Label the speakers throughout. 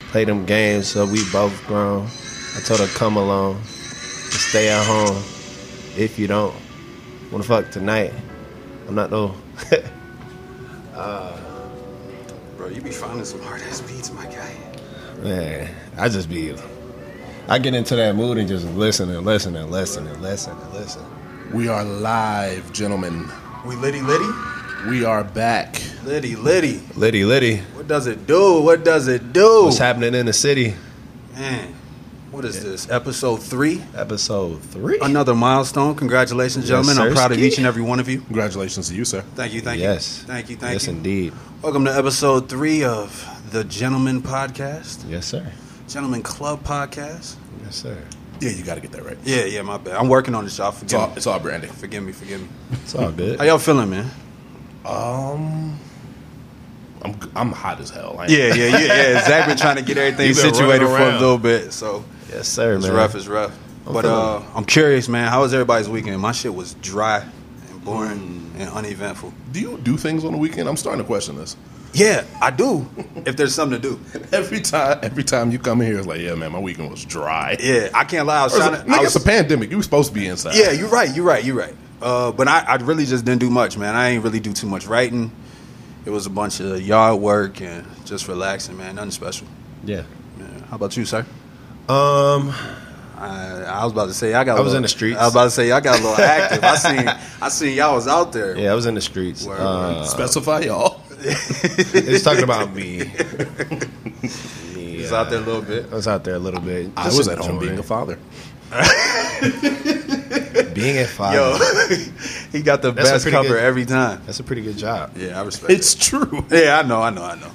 Speaker 1: play them games, so we both grown. I told her come along, and stay at home. If you don't wanna fuck tonight, I'm not though.
Speaker 2: Bro, you be finding some hard ass beats, my guy.
Speaker 1: Man, I just be, I get into that mood and just listen and listen and listen and listen and listen.
Speaker 3: We are live, gentlemen.
Speaker 2: We litty litty?
Speaker 3: We are back.
Speaker 2: Litty litty.
Speaker 1: Liddy, Liddy,
Speaker 2: What does it do? What does it do?
Speaker 1: what's happening in the city?
Speaker 2: Man, what is this? Episode three?
Speaker 1: Episode three.
Speaker 2: Another milestone. Congratulations, gentlemen. I'm proud of
Speaker 1: sirski.
Speaker 2: each and every one of you.
Speaker 3: Congratulations to you, sir.
Speaker 2: Thank you, thank
Speaker 1: yes.
Speaker 2: you. Thank you, thank
Speaker 1: yes,
Speaker 2: you.
Speaker 1: indeed.
Speaker 2: Welcome to episode three of the Gentleman Podcast,
Speaker 1: Yes, sir.
Speaker 2: Gentleman Club Podcast.
Speaker 1: Yes, sir.
Speaker 3: Yeah, you got to get that right.
Speaker 2: Yeah, yeah, my bad. I'm working on this, y'all.
Speaker 3: It's
Speaker 2: Forgive
Speaker 3: all,
Speaker 2: me.
Speaker 3: it's all branding.
Speaker 2: Forgive me, forgive me.
Speaker 1: It's all good.
Speaker 2: How y'all feeling, man?
Speaker 3: Um, I'm I'm hot as hell. I am.
Speaker 2: Yeah, yeah, yeah, yeah. Zach been trying to get everything
Speaker 3: He's been
Speaker 2: situated
Speaker 3: running
Speaker 2: for a
Speaker 3: around.
Speaker 2: little bit, so
Speaker 1: Yes, sir,
Speaker 2: it's
Speaker 1: man.
Speaker 2: rough, it's rough.
Speaker 1: I'm
Speaker 2: but
Speaker 1: feeling
Speaker 2: uh, I'm curious, man. How was everybody's weekend? My shit was dry and boring and uneventful.
Speaker 3: Do you do things on the weekend? I'm starting to question this.
Speaker 2: Yeah, I do. if there's something to do,
Speaker 3: Every time, every time you come in here, it's like, yeah, man, my weekend was dry.
Speaker 2: yeah, I can't lie. I was
Speaker 3: It's, a,
Speaker 2: trying to. I
Speaker 3: nigga,
Speaker 2: was,
Speaker 3: it's a pandemic. You were supposed to be inside.
Speaker 2: Yeah, you're right. You're right. You're right. Uh, but I, I really just didn't do much, man. I ain't really do too much writing. It was a bunch of yard work and just relaxing, man. Nothing special.
Speaker 1: Yeah.
Speaker 2: Yeah. How about you, sir?
Speaker 1: Um,
Speaker 2: I, I was about to say I got. a
Speaker 1: I was
Speaker 2: little-
Speaker 1: in the streets.
Speaker 2: I was about to say I got a little active. I seen. I seen y'all was out there.
Speaker 1: yeah, I was in the streets.
Speaker 2: Word,
Speaker 1: Uh,
Speaker 3: Specify y'all.
Speaker 1: it's talking about me. me
Speaker 2: He was
Speaker 1: uh,
Speaker 2: out there a little bit.
Speaker 1: I was out there a little bit.
Speaker 3: I
Speaker 1: Just
Speaker 3: was at home
Speaker 1: enjoying.
Speaker 3: being a father.
Speaker 1: being a father.
Speaker 2: Yo, he got the
Speaker 1: That's a
Speaker 2: best
Speaker 1: pretty
Speaker 2: cover
Speaker 1: good-
Speaker 2: every time.
Speaker 1: That's a pretty good job.
Speaker 2: Yeah, I respect.
Speaker 3: It's true.
Speaker 2: it. Yeah, I know. I know. I know.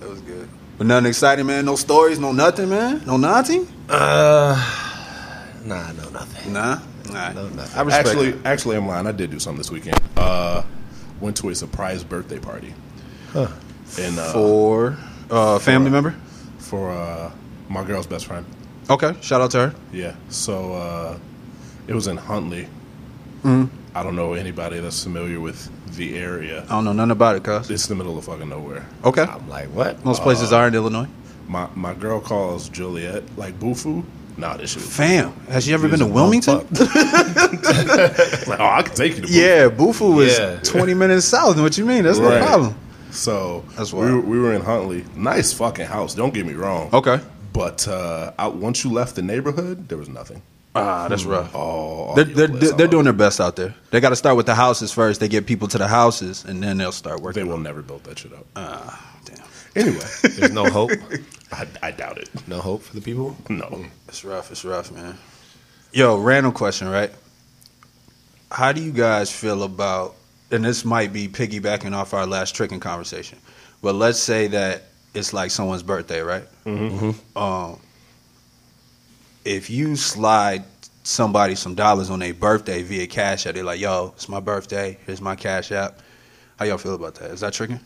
Speaker 2: That was good. But nothing exciting, man. No stories. No nothing, man. No nothing.
Speaker 1: Uh, nah, no nothing.
Speaker 2: Nah. Nah.
Speaker 1: No nothing.
Speaker 2: I respect.
Speaker 3: Actually, actually, I'm lying. I did do something this weekend. Uh, went to a surprise birthday party. Huh. And uh, for
Speaker 2: for uh, family member.
Speaker 3: for uh, my girl's best friend.
Speaker 2: Okay, shout out to her.
Speaker 3: Yeah. So uh, it was in Huntley.
Speaker 2: Mm-hmm.
Speaker 3: I don't know anybody that's familiar with the area.
Speaker 2: I don't know nothing about it, cuz.
Speaker 3: It's in the middle of fucking nowhere.
Speaker 2: Okay.
Speaker 1: I'm like, what?
Speaker 2: Most places are in Illinois.
Speaker 3: My my girl calls Juliet like Bufu. Nah, this shit. was-
Speaker 2: Fam, has she ever been to
Speaker 3: a
Speaker 2: Wilmington?
Speaker 3: Like, oh, I can take you to Bufu.
Speaker 2: yeah, Bufu is
Speaker 1: Yeah.
Speaker 2: 20 minutes south. What you mean? That's
Speaker 3: Right.
Speaker 2: no problem.
Speaker 3: So
Speaker 2: That's
Speaker 3: we
Speaker 2: wild.
Speaker 3: were, we were in Huntley. Nice fucking house. Don't get me wrong.
Speaker 2: Okay.
Speaker 3: But uh, out, once you left the neighborhood, there was nothing.
Speaker 2: Ah, that's rough.
Speaker 3: Oh,
Speaker 2: They're, they're, they're, they're doing their best out there. They got to start with the houses first. They get people to the houses, and then they'll start
Speaker 3: They
Speaker 2: working.
Speaker 3: will never build that shit up.
Speaker 2: Ah, damn.
Speaker 3: Anyway,
Speaker 1: There's no hope.
Speaker 3: I, I doubt it.
Speaker 1: No hope for the people.
Speaker 3: No.
Speaker 2: It's rough. It's rough, man. Yo, random question, right? How do you guys feel about, and this might be piggybacking off our last tricking conversation, but let's say that it's like someone's birthday, right? Mm-hmm. Um, if you slide somebody some dollars on their birthday via Cash App, they're like, yo, it's my birthday. Here's my Cash App. How y'all feel about that? Is that tricking?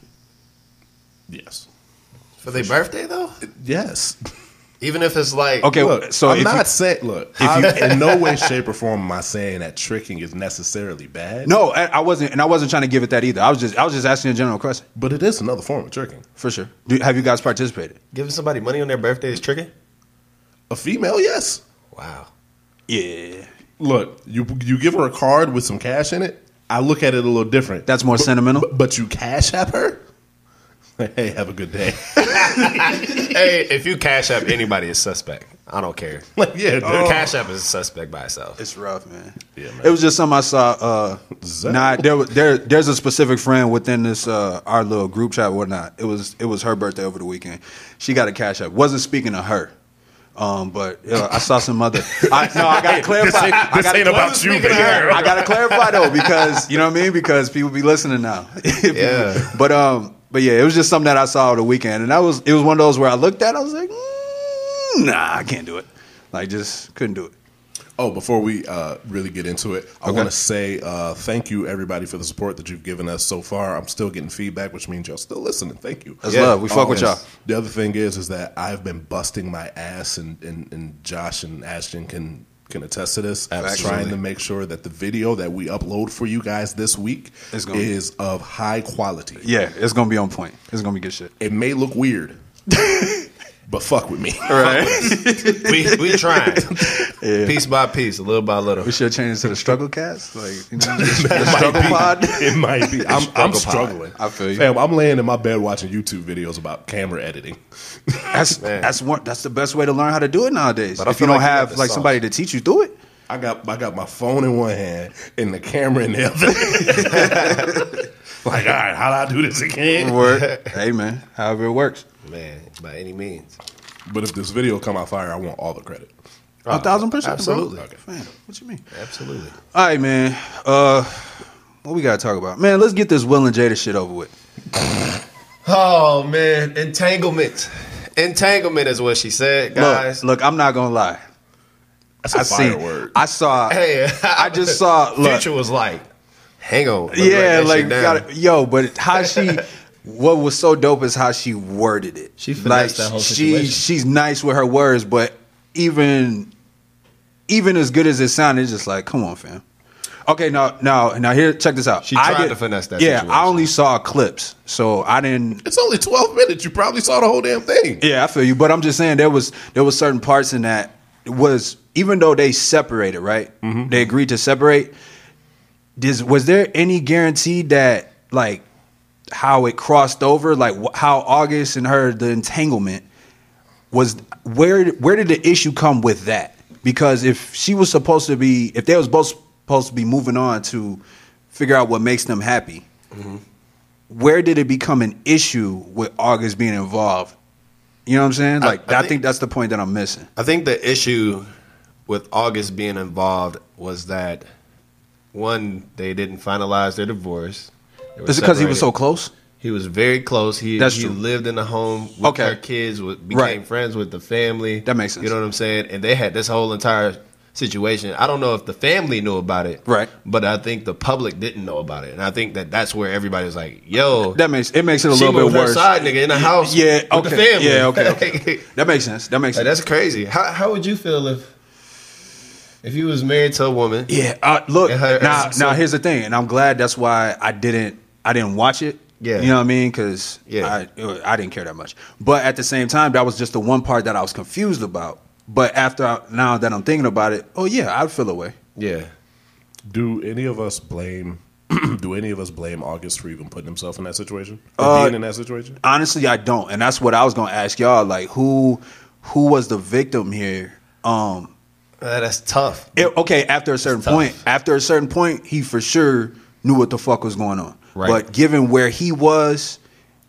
Speaker 3: Yes.
Speaker 1: For their birthday though,
Speaker 3: Yes.
Speaker 1: even if it's like
Speaker 2: Okay,
Speaker 3: look,
Speaker 2: so
Speaker 3: I'm
Speaker 2: if
Speaker 3: not
Speaker 2: you-
Speaker 3: saying. Look, I'm, in no way, shape, or form am I saying that tricking is necessarily bad.
Speaker 2: No, I, I wasn't, and I wasn't trying to give it that either. I was just, I was just asking a general question
Speaker 3: but it is another form of tricking.
Speaker 2: for sure. Do, have you guys participated?
Speaker 1: giving somebody money on their birthday is tricky.
Speaker 3: A female, yes.
Speaker 1: Wow.
Speaker 2: Yeah.
Speaker 3: Look, you you give her a card with some cash in it. I look at it a little different.
Speaker 2: That's more sentimental.
Speaker 3: But, but you cash app her. Hey, have a good day.
Speaker 1: hey, if you cash up anybody is suspect. I don't care.
Speaker 3: like, yeah,
Speaker 2: Oh,
Speaker 3: dude.
Speaker 1: Cash app is a suspect by itself.
Speaker 2: It's rough, man.
Speaker 3: Yeah, man.
Speaker 2: It was just something I saw. Uh,
Speaker 3: Zell.
Speaker 2: nah, there, was- there, there's a specific friend within this uh, our little group chat, or whatnot. It was, it was her birthday over the weekend. She got a cash app. Wasn't speaking to her, um, but uh, I saw some other. I, no, I got to clarify.
Speaker 3: ain't-
Speaker 2: I
Speaker 3: this
Speaker 2: gotta
Speaker 3: ain't about
Speaker 2: clarify-
Speaker 3: you, big girl.
Speaker 2: I got to clarify though, because you know what I mean. Because people be listening now.
Speaker 1: Yeah.
Speaker 2: But um, but yeah, it was just something that I saw over the weekend, and that was it was one of those where I looked at, it, I was like, mm, nah, I can't do it. Like, just couldn't do it.
Speaker 3: Oh, before we uh, really get into it, I
Speaker 2: Okay.
Speaker 3: want to say uh, thank you, everybody, for the support that you've given us so far. I'm still getting feedback, which means y'all still listening. Thank you.
Speaker 2: That's love. We fuck with
Speaker 3: Always.
Speaker 2: y'all.
Speaker 3: The other thing is, is that I've been busting my ass, and, and, and Josh and Ashton can can attest to this.
Speaker 2: Absolutely.
Speaker 3: Trying to make sure that the video that we upload for you guys this week
Speaker 2: It's gonna be-
Speaker 3: is of high quality.
Speaker 2: Yeah, it's gonna be on point. It's gonna be good shit.
Speaker 3: It may look weird. but fuck with me.
Speaker 4: we we trying
Speaker 2: Yeah.
Speaker 4: piece by piece, little by little.
Speaker 2: We should change it to the struggle cast, like you know, the struggle pod.
Speaker 3: It might be. I'm,
Speaker 4: Struggle
Speaker 3: I'm
Speaker 4: pod.
Speaker 3: struggling.
Speaker 2: I feel you.
Speaker 3: Fam, I'm laying in my bed watching YouTube videos about camera editing.
Speaker 2: That's
Speaker 4: Man.
Speaker 2: that's one. That's the best way to learn how to do it nowadays.
Speaker 4: But I
Speaker 2: if you
Speaker 4: feel
Speaker 2: don't
Speaker 4: like you got
Speaker 2: have
Speaker 4: the
Speaker 2: like
Speaker 4: sauce.
Speaker 2: somebody to teach you through it,
Speaker 3: I got I got my phone in one hand and the camera in the other. like, all right, how do I do this again?
Speaker 2: work. hey man, however it works,
Speaker 4: Man, by any means.
Speaker 3: But if this video come out fire, I want all the credit.
Speaker 2: a thousand percent,
Speaker 4: Oh, Uh, absolutely.
Speaker 2: Bro. Man, what you mean?
Speaker 4: Absolutely.
Speaker 2: All right, man. Uh, what we gotta talk about, man? Let's get this Will and Jada shit over with.
Speaker 4: Oh man, entanglement. Entanglement is what she said, guys.
Speaker 2: Look, look, I'm not gonna lie.
Speaker 3: That's a
Speaker 2: I
Speaker 3: fire
Speaker 2: seen.
Speaker 3: word.
Speaker 2: I saw.
Speaker 4: Hey,
Speaker 2: I just saw. Look,
Speaker 4: Future was like, hang on. let me
Speaker 2: yeah,
Speaker 4: write that
Speaker 2: like
Speaker 4: shit down.
Speaker 2: gotta, yo, but how she. What was so dope is how she worded it.
Speaker 5: She finessed that whole situation.
Speaker 2: She she's nice with her words, but even even as good as it sounded, it's just like, come on, fam. Okay, now now now here, check this out.
Speaker 4: She
Speaker 2: I
Speaker 4: tried
Speaker 2: did-
Speaker 4: to finesse that
Speaker 2: Yeah, I
Speaker 4: situation.
Speaker 2: only saw clips, so I didn't
Speaker 3: it's only 12 minutes. You probably saw the whole damn thing.
Speaker 2: yeah, I feel you, but I'm just saying there was there was certain parts in that was even though they separated, right? They agreed to separate. Does was there any guarantee that like how it crossed over, like wh- how August and her the entanglement was? Where where did the issue come with that? Because if she was supposed to be, if they was both supposed to be moving on to figure out what makes them happy,
Speaker 4: Mm-hmm.
Speaker 2: where did it become an issue with August being involved? You know what I'm saying?
Speaker 4: I-
Speaker 2: Like, I,
Speaker 4: I
Speaker 2: think,
Speaker 4: think-
Speaker 2: that's the point that I'm missing.
Speaker 4: I think the issue with August being involved was that one, they didn't finalize their divorce. They were
Speaker 2: Is it because he was so
Speaker 4: separated.
Speaker 2: close?
Speaker 4: He was very close. He
Speaker 2: That's
Speaker 4: he
Speaker 2: true.
Speaker 4: lived in the home with
Speaker 2: Okay.
Speaker 4: her kids, with, became
Speaker 2: Right.
Speaker 4: friends with the family.
Speaker 2: That makes sense.
Speaker 4: You know what I'm saying? And they had this whole entire situation. I don't know if the family knew about it,
Speaker 2: Right.
Speaker 4: But I think the public didn't know about it, and I think that that's where everybody was like, "Yo,
Speaker 2: That makes it makes it a
Speaker 4: she
Speaker 2: little
Speaker 4: with
Speaker 2: bit
Speaker 4: her
Speaker 2: worse.
Speaker 4: side nigga in the house,
Speaker 2: Yeah.
Speaker 4: with the
Speaker 2: Okay.
Speaker 4: family.
Speaker 2: Yeah. Okay. okay.
Speaker 4: Like,
Speaker 2: that makes sense. That makes sense.
Speaker 4: that's crazy. How how would you feel if if you was married to a woman?
Speaker 2: Yeah. Uh, look.
Speaker 4: And her-
Speaker 2: now,
Speaker 4: and so-
Speaker 2: now here's the thing, and I'm glad that's why I didn't. I didn't watch it.
Speaker 4: Yeah.
Speaker 2: You know what I mean? Because
Speaker 4: Yeah.
Speaker 2: I, I didn't care that much. But at the same time, that was just the one part that I was confused about. But after I, now that I'm thinking about it, oh yeah, I'd feel away.
Speaker 4: Yeah.
Speaker 3: Do any of us blame? do any of us blame August for even putting himself in that situation? Or
Speaker 2: Uh,
Speaker 3: being in that situation?
Speaker 2: honestly i don't and that's what i was gonna ask y'all like who who was the victim here um
Speaker 4: Uh, that's tough.
Speaker 2: it- okay after a certain
Speaker 4: tough.
Speaker 2: point after a certain point he for sure knew what the fuck was going on
Speaker 4: Right.
Speaker 2: but given where he was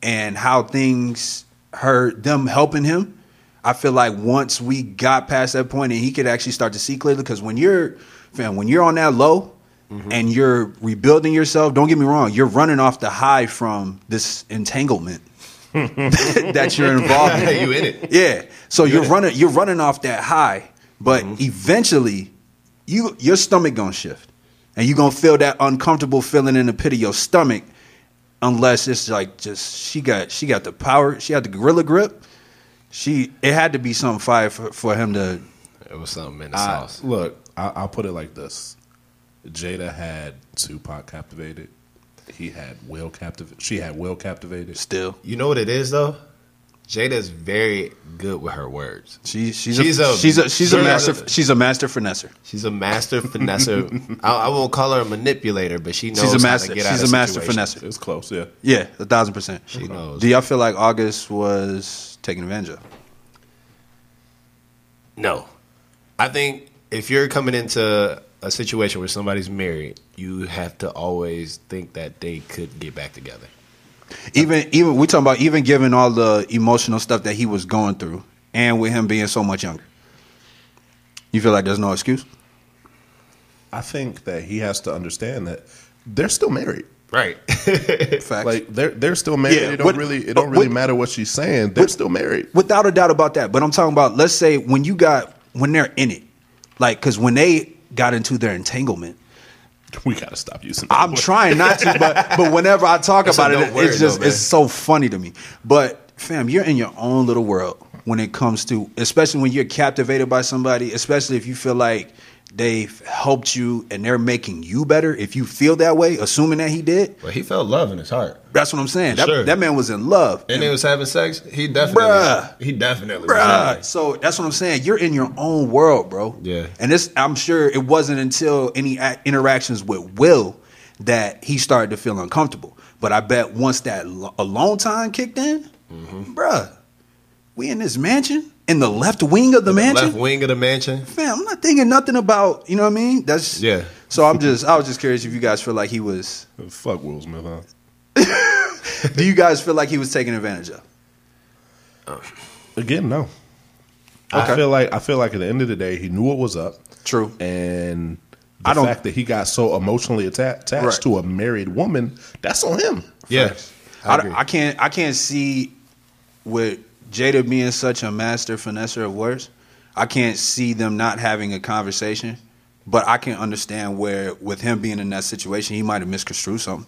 Speaker 2: and how things her them helping him i feel like once we got past that point and he could actually start to see clearly because when you're fam when you're on that low
Speaker 4: Mm-hmm.
Speaker 2: and you're rebuilding yourself don't get me wrong you're running off the high from this entanglement that you're involved in
Speaker 4: you in it.
Speaker 2: yeah. So you're running you're running off that high, but
Speaker 4: Mm-hmm.
Speaker 2: eventually you your stomach gonna shift. And you're gonna feel that uncomfortable feeling in the pit of your stomach unless it's like just she got she got the power, she had the gorilla grip. She it had to be something fire for, for him to
Speaker 4: It was something in the
Speaker 3: I-
Speaker 4: sauce.
Speaker 3: look, I, I'll put it like this: Jada had Tupac captivated. He had Will captivated. She had Will captivated.
Speaker 2: still.
Speaker 4: You know what it is though? Jada's very good with her words.
Speaker 2: She she's
Speaker 4: She's
Speaker 2: a,
Speaker 4: a-
Speaker 2: she's a she's
Speaker 4: she's
Speaker 2: a
Speaker 4: a-
Speaker 2: master she's a master finesser.
Speaker 4: She's a master finesser. I, I won't call her a manipulator, but she knows
Speaker 2: She's a
Speaker 4: how
Speaker 2: master
Speaker 4: to get out
Speaker 2: she's
Speaker 4: of
Speaker 2: a master
Speaker 4: situations.
Speaker 2: finesser.
Speaker 3: It's close, yeah.
Speaker 2: Yeah, a thousand percent.
Speaker 4: She knows.
Speaker 2: Do y'all feel like August was taken advantage of?
Speaker 4: No, I think if you're coming into a situation where somebody's married, you have to always think that they could get back together.
Speaker 2: even even we talking about even given all the emotional stuff that he was going through and with him being so much younger you feel like there's no excuse
Speaker 3: I think that he has to understand that they're still married.
Speaker 4: Right.
Speaker 2: facts
Speaker 3: Like they're they're still married.
Speaker 2: Yeah,
Speaker 3: it don't
Speaker 2: what-
Speaker 3: really it don't really
Speaker 2: what-
Speaker 3: matter what she's saying. They're still married.
Speaker 2: without a doubt about that but i'm talking about let's say when you got when they're in it like because when they got into their entanglement
Speaker 3: We gotta stop using. That
Speaker 2: I'm
Speaker 3: word.
Speaker 2: trying not to, but but whenever I talk
Speaker 4: That's a
Speaker 2: about it,
Speaker 4: dope
Speaker 2: it's
Speaker 4: word,
Speaker 2: just
Speaker 4: though, man.
Speaker 2: it's so funny to me. But fam, you're in your own little world when it comes to, especially when you're captivated by somebody, especially if you feel like They've helped you and they're making you better. If you feel that way, assuming that he did,
Speaker 4: But he felt love in his heart.
Speaker 2: that's what I'm saying. That,
Speaker 4: Sure.
Speaker 2: that man was in love.
Speaker 4: And he was having sex. He definitely,
Speaker 2: Bruh.
Speaker 4: he definitely, was in
Speaker 2: Bruh.
Speaker 4: it.
Speaker 2: So that's what I'm saying. You're in your own world, bro.
Speaker 4: Yeah.
Speaker 2: And this, I'm sure it wasn't until any a- interactions with Will that he started to feel uncomfortable. But I bet once that lo- alone time kicked in,
Speaker 4: Mm-hmm.
Speaker 2: bruh, we in this mansion in the left wing of the mansion.
Speaker 4: left wing of the mansion.
Speaker 2: Fam, I'm not thinking nothing about you know what I mean. That's
Speaker 4: Yeah.
Speaker 2: So I'm just, I was just curious if you guys feel like he was.
Speaker 3: Fuck Will Smith, huh?
Speaker 2: Do you guys feel like he was taken advantage of?
Speaker 3: Again, no. I
Speaker 2: Okay.
Speaker 3: feel like I feel like at the end of the day, he knew what was up,
Speaker 2: True.
Speaker 3: and the
Speaker 2: I don't-
Speaker 3: fact that he got so emotionally atta- attached
Speaker 2: Right.
Speaker 3: to a married woman, that's on him.
Speaker 4: Yeah.
Speaker 2: I,
Speaker 4: agree.
Speaker 2: I can't I can't see with Jada being such a master finesser of words. I can't see them not having a conversation, but I can understand where with him being in that situation, he might have misconstrued something.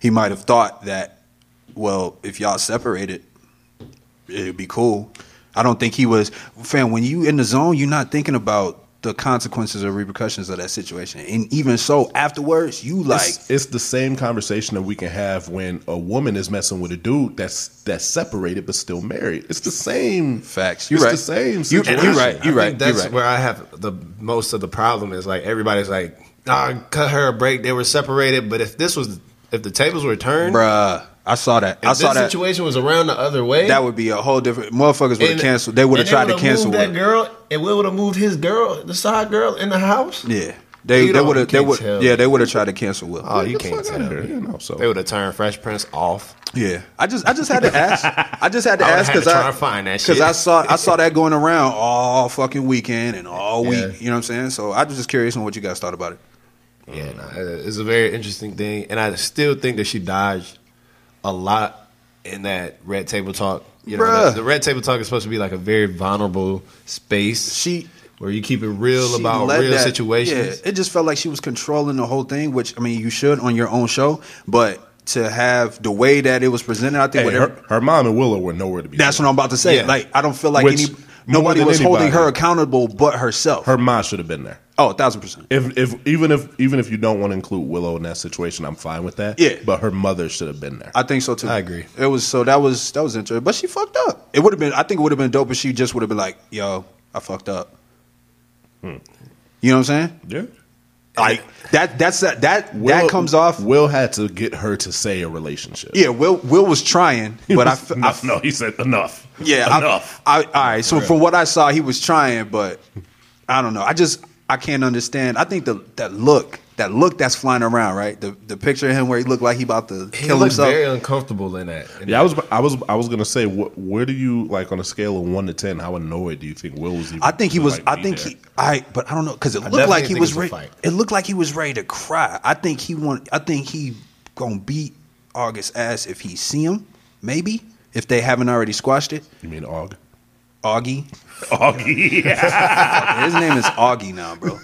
Speaker 2: He might have thought that, well, if y'all separated, it'd be cool. I don't think he was fam. When you in the zone, you're not thinking about the consequences or repercussions of that situation. And even so, afterwards, you like
Speaker 3: it's, it's the same conversation that we can have when a woman is messing with a dude that's that's separated but still married. It's the same
Speaker 2: Facts. You're
Speaker 3: it's
Speaker 2: right.
Speaker 3: the same
Speaker 2: You-
Speaker 3: situation.
Speaker 2: you're right.
Speaker 4: I think that's
Speaker 2: you're right.
Speaker 4: where I have the most of the problem is like everybody's like, ah, cut her a break. They were separated, but if this was if the tables were turned,
Speaker 2: bruh. I saw that.
Speaker 4: if
Speaker 2: I saw
Speaker 4: this
Speaker 2: that.
Speaker 4: situation was around the other way,
Speaker 2: That would be a whole different. Motherfuckers would have
Speaker 4: and-
Speaker 2: canceled. They would have
Speaker 4: and
Speaker 2: tried to
Speaker 4: would've
Speaker 2: cancel
Speaker 4: moved that
Speaker 2: it.
Speaker 4: girl, and Will would have moved his girl, the side girl, in the house.
Speaker 2: Yeah, they
Speaker 4: You
Speaker 2: they
Speaker 4: don't-
Speaker 2: would
Speaker 4: you
Speaker 2: have. They
Speaker 4: can't
Speaker 2: would.
Speaker 4: tell.
Speaker 2: Yeah, they would have tried to cancel Will.
Speaker 4: Oh, you
Speaker 3: Get the
Speaker 4: can't
Speaker 3: fuck outta
Speaker 4: tell.
Speaker 3: here, you know, so.
Speaker 4: They would have turned Fresh Prince off.
Speaker 2: Yeah, I just I just had to ask. I just had to
Speaker 4: I would've
Speaker 2: ask
Speaker 4: had to
Speaker 2: because I
Speaker 4: try to find that
Speaker 2: because
Speaker 4: shit.
Speaker 2: I saw I saw that going around all fucking weekend and all week.
Speaker 4: Yeah.
Speaker 2: You know what I'm saying? So I was just curious on what you guys thought about it.
Speaker 4: Yeah, nah, it- it's a very interesting thing, and I still think that she dodged a lot in that red table talk. You know,
Speaker 2: Bruh.
Speaker 4: the, the red table talk is supposed to be like a very vulnerable space.
Speaker 2: She-
Speaker 4: where you keep it real
Speaker 2: She
Speaker 4: about
Speaker 2: let
Speaker 4: real
Speaker 2: that-
Speaker 4: situations.
Speaker 2: Yeah, it just felt like she was controlling the whole thing, which I mean, you should on your own show, but to have the way that it was presented, I think
Speaker 3: Hey,
Speaker 2: with
Speaker 3: her,
Speaker 2: every-
Speaker 3: her mom and Willow were nowhere to be.
Speaker 2: that's
Speaker 3: found.
Speaker 2: what I'm about to say.
Speaker 4: Yeah.
Speaker 2: Like I don't feel like
Speaker 3: Which,
Speaker 2: any
Speaker 3: more
Speaker 2: nobody
Speaker 3: than
Speaker 2: was holding
Speaker 3: anybody-
Speaker 2: her accountable but herself.
Speaker 3: Her mom should have been there.
Speaker 2: oh, a thousand percent.
Speaker 3: If if even if even if you don't want to include Willow in that situation, I'm fine with that.
Speaker 2: Yeah.
Speaker 3: but her mother should have been there.
Speaker 2: I think so too.
Speaker 4: I agree.
Speaker 2: It was so that was that was interesting, but she fucked up. It would have been. I think it would have been dope if she just would have been like, "Yo, I fucked up."
Speaker 3: Hmm.
Speaker 2: You know what I'm saying?
Speaker 3: yeah,
Speaker 2: Like that. That's that. That
Speaker 3: Will-
Speaker 2: that comes off.
Speaker 3: Will had to get her to say a relationship.
Speaker 2: Yeah, Will Will was trying,
Speaker 3: He
Speaker 2: but I
Speaker 3: was-
Speaker 2: f- I
Speaker 3: no,
Speaker 2: f-
Speaker 3: no, he said enough.
Speaker 2: yeah, I-
Speaker 3: enough.
Speaker 2: I, all right. So from what I saw, he was trying, but I don't know. I just I can't understand. I think the that look, that look that's flying around, right? The the picture of him where he looked like he about to
Speaker 4: He
Speaker 2: kill
Speaker 4: looked
Speaker 2: himself.
Speaker 4: very uncomfortable in that. In
Speaker 3: yeah, I was, I was, I was gonna say, wh- where do you like on a scale of one to ten? How annoyed do you think Will was? Even
Speaker 2: I think he
Speaker 3: to,
Speaker 2: was.
Speaker 3: like,
Speaker 2: I
Speaker 3: be
Speaker 2: think
Speaker 3: there?
Speaker 2: he. I. But I don't know because it looked
Speaker 4: definitely
Speaker 2: like he
Speaker 4: think
Speaker 2: was.
Speaker 4: it was a
Speaker 2: ready.
Speaker 4: fight.
Speaker 2: It looked like he was ready to cry. I think he want. I think he gonna beat August ass if he see him. Maybe if they haven't already squashed it.
Speaker 3: You mean Og?
Speaker 2: Augie.
Speaker 3: Augie.
Speaker 2: His name is Augie now, bro.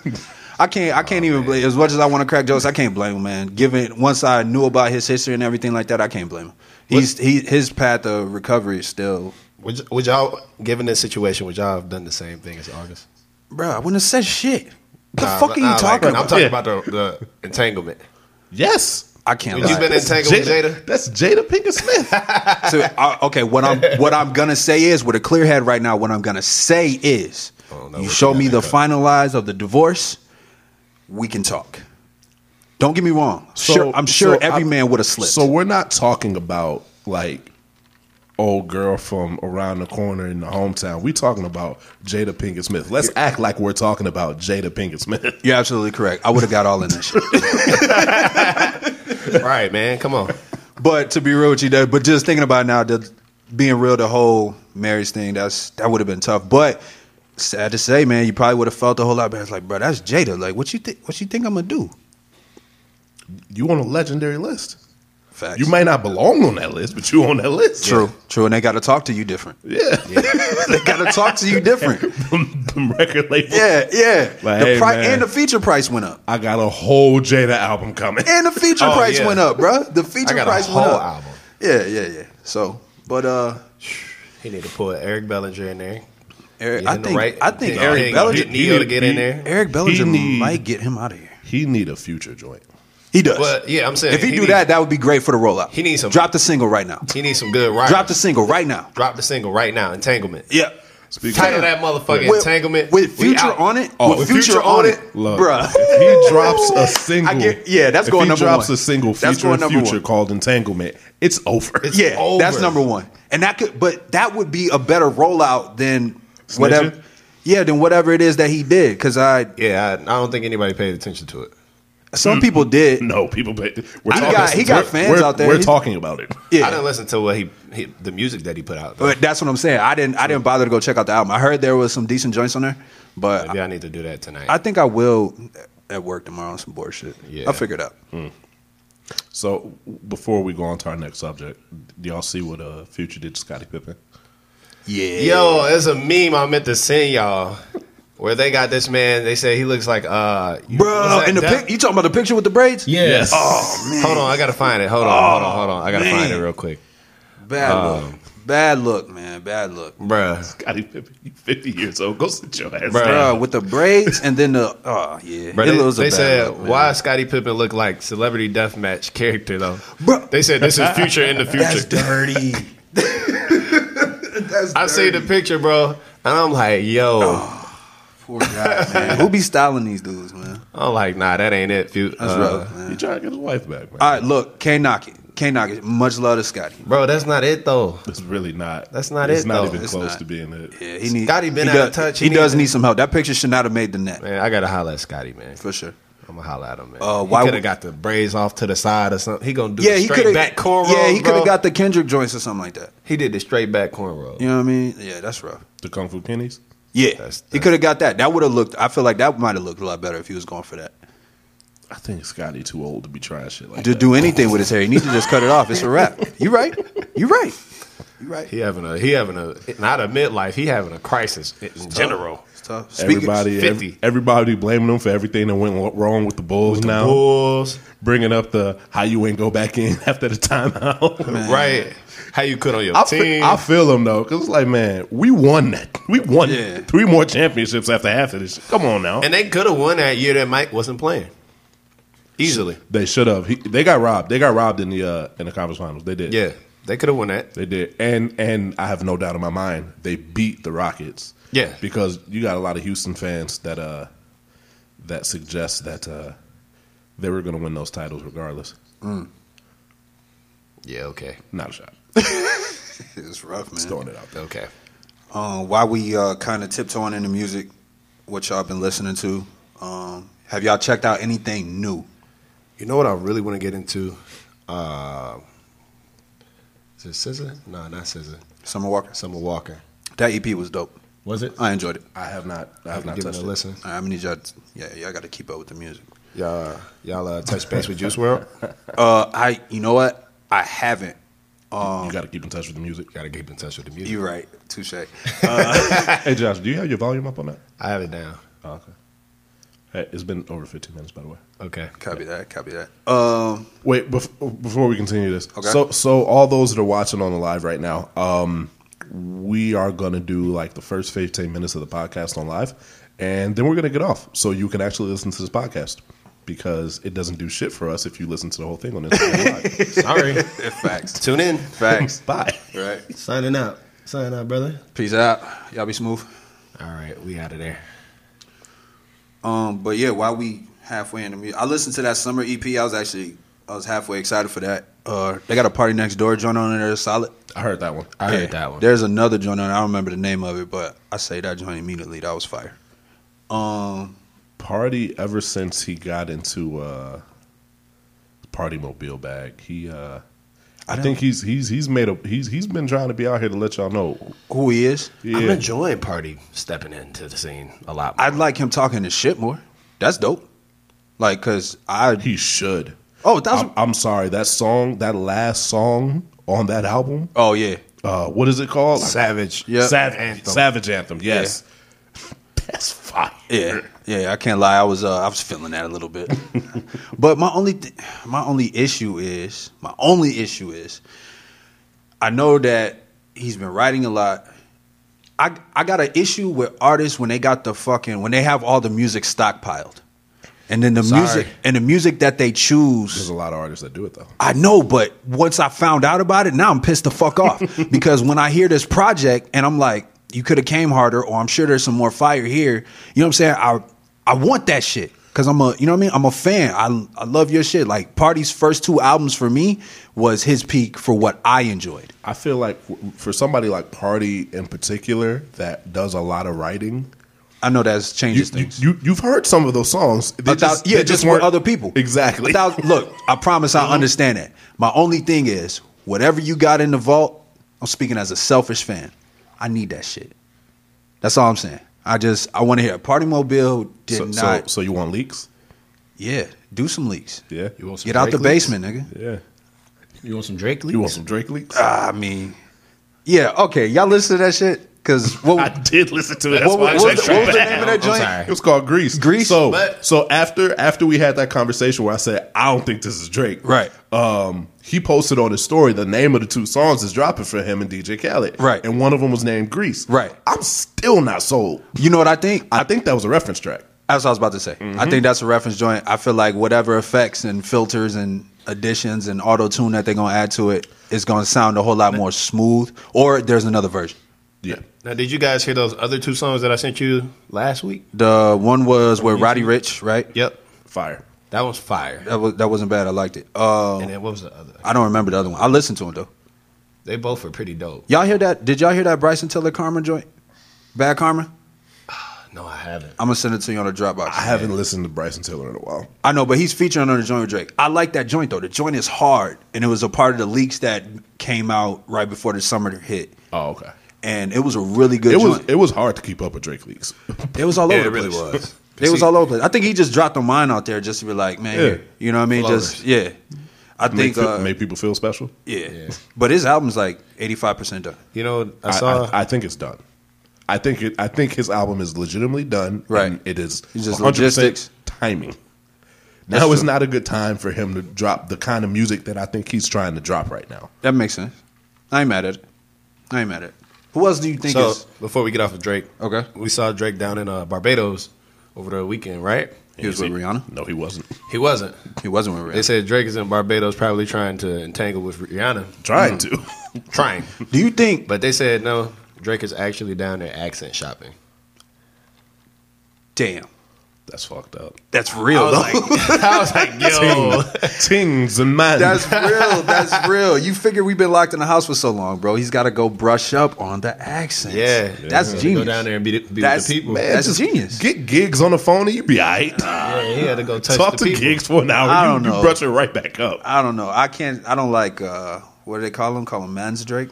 Speaker 2: I can't. I can't
Speaker 4: Oh,
Speaker 2: even. Blame, as much as I want to crack jokes, I can't blame him, man. Given once I knew about his history and everything like that, I can't blame him. He's he his path of recovery is still.
Speaker 4: would, y- would y'all, given this situation, would y'all have done the same thing as August?
Speaker 2: Bro, I wouldn't have said shit. The
Speaker 4: Nah,
Speaker 2: fuck are you
Speaker 4: nah, like,
Speaker 2: talking
Speaker 4: I'm
Speaker 2: about?
Speaker 4: talking
Speaker 3: Yeah.
Speaker 4: about the, the entanglement.
Speaker 3: yes.
Speaker 2: I can't.
Speaker 4: Would you
Speaker 2: lie.
Speaker 4: been entangled with Jada?
Speaker 3: That's Jada Pinkett Smith.
Speaker 2: So, I, okay, what I'm what I'm gonna say is with a clear head right now. What I'm gonna say is,
Speaker 4: Oh, no,
Speaker 2: you
Speaker 4: we're
Speaker 2: show me
Speaker 4: gonna
Speaker 2: the
Speaker 4: cut.
Speaker 2: finalize of the divorce, we can talk. Don't get me wrong. sure, I'm sure
Speaker 3: so
Speaker 2: every
Speaker 3: I-
Speaker 2: man would have slipped.
Speaker 3: So we're not talking about like old girl from around the corner in the hometown. We're talking about Jada Pinkett Smith. Let's act like we're talking about Jada Pinkett Smith.
Speaker 2: you're absolutely correct. I would have got all in that shit.
Speaker 4: All right, man, come on.
Speaker 2: But to be real with you, that, but just thinking about it now, the, being real, the whole marriage thing, that's that would have been tough. But sad to say, man, you probably would have felt a whole lot better. It's like, bro, that's Jada. Like, what you think? What you think I'm gonna do?
Speaker 3: You on a legendary list.
Speaker 2: Facts.
Speaker 3: You might not belong on that list, but you on that list.
Speaker 2: True, true, and they got to talk to you different.
Speaker 3: Yeah.
Speaker 2: they got to talk to you different.
Speaker 3: them, them record labels.
Speaker 2: Yeah, yeah.
Speaker 3: Like,
Speaker 2: the
Speaker 3: hey,
Speaker 2: pri-
Speaker 3: man.
Speaker 2: and the feature price went up.
Speaker 3: I got a whole Jada album coming.
Speaker 2: And the feature
Speaker 4: Oh,
Speaker 2: price
Speaker 4: yeah.
Speaker 2: went up, bruh. The feature
Speaker 4: got a
Speaker 2: price went
Speaker 4: whole
Speaker 2: up.
Speaker 4: album.
Speaker 2: Yeah, yeah, yeah. So, but uh,
Speaker 4: He need to pull Eric Bellinger in there.
Speaker 2: Eric,
Speaker 4: Yeah,
Speaker 2: I
Speaker 4: no,
Speaker 2: think
Speaker 4: right.
Speaker 2: I think
Speaker 4: Nah, he
Speaker 2: Eric
Speaker 4: ain't gonna
Speaker 2: Bellinger
Speaker 4: get Neo to get in there.
Speaker 2: Eric Bellinger
Speaker 3: need-
Speaker 2: might get him out of here.
Speaker 3: He need a future joint.
Speaker 2: He does.
Speaker 4: But yeah, I'm saying
Speaker 2: if he, do
Speaker 4: needs-
Speaker 2: that, that would be great for the rollout.
Speaker 4: He needs some-
Speaker 2: Drop the single right now.
Speaker 4: he needs some good right.
Speaker 2: Drop the single right now.
Speaker 4: drop the single right now. Entanglement.
Speaker 2: Yeah.
Speaker 3: Speaking
Speaker 4: Title that motherfucker
Speaker 2: With-
Speaker 4: entanglement
Speaker 2: with
Speaker 4: We
Speaker 2: future
Speaker 4: out.
Speaker 2: on it.
Speaker 3: Oh,
Speaker 2: with
Speaker 3: if
Speaker 2: future on it,
Speaker 3: Look,
Speaker 2: bruh.
Speaker 3: if he drops a single,
Speaker 2: I get- yeah, that's
Speaker 3: if
Speaker 2: going
Speaker 3: he
Speaker 2: number
Speaker 3: drops
Speaker 2: one.
Speaker 3: a single
Speaker 2: That's going
Speaker 3: featuring
Speaker 2: number
Speaker 3: Future
Speaker 2: one.
Speaker 3: called Entanglement, it's over.
Speaker 2: yeah,
Speaker 4: over.
Speaker 2: that's number one. And that could, but that would be a better rollout than whatever.
Speaker 3: Snitching?
Speaker 2: Yeah, than whatever it is that he did. Because I,
Speaker 4: Yeah, I, I don't think anybody paid attention to it.
Speaker 2: some people did.
Speaker 3: no, people. Pay, we're
Speaker 2: He
Speaker 3: talking,
Speaker 2: got- he got
Speaker 3: we're-
Speaker 2: fans
Speaker 3: we're-
Speaker 2: out there.
Speaker 3: We're
Speaker 2: He's-
Speaker 3: talking about it.
Speaker 4: I
Speaker 2: Yeah,
Speaker 4: didn't listen to what he, he the music that he put out. Though.
Speaker 2: but that's what I'm saying. I didn't. I didn't bother to go check out the album. I heard there was some decent joints on there, but
Speaker 4: Maybe I need to do that tonight.
Speaker 2: I think I will at work tomorrow on some board shit.
Speaker 4: Yeah.
Speaker 2: I'll figure it out.
Speaker 3: So before we go on to our next subject, do y'all see what uh, Future did to Scottie Pippen?
Speaker 2: Yeah.
Speaker 4: Yo, it's a meme I meant to send y'all where they got this man. They say he looks like uh, you- what's
Speaker 2: Bro,
Speaker 4: that-
Speaker 2: in the
Speaker 4: that-
Speaker 2: pic, you talking about the picture with the braids?
Speaker 3: Yes. Oh,
Speaker 4: Hold on, I gotta find it. Hold on, hold on, hold on. I gotta find it
Speaker 2: man.
Speaker 4: real quick,
Speaker 2: Bad
Speaker 4: Uh,
Speaker 2: look. Bad look, man. Bad look.
Speaker 4: Bruh.
Speaker 3: Scottie Pippen, you 50 years old. Go sit your ass
Speaker 4: Bruh.
Speaker 3: down.
Speaker 2: Bro, with the braids and then the oh yeah,
Speaker 4: Bro,
Speaker 2: It
Speaker 4: they,
Speaker 2: was a
Speaker 4: they
Speaker 2: bad
Speaker 4: said
Speaker 2: look, man.
Speaker 4: why Scottie Pippen look like celebrity deathmatch character though.
Speaker 2: Bruh.
Speaker 4: They said this is future in the
Speaker 2: That's
Speaker 4: future.
Speaker 2: dirty. That's
Speaker 4: I see the picture, bro, and I'm like, yo,
Speaker 2: Oh. poor guy, man. Who be styling these dudes, man?
Speaker 4: I'm like, nah, that ain't it. Fu-
Speaker 2: That's
Speaker 4: uh,
Speaker 2: rough, man.
Speaker 3: He trying to get his wife back, man.
Speaker 2: All right, look, can't knock it. Can't knock it. Much love to Scotty.
Speaker 4: bro, that's not it though.
Speaker 3: That's really not.
Speaker 4: That's not
Speaker 3: it's
Speaker 4: it,
Speaker 3: not
Speaker 4: though.
Speaker 3: even
Speaker 2: It's
Speaker 3: close
Speaker 2: not.
Speaker 3: to being it.
Speaker 2: Yeah, he needs.
Speaker 4: Scotty been
Speaker 2: he
Speaker 4: out of
Speaker 2: does-
Speaker 4: touch.
Speaker 2: He,
Speaker 4: He
Speaker 2: does
Speaker 4: need-
Speaker 2: need some help. That picture should not have made the net
Speaker 4: Man, I gotta holla at Scotty, man.
Speaker 2: for sure.
Speaker 4: I'm gonna holla at him, man. he
Speaker 2: Uh, why
Speaker 4: could
Speaker 2: would-
Speaker 4: have got the braids off to the side or something. He gonna do
Speaker 2: Yeah,
Speaker 4: the
Speaker 2: he could
Speaker 4: straight
Speaker 2: have
Speaker 4: back cornrow.
Speaker 2: Yeah, he could
Speaker 4: bro.
Speaker 2: have got the Kendrick joints or something like that.
Speaker 4: He did the straight back cornrow.
Speaker 2: You know what I mean? Yeah, that's rough.
Speaker 3: The Kung Fu Pennies?
Speaker 2: Yeah,
Speaker 4: That's-
Speaker 2: he
Speaker 4: that's-
Speaker 2: could have got that. That would have looked. I feel like that might have looked a lot better if he was going for that.
Speaker 3: I think Scotty too old to be trying shit like
Speaker 2: To
Speaker 3: that.
Speaker 2: do anything with his hair, you need to just cut it off. It's a wrap. You right? You right? You right?
Speaker 4: He having a he having a not a midlife. He having a crisis in general.
Speaker 2: It's tough. Speaking-
Speaker 3: Everybody,
Speaker 4: 50.
Speaker 3: ev- everybody blaming them for everything that went lo- wrong with the Bulls now.
Speaker 4: Bulls,
Speaker 3: Bringing up the how you ain't go back in after the timeout.
Speaker 4: right? How you could on your
Speaker 3: I,
Speaker 4: team?
Speaker 3: feel, I feel them though, because it's like, man, we won that. We won
Speaker 2: Yeah.
Speaker 3: three more championships after half of this. Come on now.
Speaker 4: and they could have won that year that Mike wasn't playing easily.
Speaker 3: they should have. He- They got robbed. They got robbed in the uh, in the conference finals. They did.
Speaker 4: Yeah, they could have won that.
Speaker 3: They did, and and I have no doubt in my mind they beat the Rockets.
Speaker 4: Yeah.
Speaker 3: because you got a lot of Houston fans that uh that suggest that uh they were going to win those titles regardless.
Speaker 4: Yeah, okay,
Speaker 3: Not a shot.
Speaker 2: It's rough,
Speaker 3: Just
Speaker 2: man.
Speaker 3: throwing it out there.
Speaker 4: okay.
Speaker 2: Um, while we uh, kind of tiptoeing into music, what y'all been listening to? Um, have y'all checked out anything new?
Speaker 4: You know what I really want to get into? Uh, is it Scissor? No, not Scissor.
Speaker 2: Summer Walker.
Speaker 4: Summer Walker.
Speaker 2: That EP was dope.
Speaker 4: Was it?
Speaker 2: I enjoyed it.
Speaker 3: I have not. I have not
Speaker 4: Give it
Speaker 3: touched
Speaker 4: a
Speaker 3: it.
Speaker 4: listen.
Speaker 2: I need y'all. Yeah, y'all got to keep up with the music.
Speaker 4: Y'all, y'all uh, touch base with Juice World.
Speaker 2: Uh, I. You know what? I haven't.
Speaker 3: you got to keep in touch with the music.
Speaker 4: Got to keep in touch with the music.
Speaker 2: You're right. Touche.
Speaker 3: hey Josh, do you have your volume up on that?
Speaker 4: I have it down.
Speaker 3: Oh, okay. Hey, it's been over 15 minutes, by the way.
Speaker 4: Okay.
Speaker 2: Copy that. Copy that. Um,
Speaker 3: Wait, bef- before we continue this,
Speaker 2: Okay.
Speaker 3: so so all those that are watching on the live right now, um, we are gonna do like the first fifteen minutes of the podcast on live, and then we're gonna get off, so you can actually listen to this podcast because it doesn't do shit for us if you listen to the whole thing on Instagram live.
Speaker 4: Sorry.
Speaker 2: facts.
Speaker 4: Tune in.
Speaker 2: Facts.
Speaker 3: Bye.
Speaker 2: Right.
Speaker 4: Signing out. Signing out, brother.
Speaker 2: Peace out. Y'all be smooth.
Speaker 4: All right, we out of there.
Speaker 2: Um, but yeah, while we halfway in the music, I listened to that summer EP. I was actually I was halfway excited for that. Uh, they got a party next door joint on there. that's Solid.
Speaker 3: I heard that one.
Speaker 4: I
Speaker 2: Yeah.
Speaker 4: heard that one.
Speaker 2: There's another joint on. There. I don't remember the name of it, but I say that joint immediately. That was fire. Um,
Speaker 3: Party ever since he got into uh, party mobile bag, he. Uh, I,
Speaker 2: don't-
Speaker 3: think he's he's he's made a he's he's been trying to be out here to let y'all know.
Speaker 2: who he is?
Speaker 4: I'm
Speaker 3: Yeah.
Speaker 4: enjoying Party stepping into the scene a lot. More.
Speaker 2: I'd like him talking his shit more. That's dope. Like, cause I
Speaker 3: He should.
Speaker 2: oh that was,
Speaker 3: I'm, I'm sorry. That song, that last song on that album,
Speaker 2: oh yeah
Speaker 3: uh, what is it called?
Speaker 4: Savage.
Speaker 2: Yeah.
Speaker 3: Savage
Speaker 4: Anthem.
Speaker 3: Savage Anthem. Yes, that's fire.
Speaker 2: yeah yeah I can't lie I was uh, I was feeling that a little bit. but my only th- my only issue is my only issue is I know that he's been writing a lot I I got an issue with artists when they got the fucking when they have all the music stockpiled, and then the
Speaker 4: Sorry.
Speaker 2: music and the music that they
Speaker 3: There's
Speaker 2: choose.
Speaker 3: a lot of artists that do it though.
Speaker 2: I know, but once I found out about it, now I'm pissed the fuck off because when I hear this project and I'm like, you could have came harder, or I'm sure there's some more fire here. You know what I'm saying? I I want that shit because I'm a you know what I mean. I'm a fan. I I love your shit. Like Party's first two albums for me was his peak for what I enjoyed.
Speaker 3: I feel like w- for somebody like Party in particular that does a lot of writing,
Speaker 2: I know that's
Speaker 3: you,
Speaker 2: changes
Speaker 3: you,
Speaker 2: things.
Speaker 3: you you've heard some of those songs. They
Speaker 2: A thou-
Speaker 3: just-
Speaker 2: yeah,
Speaker 3: they
Speaker 2: just, with
Speaker 3: weren't-
Speaker 2: other people.
Speaker 3: Exactly. Mm-hmm.
Speaker 2: A thou- look, I promise I understand that. My only thing is, whatever you got in the vault, I'm speaking as a selfish fan. I need that shit. That's all I'm saying. I just I want to hear. it. Party Mobile did
Speaker 3: so, so,
Speaker 2: not.
Speaker 3: so you want leaks?
Speaker 2: yeah, do some leaks.
Speaker 3: Yeah.
Speaker 4: You want some
Speaker 2: Get out the
Speaker 4: Drake leaks?
Speaker 2: basement, nigga.
Speaker 3: Yeah.
Speaker 4: You want some Drake leaks?
Speaker 3: You want some Drake leaks?
Speaker 2: Ah, I mean, yeah, okay. Y'all listen to that shit because what?
Speaker 3: I did listen to it. That's
Speaker 2: what,
Speaker 3: why I
Speaker 2: what
Speaker 3: said
Speaker 2: was the, what was the
Speaker 3: Drake.
Speaker 2: name of that
Speaker 4: I'm
Speaker 2: joint?
Speaker 4: sorry.
Speaker 3: It was called Grease.
Speaker 2: Grease?
Speaker 3: So
Speaker 4: But-
Speaker 3: so after after we had that conversation where I said I don't think this is Drake.
Speaker 2: Right.
Speaker 3: Um, he posted on his story the name of the two songs is dropping for him and DJ Khaled.
Speaker 2: Right.
Speaker 3: And one of them was named Grease.
Speaker 2: Right.
Speaker 3: I'm still not sold.
Speaker 2: You know what I think?
Speaker 3: I think that was a reference track.
Speaker 2: That's what I was about to say. I think that's a reference joint. I feel like whatever effects and filters and additions and auto tune that they're gonna add to it is gonna sound a whole lot more smooth. Or there's another version.
Speaker 3: Yeah.
Speaker 4: Now, did you guys hear those other two songs that I sent you last week?
Speaker 2: The one was with Roddy Rich, right?
Speaker 4: Yep,
Speaker 3: Fire.
Speaker 4: that was fire.
Speaker 2: That was that wasn't bad. I liked it. Uh,
Speaker 4: And then what was the other?
Speaker 2: I don't remember the other one. I listened to him though.
Speaker 4: They both were pretty dope.
Speaker 2: Y'all hear that? Did y'all hear that Bryson Tiller Karma joint? Bad Karma.
Speaker 4: No, I haven't.
Speaker 2: I'm gonna send it to you on the Dropbox.
Speaker 3: I haven't listened to Bryson Tiller in a while.
Speaker 2: I know, but he's featuring on the joint with Drake. I like that joint though. The joint is hard, and it was a part of the leaks that came out right before the summer hit.
Speaker 3: Oh, okay.
Speaker 2: and it was a really good
Speaker 3: It was
Speaker 2: joint.
Speaker 3: it was hard to keep up with Drake leaks.
Speaker 2: It was all
Speaker 4: Yeah,
Speaker 2: over.
Speaker 4: it
Speaker 2: the
Speaker 4: really
Speaker 2: place.
Speaker 4: was.
Speaker 2: it was
Speaker 4: See-
Speaker 2: all over. the place. I think he just dropped a line out there just to be like, man,
Speaker 3: Yeah.
Speaker 2: you know what I mean? Just yeah. I think
Speaker 3: Make, fe-
Speaker 2: uh,
Speaker 3: make people feel special.
Speaker 2: yeah.
Speaker 4: Yeah.
Speaker 2: but his album's like eighty five percent done.
Speaker 4: You know, I
Speaker 3: I,
Speaker 4: saw.
Speaker 3: I, I think it's done. I think it, I think his album is legitimately done.
Speaker 2: Right.
Speaker 3: and it is
Speaker 2: It's just
Speaker 3: 100%
Speaker 2: logistics.
Speaker 3: timing.
Speaker 2: That's
Speaker 3: now is
Speaker 2: true.
Speaker 3: not a good time for him to drop the kind of music that I think he's trying to drop right now.
Speaker 2: That makes sense. I ain't mad at it. I ain't mad at it. Who else do you think
Speaker 4: so
Speaker 2: is
Speaker 4: before we get off of Drake,
Speaker 2: Okay.
Speaker 4: we saw Drake down in uh, Barbados over the weekend, right?
Speaker 2: he was with Rihanna?
Speaker 3: No, he wasn't
Speaker 4: He wasn't.
Speaker 2: He wasn't with Rihanna.
Speaker 4: They said Drake is in Barbados, probably trying to entangle with Rihanna,
Speaker 3: trying
Speaker 2: Mm.
Speaker 3: to.
Speaker 4: trying.
Speaker 2: do you think
Speaker 4: But they said no. Drake is actually down there accent shopping.
Speaker 2: damn.
Speaker 3: That's fucked up.
Speaker 2: That's real. though.
Speaker 4: I was like, yo,
Speaker 3: Tings and man.
Speaker 2: That's real. That's real. You figure we've been locked in the house for so long, bro. He's got to go brush up on the accents.
Speaker 4: yeah,
Speaker 2: that's
Speaker 4: So they
Speaker 2: genius.
Speaker 4: Go down there and be, be
Speaker 2: That's-
Speaker 4: with the people.
Speaker 2: man, that's genius.
Speaker 3: Get gigs on the phone and you be all right.
Speaker 4: yeah, he had to go touch
Speaker 3: Talk
Speaker 4: the
Speaker 3: to
Speaker 4: people.
Speaker 3: gigs for an hour.
Speaker 2: I
Speaker 3: you,
Speaker 2: don't know.
Speaker 3: You brush it right back up.
Speaker 2: I don't know. I can't. I don't like. uh What do they call them? Call them man's Drake.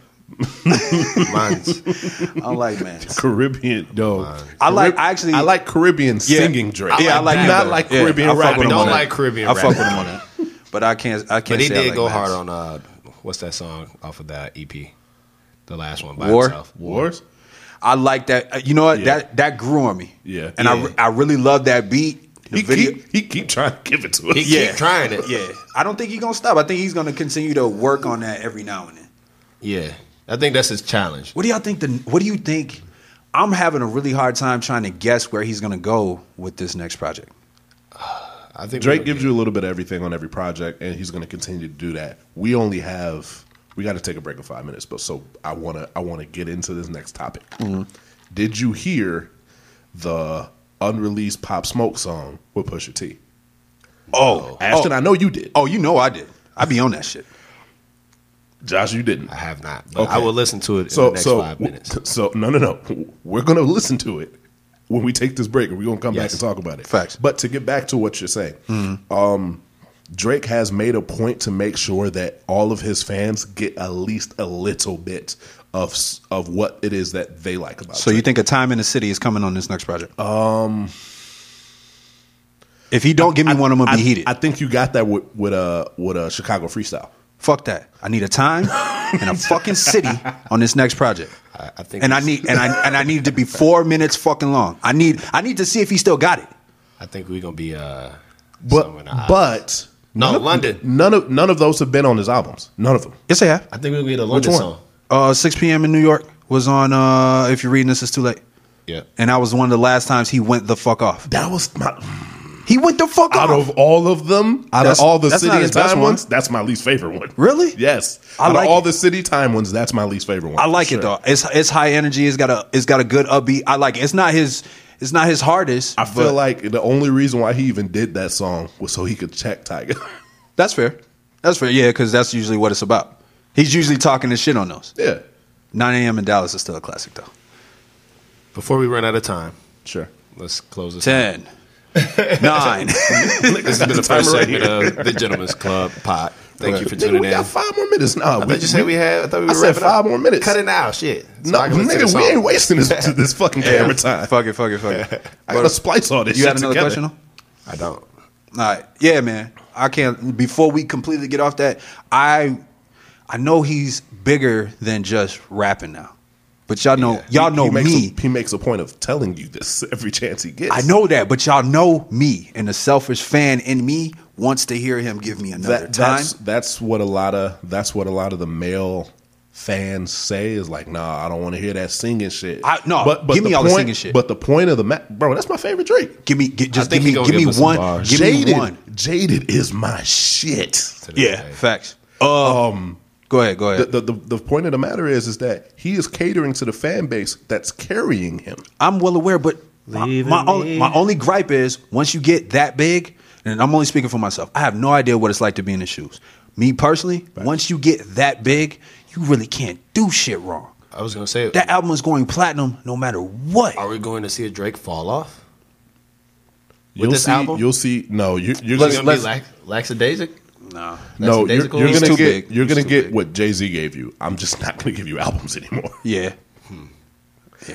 Speaker 4: Mine's-
Speaker 2: I don't like mans.
Speaker 3: Caribbean, no.
Speaker 2: I like- I actually-
Speaker 3: I like Caribbean singing Drake.
Speaker 2: Yeah, I like.
Speaker 3: do
Speaker 2: him
Speaker 3: not
Speaker 2: better.
Speaker 3: like
Speaker 2: Yeah,
Speaker 3: Caribbean
Speaker 2: I fuck
Speaker 3: rapping.
Speaker 2: with him
Speaker 4: Don't
Speaker 2: on that.
Speaker 4: like Caribbean
Speaker 2: I fuck
Speaker 4: rapping.
Speaker 2: with him on that. But I can't. I can't.
Speaker 4: But he
Speaker 2: say I
Speaker 4: did
Speaker 2: like
Speaker 4: go
Speaker 2: mans.
Speaker 4: hard on uh, what's that song off of that EP, the last one by
Speaker 2: War?
Speaker 4: himself.
Speaker 3: wars.
Speaker 2: I like that. uh, You know what?
Speaker 3: Yeah.
Speaker 2: That that grew on me.
Speaker 3: Yeah.
Speaker 2: And I
Speaker 4: Yeah.
Speaker 2: re- I really love that beat. The
Speaker 3: He
Speaker 2: video.
Speaker 3: keep, he keep trying to give it to us.
Speaker 4: He keep trying it.
Speaker 2: yeah. I don't think he's gonna stop. I think he's gonna continue to work on that every now and then.
Speaker 4: Yeah, I think that's his challenge.
Speaker 2: What do y'all think? The what do you think? I'm having a really hard time trying to guess where he's gonna go with this next project.
Speaker 4: I think
Speaker 3: Drake gives you a little bit of everything on every project, and he's going to continue to do that. We only have we got to take a break in five minutes, but so I want to I want to get into this next topic. Did you hear the unreleased Pop Smoke song with Pusha T?
Speaker 2: Oh,
Speaker 3: Ashton,
Speaker 2: oh,
Speaker 3: I know you did.
Speaker 2: oh, you know I did. I be on that shit.
Speaker 3: Josh, you didn't.
Speaker 4: I have not, but
Speaker 3: Okay.
Speaker 4: I will listen to it in
Speaker 3: So
Speaker 4: the next
Speaker 3: so
Speaker 4: five minutes.
Speaker 3: so no no no. We're going to listen to it when we take this break, and we're going to come back
Speaker 4: Yes.
Speaker 3: and talk about it.
Speaker 2: Facts. Mm-hmm.
Speaker 3: But to get back to what you're saying, um, Drake has made a point to make sure that all of his fans get at least a little bit of s- of what it is that they like about.
Speaker 2: So you
Speaker 3: Drake.
Speaker 2: think a time in the city is coming on this next project? Um, if he don't give me one, I'm gonna
Speaker 3: I,
Speaker 2: be heated.
Speaker 3: I think you got that with with uh, with uh, Chicago freestyle.
Speaker 2: Fuck that. I need a time and a fucking city on this next project.
Speaker 4: I, I think,
Speaker 2: And I
Speaker 4: we-
Speaker 2: need and I and I need it to be four minutes fucking long. I need I need to see if he still got it.
Speaker 4: I think we're gonna be uh, somewhere
Speaker 3: But
Speaker 4: in the-
Speaker 3: but
Speaker 4: no
Speaker 3: none of-
Speaker 4: London.
Speaker 3: None of none of those have been on his albums. None of them.
Speaker 2: Yes, I have.
Speaker 4: I think we're gonna get a London
Speaker 3: one?
Speaker 4: song.
Speaker 2: Uh, 6 p.m. in New York. was on. uh If you're reading this, it's too late.
Speaker 3: Yeah.
Speaker 2: And that was one of the last times he went the fuck off.
Speaker 3: That was my
Speaker 2: He went the fuck
Speaker 3: out
Speaker 2: off.
Speaker 3: of all of them.
Speaker 2: Out of
Speaker 3: that's all the
Speaker 2: that's
Speaker 3: city
Speaker 2: not
Speaker 3: and
Speaker 2: his best
Speaker 3: time
Speaker 2: one.
Speaker 3: ones. That's my least favorite one.
Speaker 2: Really?
Speaker 3: Yes.
Speaker 2: I
Speaker 3: out
Speaker 2: like
Speaker 3: of all
Speaker 2: it.
Speaker 3: the city time ones, that's my least favorite one.
Speaker 2: I like
Speaker 3: for
Speaker 2: it
Speaker 3: sure.
Speaker 2: though. It's it's high energy. It's got a it's got a good upbeat. I like it. It's not his it's not his hardest.
Speaker 3: I feel
Speaker 2: but-
Speaker 3: like the only reason why he even did that song was so he could check Tiger.
Speaker 2: that's fair. That's fair. Yeah, because that's usually what it's about. He's usually talking his shit on those.
Speaker 3: yeah.
Speaker 2: 9 a.m. in Dallas is still a classic though.
Speaker 4: Before we run out of time,
Speaker 3: Sure.
Speaker 4: let's close this.
Speaker 2: Ten. Nine.
Speaker 4: This has been the first segment of the Gentleman's Club Pot. Thank you for
Speaker 3: Nigga,
Speaker 4: tuning
Speaker 3: we
Speaker 4: in.
Speaker 3: got five more minutes. Nah,
Speaker 4: I thought you said we had. I thought we were
Speaker 3: I said
Speaker 4: wrapping up.
Speaker 3: five more minutes.
Speaker 4: Cut it now, shit.
Speaker 3: No, nigga, we ain't wasting this, this fucking camera time.
Speaker 2: fuck it, fuck it, fuck it.
Speaker 3: I gotta splice all this.
Speaker 2: You
Speaker 3: shit
Speaker 2: had another
Speaker 3: together.
Speaker 2: question though?
Speaker 4: I don't.
Speaker 2: All right. Yeah, man. I can't before we completely get off that, I I know he's bigger than just rapping now. But y'all know y'all
Speaker 3: He-
Speaker 2: know
Speaker 3: he makes
Speaker 2: me.
Speaker 3: A, he makes a point of telling you this every chance he gets.
Speaker 2: I know that, but y'all know me, and the selfish fan in me wants to hear him give me another
Speaker 3: that.
Speaker 2: time.
Speaker 3: That's that's what a lot of that's what a lot of the male fans say is like, nah, I don't want to hear that singing shit.
Speaker 2: I- no, give me
Speaker 3: the
Speaker 2: all the
Speaker 3: point-
Speaker 2: singing shit.
Speaker 3: But the point of the ma- bro, that's my favorite Drake.
Speaker 2: Give me, gi- just
Speaker 4: think
Speaker 2: give
Speaker 4: he
Speaker 2: me,
Speaker 4: gonna
Speaker 2: give me
Speaker 4: give us some
Speaker 2: one,
Speaker 4: bars.
Speaker 2: give me
Speaker 3: Jaded,
Speaker 2: one.
Speaker 3: Jaded is my shit.
Speaker 2: Yeah, facts. Um, go ahead, go
Speaker 3: The,
Speaker 2: ahead.
Speaker 3: the, the, the point of the matter is is that he is catering to the fan base that's carrying him.
Speaker 2: I'm well aware, but my,
Speaker 1: Leaving
Speaker 2: my, only,
Speaker 1: me.
Speaker 2: my only gripe is once you get that big, and I'm only speaking for myself. I have no idea what it's like to be in his shoes. Me personally, once you get that big, you really can't do shit wrong.
Speaker 4: I was gonna say.
Speaker 2: That album is going platinum no matter what.
Speaker 4: are we going to see a Drake fall off?
Speaker 3: You'll
Speaker 4: this
Speaker 3: see,
Speaker 4: album?
Speaker 3: you'll see. No, you, you're
Speaker 4: Is
Speaker 3: gonna
Speaker 4: he gonna
Speaker 2: let's-
Speaker 4: be lax, lackadaisic?
Speaker 2: No.
Speaker 3: no. You're,
Speaker 4: lackadaisical?
Speaker 3: you're
Speaker 4: He's
Speaker 3: gonna
Speaker 2: too
Speaker 3: get
Speaker 2: big.
Speaker 3: you're
Speaker 2: He's
Speaker 3: gonna
Speaker 2: too
Speaker 3: get
Speaker 2: big.
Speaker 3: what Jay Z gave you. I'm just not gonna give you albums anymore.
Speaker 2: Yeah.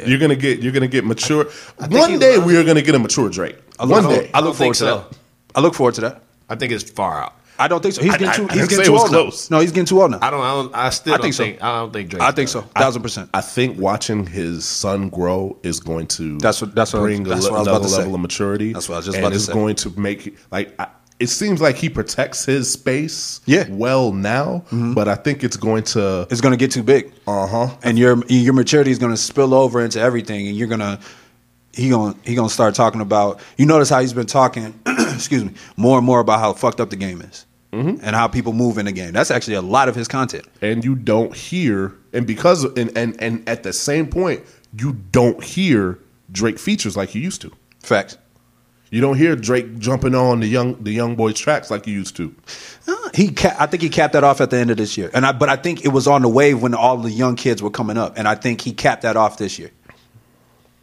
Speaker 3: You're gonna get you're gonna get mature.
Speaker 4: think
Speaker 3: One
Speaker 4: he
Speaker 3: day
Speaker 4: loves-
Speaker 3: we are gonna get a mature Drake. One
Speaker 2: I look,
Speaker 3: day.
Speaker 2: I
Speaker 4: I don't
Speaker 2: look forward
Speaker 4: think
Speaker 2: to
Speaker 4: so.
Speaker 2: that. I look forward to that.
Speaker 4: I think it's far out.
Speaker 2: I don't think so. He's
Speaker 3: I-
Speaker 2: getting
Speaker 3: I-
Speaker 2: too.
Speaker 3: I
Speaker 2: he's
Speaker 3: didn't say
Speaker 2: getting
Speaker 3: it
Speaker 2: too
Speaker 3: was
Speaker 2: old
Speaker 3: close.
Speaker 2: now. No, he's getting too old now.
Speaker 4: I don't. I, don't, I still.
Speaker 2: I
Speaker 4: don't
Speaker 2: think
Speaker 4: think
Speaker 2: so.
Speaker 4: I don't think Drake.
Speaker 2: I think so. Thousand percent.
Speaker 3: I think watching his son grow is going to
Speaker 2: That's what- that's what-
Speaker 3: bring
Speaker 2: that's what I
Speaker 3: a, le-
Speaker 2: was
Speaker 3: another
Speaker 2: about to say.
Speaker 3: level of maturity.
Speaker 2: That's what I was just
Speaker 3: and
Speaker 2: about to
Speaker 3: it's
Speaker 2: say.
Speaker 3: going to make like I, it seems like he protects his space
Speaker 2: Yeah. Mm-hmm.
Speaker 3: well now, but I think it's going to
Speaker 2: It's gonna get too big,
Speaker 3: uh huh.
Speaker 2: and your your maturity is gonna spill over into everything, and you're gonna he gonna he gonna start talking about. You notice how he's been talking, excuse me, more and more about how fucked up the game is,
Speaker 4: Mm-hmm.
Speaker 2: and how people move in the game. That's actually a lot of his content.
Speaker 3: and you don't hear and because and and and at the same point you don't hear Drake features like you used to.
Speaker 2: Facts.
Speaker 3: You don't hear Drake jumping on the young the young boys tracks like you used to.
Speaker 2: Uh, He, ca- I think he capped that off at the end of this year, and I, but I think it was on the wave when all the young kids were coming up, and I think he capped that off this year.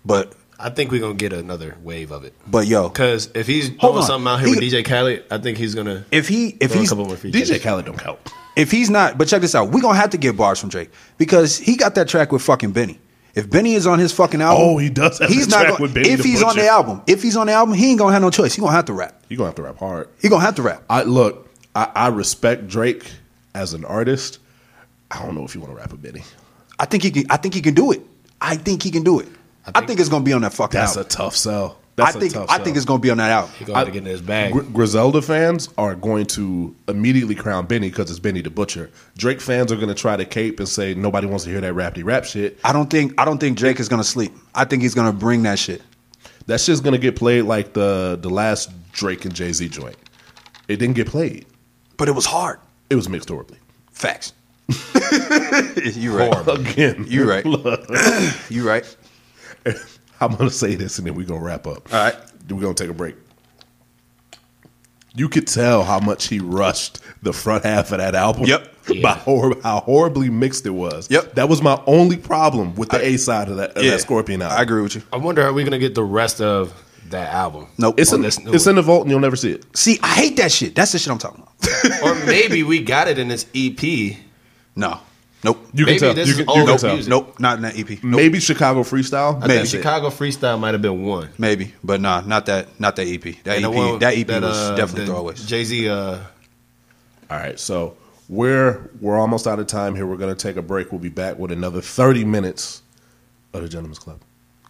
Speaker 2: But,
Speaker 4: I think we're gonna get another wave of it.
Speaker 2: but yo,
Speaker 4: Because if he's
Speaker 2: Hold
Speaker 4: doing
Speaker 2: on.
Speaker 4: something out here
Speaker 2: He-
Speaker 4: with DJ Khaled, I think he's gonna
Speaker 2: if he, if
Speaker 4: throw a
Speaker 2: he's,
Speaker 4: couple more features.
Speaker 3: DJ Khaled don't count.
Speaker 2: if he's not, but check this out, we're gonna have to get bars from Drake because he got that track with fucking Benny. If Benny is on his fucking album,
Speaker 3: Oh, he does have
Speaker 2: he's
Speaker 3: the
Speaker 2: not
Speaker 3: track
Speaker 2: gonna,
Speaker 3: with Benny
Speaker 2: If
Speaker 3: the
Speaker 2: he's on the
Speaker 3: Butcher.
Speaker 2: album, if he's on the album, he ain't gonna have no choice. He gonna have to rap.
Speaker 3: You're gonna have to rap hard.
Speaker 2: He gonna have to rap.
Speaker 3: I look, I, I respect Drake as an artist. I don't know if you want to rap a Benny.
Speaker 2: I think he can. I think he can do it. I think he can do it. I think,
Speaker 4: think-
Speaker 2: it's gonna be on that fucking
Speaker 3: That's a
Speaker 2: album.
Speaker 3: tough sell. That's
Speaker 2: I think
Speaker 3: a tough
Speaker 2: I
Speaker 3: sell.
Speaker 2: think it's gonna be on that album.
Speaker 4: He's gonna have to get in his bag.
Speaker 3: Gr- Griselda fans are going to immediately crown Benny because it's Benny the Butcher. Drake fans are going to try to cape and say nobody wants to hear that rapidy rap shit.
Speaker 2: I don't think I don't think Drake is gonna sleep. I think he's gonna bring that shit.
Speaker 3: That shit's going to get played like the the last Drake and Jay Z joint. It didn't get played.
Speaker 2: But it was hard.
Speaker 3: It was mixed horribly.
Speaker 2: Facts. you right.
Speaker 3: Again,
Speaker 2: You right. you right.
Speaker 3: I'm gonna say this and then we're gonna wrap up.
Speaker 2: All right.
Speaker 3: We're gonna take a break. You could tell how much he rushed the front half of that album.
Speaker 2: Yep.
Speaker 3: By hor- how horribly mixed it was.
Speaker 2: Yep.
Speaker 3: That was my only problem with the A side of that, of
Speaker 2: Yeah.
Speaker 3: that Scorpion album.
Speaker 2: I agree with you.
Speaker 4: I wonder are we gonna get the rest of that album?
Speaker 2: Nope.
Speaker 3: It's,
Speaker 4: on
Speaker 3: in,
Speaker 4: this Oh, new
Speaker 3: it's in the vault and you'll never see it.
Speaker 2: See, I hate that shit. That's the shit I'm talking about.
Speaker 4: or maybe we got it in this E EP.
Speaker 2: no. Nope.
Speaker 3: You
Speaker 4: Maybe
Speaker 3: can tell.
Speaker 4: this
Speaker 3: you
Speaker 4: is
Speaker 3: can,
Speaker 4: all
Speaker 3: you can
Speaker 4: new
Speaker 2: nope.
Speaker 3: tell.
Speaker 4: music.
Speaker 2: Nope. Not in that EP. Nope.
Speaker 3: Maybe Chicago Freestyle.
Speaker 4: I
Speaker 2: Maybe.
Speaker 4: think Chicago Freestyle might have been one.
Speaker 2: Maybe. But nah, not that not that EP. That EP that EP was
Speaker 4: uh,
Speaker 2: definitely throwaways.
Speaker 4: Jay Z. Uh,
Speaker 3: All right, so we're we're almost out of time here. We're gonna take a break. We'll be back with another 30 minutes of the Gentleman's Club.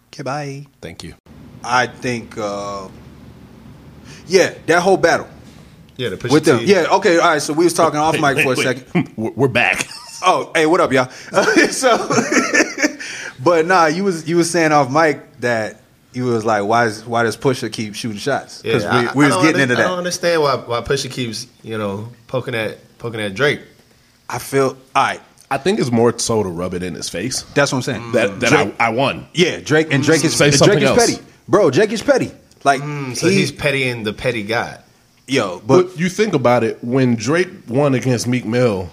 Speaker 2: okay, bye.
Speaker 4: thank you.
Speaker 2: I think uh Yeah, that whole battle.
Speaker 4: Yeah, the Pusha
Speaker 2: With them.
Speaker 4: T.
Speaker 2: Yeah, okay, all right. So we was talking off mic for a second.
Speaker 3: We're we're back.
Speaker 2: Oh, hey, what up, y'all? so, But nah, you was you was saying off mic that you was like, why is, why does Pusha keep shooting shots? Because
Speaker 4: Yeah, I-
Speaker 2: we, we
Speaker 4: I
Speaker 2: was
Speaker 4: don't
Speaker 2: getting
Speaker 4: under-
Speaker 2: into
Speaker 4: I don't
Speaker 2: that.
Speaker 4: understand why why Pusha keeps you know poking at poking at Drake.
Speaker 2: I, feel all right.
Speaker 3: I think it's more so to rub it in his face
Speaker 2: That's what I'm saying.
Speaker 3: Mm. that that
Speaker 2: Mm. Drake-
Speaker 3: I, I won.
Speaker 2: yeah, Drake and Drake is
Speaker 3: Say
Speaker 2: Drake
Speaker 3: something
Speaker 2: is
Speaker 3: else.
Speaker 2: petty, bro. Drake is petty. Like
Speaker 4: Mm, So
Speaker 2: Mm, he-
Speaker 4: he's pettying the petty god.
Speaker 2: yo,
Speaker 3: But,
Speaker 2: but
Speaker 3: you think about it, when Drake won against Meek Mill,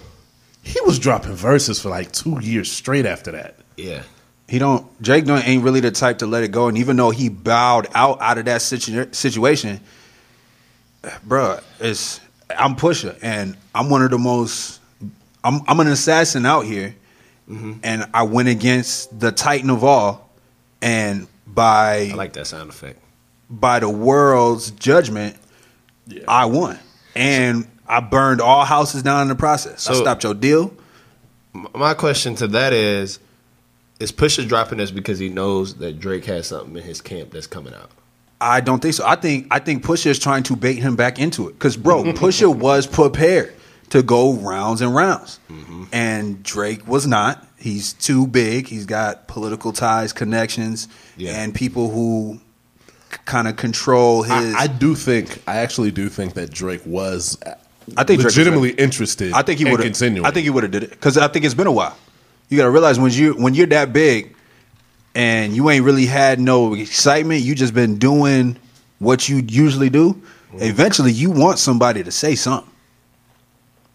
Speaker 3: he was dropping verses for like two years straight after that.
Speaker 4: Yeah.
Speaker 2: He don't. Drake don't ain't really the type to let it go. And even though he bowed out out of that situ- situation, bruh, it's I'm Pusha, and I'm one of the most. I'm I'm an assassin out here,
Speaker 4: Mm-hmm.
Speaker 2: and I went against the Titan of all, and by
Speaker 4: I like that sound effect.
Speaker 2: by the world's judgment, I won, and I burned all houses down in the process. I
Speaker 4: So-
Speaker 2: stopped your deal.
Speaker 4: M- My question to that is, is Pusha dropping this because he knows that Drake has something in his camp that's coming out?
Speaker 2: I don't think so. I think I think Pusha is trying to bait him back into it because bro, Pusha was prepared to go rounds and rounds,
Speaker 3: Mm-hmm.
Speaker 2: and Drake was not. He's too big. He's got political ties, connections,
Speaker 4: Yeah.
Speaker 2: and people who kind of control his.
Speaker 3: I, I do think, I actually do think that Drake was.
Speaker 2: I think Drake was
Speaker 3: legitimately
Speaker 2: ready.
Speaker 3: interested.
Speaker 2: I think he
Speaker 3: in
Speaker 2: would have.
Speaker 3: continuing.
Speaker 2: I think he would have did it because I think it's been a while. You got to realize when you when you're that big, and you ain't really had no excitement. You just been doing what you usually do. Eventually, you want somebody to say something.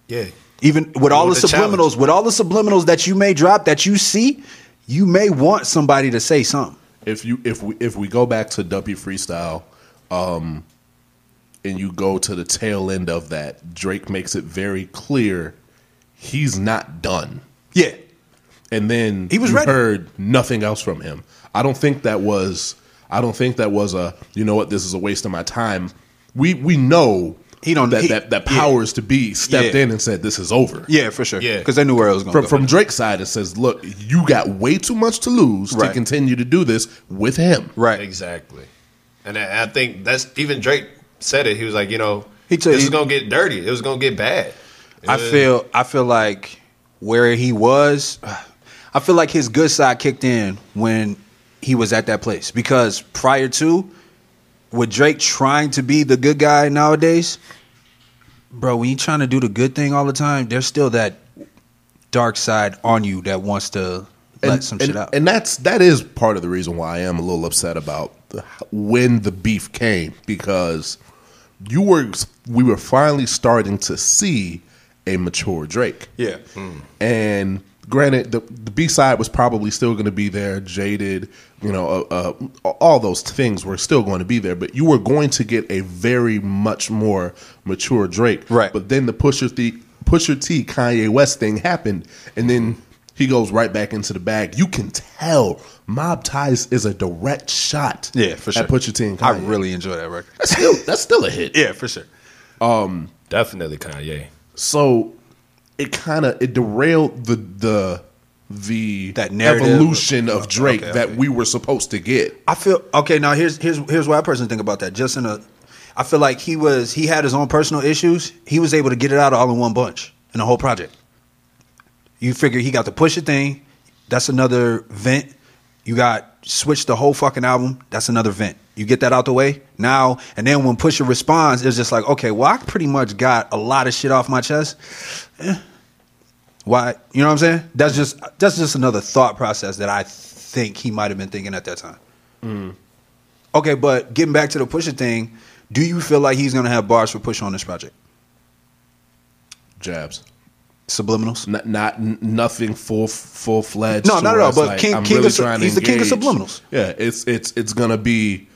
Speaker 4: Yeah.
Speaker 2: Even with all
Speaker 4: With
Speaker 2: the
Speaker 4: the challenge.
Speaker 2: subliminals, with all the subliminals that you may drop that you see, you may want somebody to say something.
Speaker 3: if you if we if we go back to Dumpy Freestyle, um, and you go to the tail end of that, Drake makes it very clear he's not done.
Speaker 2: Yeah,
Speaker 3: And then
Speaker 2: He was
Speaker 3: you
Speaker 2: ready.
Speaker 3: heard nothing else from him. I don't think that was I don't think that was a you know what this is a waste of my time. We we know
Speaker 2: He don't-
Speaker 3: that
Speaker 2: he-
Speaker 3: that, that
Speaker 2: yeah.
Speaker 3: powers to be stepped
Speaker 2: Yeah.
Speaker 3: in and said this is over.
Speaker 2: yeah, for sure.
Speaker 4: Yeah.
Speaker 2: because they knew where it was going.
Speaker 3: From,
Speaker 2: go.
Speaker 3: from Drake's side, it says, "Look, you got way too much to lose
Speaker 2: Right.
Speaker 3: to continue to do this with him."
Speaker 2: right,
Speaker 4: Exactly. And I, I think that's even Drake said it. He was like, you know,
Speaker 2: He took-
Speaker 4: this
Speaker 2: he-
Speaker 4: is gonna get dirty. It was gonna get bad.
Speaker 2: I feel I feel like where he was, I feel like his good side kicked in when he was at that place because prior to with Drake trying to be the good guy nowadays, bro, when you trying to do the good thing all the time, there's still that dark side on you that wants to let some shit out.
Speaker 3: and that's that is part of the reason why I am a little upset about the, when the beef came because you were we were finally starting to see a mature Drake.
Speaker 2: yeah.
Speaker 3: And granted, the, the B side was probably still going to be there. Jaded, you know, uh, uh, all those things were still going to be there. But you were going to get a very much more mature Drake.
Speaker 2: Right.
Speaker 3: But then the Pusher T, Pusher T, Kanye West thing happened, and then he goes right back into the bag. You can tell Mob Ties is a direct shot.
Speaker 2: Yeah, for sure.
Speaker 3: At Pusher T and
Speaker 2: I
Speaker 3: Kanye.
Speaker 2: really enjoy that record.
Speaker 3: that's still that's still a hit.
Speaker 2: yeah, for sure. Um,
Speaker 4: Definitely Kanye.
Speaker 3: so it kind of it derailed the the the
Speaker 2: That narrative.
Speaker 3: evolution of Drake
Speaker 2: okay,
Speaker 3: that
Speaker 2: okay.
Speaker 3: we were supposed to get.
Speaker 2: I feel okay. Now here's here's here's what I personally think about that. Just in a, I feel like he was he had his own personal issues. He was able to get it out all in one bunch in the whole project. You figure he got the push a thing. That's another vent. You got switch the whole fucking album. That's another vent. You get that out the way now, and then when Pusha responds, it's just like, okay, well, I pretty much got a lot of shit off my chest. Eh. Why? You know what I'm saying? That's just that's just another thought process that I think he might have been thinking at that time. Okay, but getting back to the Pusha thing, do you feel like he's gonna have bars for Push on this project?
Speaker 3: Jabs,
Speaker 2: Subliminals?
Speaker 3: not, not n- nothing full full fledged.
Speaker 2: No, not at all, but King- King of Sub- he's the king of subliminals.
Speaker 3: Yeah, it's it's it's gonna be.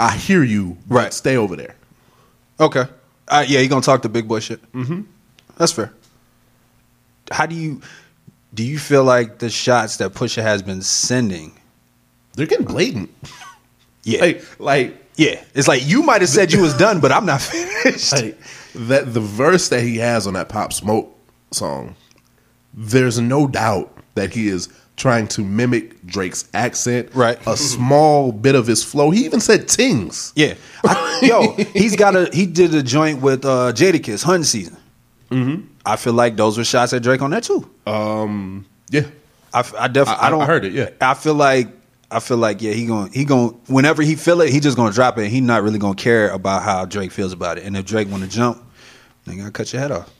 Speaker 3: I hear you. but
Speaker 2: Right.
Speaker 3: stay over there.
Speaker 2: Okay. Uh, yeah, you gonna talk the big boy shit. Mm-hmm. That's fair. How do you do you feel like the shots that Pusha has been sending?
Speaker 3: They're getting blatant.
Speaker 2: Yeah.
Speaker 3: Like like
Speaker 2: yeah. It's like you might have said you was done, but I'm not finished.
Speaker 3: like that the verse that he has on that pop smoke song there's no doubt that he is trying to mimic drake's accent
Speaker 2: Right.
Speaker 3: a small bit of his flow he even said tings
Speaker 2: Yeah. I, yo, he's got a he did a joint with uh Jadakiss, Hun season. Mm-hmm. I feel like those were shots at Drake on that too.
Speaker 3: um yeah
Speaker 2: I, f- I definitely.
Speaker 3: I-
Speaker 2: I, don't.
Speaker 3: I heard it, yeah.
Speaker 2: I feel like. I feel like yeah. He going. He going. Whenever he feel it, he just gonna drop it. He not really gonna care about how Drake feels about it. And if Drake want to jump, nigga, I cut your head off.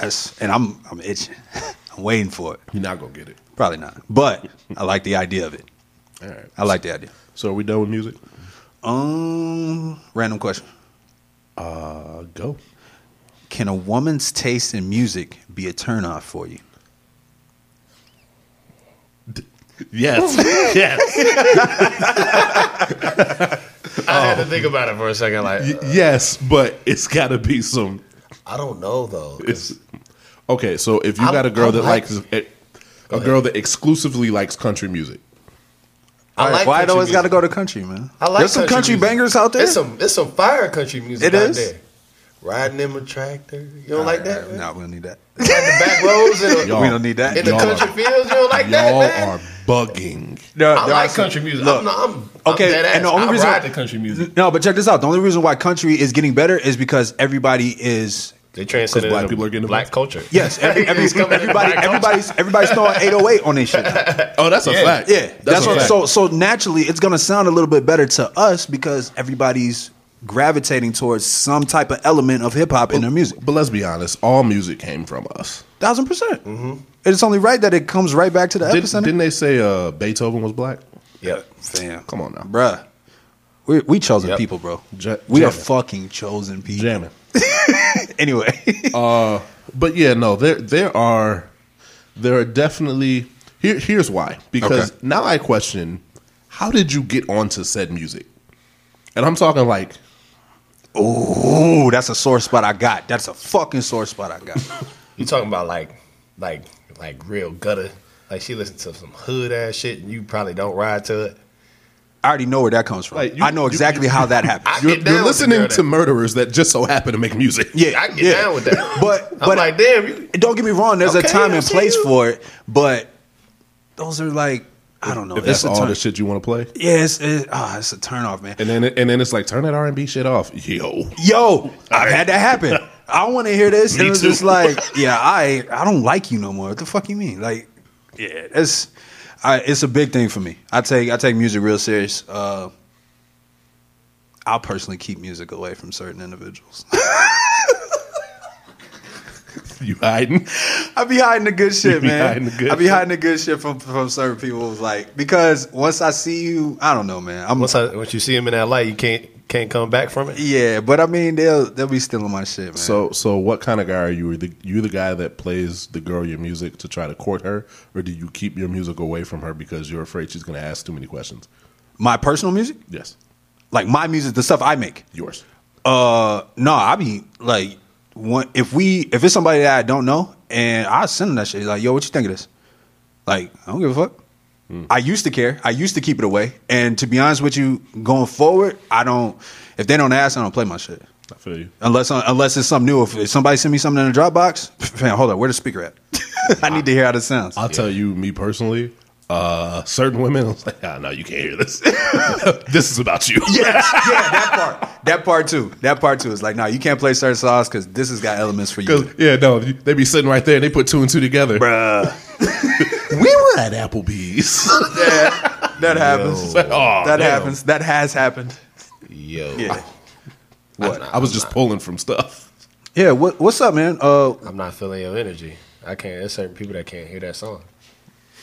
Speaker 2: That's and I'm I'm itching. I'm waiting for it.
Speaker 3: You're not gonna get it.
Speaker 2: Probably not. But I like the idea of it.
Speaker 3: All right.
Speaker 2: I like the idea.
Speaker 3: So are we done with music?
Speaker 2: Um, random question.
Speaker 3: Uh, go.
Speaker 2: Can a woman's taste in music be a turnoff for you?
Speaker 3: Yes. yes.
Speaker 4: I had to think about it for a second. Like,
Speaker 3: Y- yes, but it's gotta be some.
Speaker 4: I don't know though.
Speaker 3: It's okay. So if you
Speaker 4: I'm-
Speaker 3: got a girl
Speaker 4: I'm
Speaker 3: that
Speaker 4: like-
Speaker 3: likes a, a girl that exclusively likes country music,
Speaker 4: I like
Speaker 2: Why it
Speaker 4: country
Speaker 2: always got to
Speaker 4: music.
Speaker 2: go to country, man?
Speaker 4: I like
Speaker 2: There's some country
Speaker 4: music.
Speaker 2: bangers out there.
Speaker 4: It's some it's some fire country music.
Speaker 2: It
Speaker 4: out
Speaker 2: is?
Speaker 4: there. Riding in my tractor. You don't
Speaker 2: All
Speaker 4: like
Speaker 2: right,
Speaker 4: that?
Speaker 2: all
Speaker 4: man?
Speaker 2: right. No, we don't need that.
Speaker 4: Riding the back roads in,
Speaker 3: Y'all-
Speaker 2: we don't need that.
Speaker 4: the, in the
Speaker 3: y'all
Speaker 4: country
Speaker 3: are-
Speaker 4: fields. You don't like that,
Speaker 3: y'all
Speaker 4: man?
Speaker 3: are bugging.
Speaker 2: There-
Speaker 4: I
Speaker 2: there are
Speaker 4: like
Speaker 2: some-
Speaker 4: country music.
Speaker 2: Look,
Speaker 4: I'm, not, I'm
Speaker 2: okay,
Speaker 4: I'm dead
Speaker 2: and the
Speaker 4: ass.
Speaker 2: only
Speaker 4: I
Speaker 2: reason-
Speaker 4: ride the country music.
Speaker 2: no, but check this out. The only reason why country is getting better is because everybody is
Speaker 4: They transcend
Speaker 3: black
Speaker 4: into
Speaker 3: people are getting
Speaker 4: black
Speaker 3: involved.
Speaker 4: culture.
Speaker 2: yes, every, every,
Speaker 4: It's coming
Speaker 2: everybody,
Speaker 4: into black culture.
Speaker 2: everybody's everybody's throwing 808 on this shit. now.
Speaker 3: Oh, that's a
Speaker 4: Yeah.
Speaker 3: fact.
Speaker 2: Yeah, that's,
Speaker 3: a
Speaker 2: what.
Speaker 3: fact.
Speaker 2: So so naturally, it's gonna sound a little bit better to us because everybody's gravitating towards some type of element of hip hop in their music.
Speaker 3: But let's be honest, all music came from us.
Speaker 2: Thousand percent.
Speaker 4: Mm-hmm.
Speaker 2: It's only right that it comes right back to the
Speaker 3: Did,
Speaker 2: epicenter.
Speaker 3: didn't they say uh, Beethoven was black?
Speaker 4: Yep.
Speaker 2: Fam,
Speaker 3: Come on now,
Speaker 2: bruh. We we chosen
Speaker 4: Yep.
Speaker 2: people, bro.
Speaker 3: Ja-
Speaker 2: we are
Speaker 3: jamming.
Speaker 2: fucking chosen people.
Speaker 3: jamming.
Speaker 2: Anyway,
Speaker 3: Uh, But yeah, no, there there are there are definitely here. Here's why because
Speaker 2: Okay.
Speaker 3: now I question how did you get onto said music, and I'm talking like
Speaker 2: ooh, that's a sore spot I got. That's a fucking sore spot I got.
Speaker 4: You talking about like like like real gutter? Like she listened to some hood ass shit, and you probably don't ride to it.
Speaker 2: I already know where that comes from.
Speaker 3: Like, you-
Speaker 2: I know
Speaker 3: you-
Speaker 2: exactly how that happens.
Speaker 4: I
Speaker 3: you're,
Speaker 4: get down
Speaker 3: you're
Speaker 4: with the
Speaker 3: listening
Speaker 4: girl
Speaker 3: to
Speaker 4: that-
Speaker 3: murderers that just so happen to make music.
Speaker 2: yeah,
Speaker 4: I get
Speaker 2: yeah.
Speaker 4: down with that.
Speaker 2: But
Speaker 4: I'm
Speaker 2: but
Speaker 4: like, damn, you
Speaker 2: don't get me wrong. There's a
Speaker 4: Okay,
Speaker 2: time
Speaker 4: I
Speaker 2: and
Speaker 4: see
Speaker 2: place
Speaker 4: you.
Speaker 2: for it, but those are like I don't know.
Speaker 3: if that's
Speaker 2: a
Speaker 3: all
Speaker 2: turn-
Speaker 3: the shit you want to play,
Speaker 2: Yeah, it's, it, ah, it's a turnoff, man.
Speaker 3: and then it, and then it's like turn that R and B shit off, yo.
Speaker 2: Yo, I've had that happen. I want to hear this.
Speaker 3: Me
Speaker 2: and it's
Speaker 3: too.
Speaker 2: just like, yeah, I I don't like you no more. What the fuck you mean? Like, yeah, it's I, it's a big thing for me. I take I take music real serious. Uh, I'll personally keep music away from certain individuals.
Speaker 3: You hiding?
Speaker 2: I be hiding the good
Speaker 3: You
Speaker 2: shit,
Speaker 3: be
Speaker 2: man.
Speaker 3: hiding the good
Speaker 2: I be
Speaker 3: shit.
Speaker 2: hiding the good shit from from certain people. Like because once I see you, I don't know, man. I'm
Speaker 4: once I, once you see him in that light, you can't can't come back from it.
Speaker 2: yeah, but I mean they'll they'll be stealing my shit, man.
Speaker 3: So so what kind of guy are you? Are the, you the guy that plays the girl your music to try to court her, or do you keep your music away from her because you're afraid she's going to ask too many questions?
Speaker 2: my personal music,
Speaker 3: Yes,
Speaker 2: like my music, the stuff I make.
Speaker 3: yours.
Speaker 2: Uh, no, I be like, one, if we if it's somebody that I don't know, and I send them that shit, like, yo, what you think of this? Like, I don't give a fuck. I used to care. I used to keep it away. And to be honest with you, going forward, I don't. If they don't ask, I don't play my shit.
Speaker 3: I feel you.
Speaker 2: Unless uh, unless it's something new. If, if somebody send me something in a Dropbox, man, hold up, where the speaker at? I need to hear how this sounds.
Speaker 3: I'll tell you, me personally, uh, certain women, I was like, ah, no, you can't hear this. this is about you.
Speaker 2: yes, yeah, that part. That part too. That part too is like, no, you can't play certain songs because this has got elements for you.
Speaker 3: 'Cause, yeah, no, you- they be sitting right there and they put two and two together.
Speaker 2: Bruh.
Speaker 3: We were at Applebee's.
Speaker 2: That happens.
Speaker 3: Aw,
Speaker 2: that
Speaker 3: damn.
Speaker 2: happens. That has happened.
Speaker 4: Yo,
Speaker 2: Oh, Yeah.
Speaker 3: What? I was just pulling from stuff.
Speaker 2: Yeah. What, what's up, man? Uh,
Speaker 4: I'm not feeling your energy. I can't. There's certain people that can't hear that song.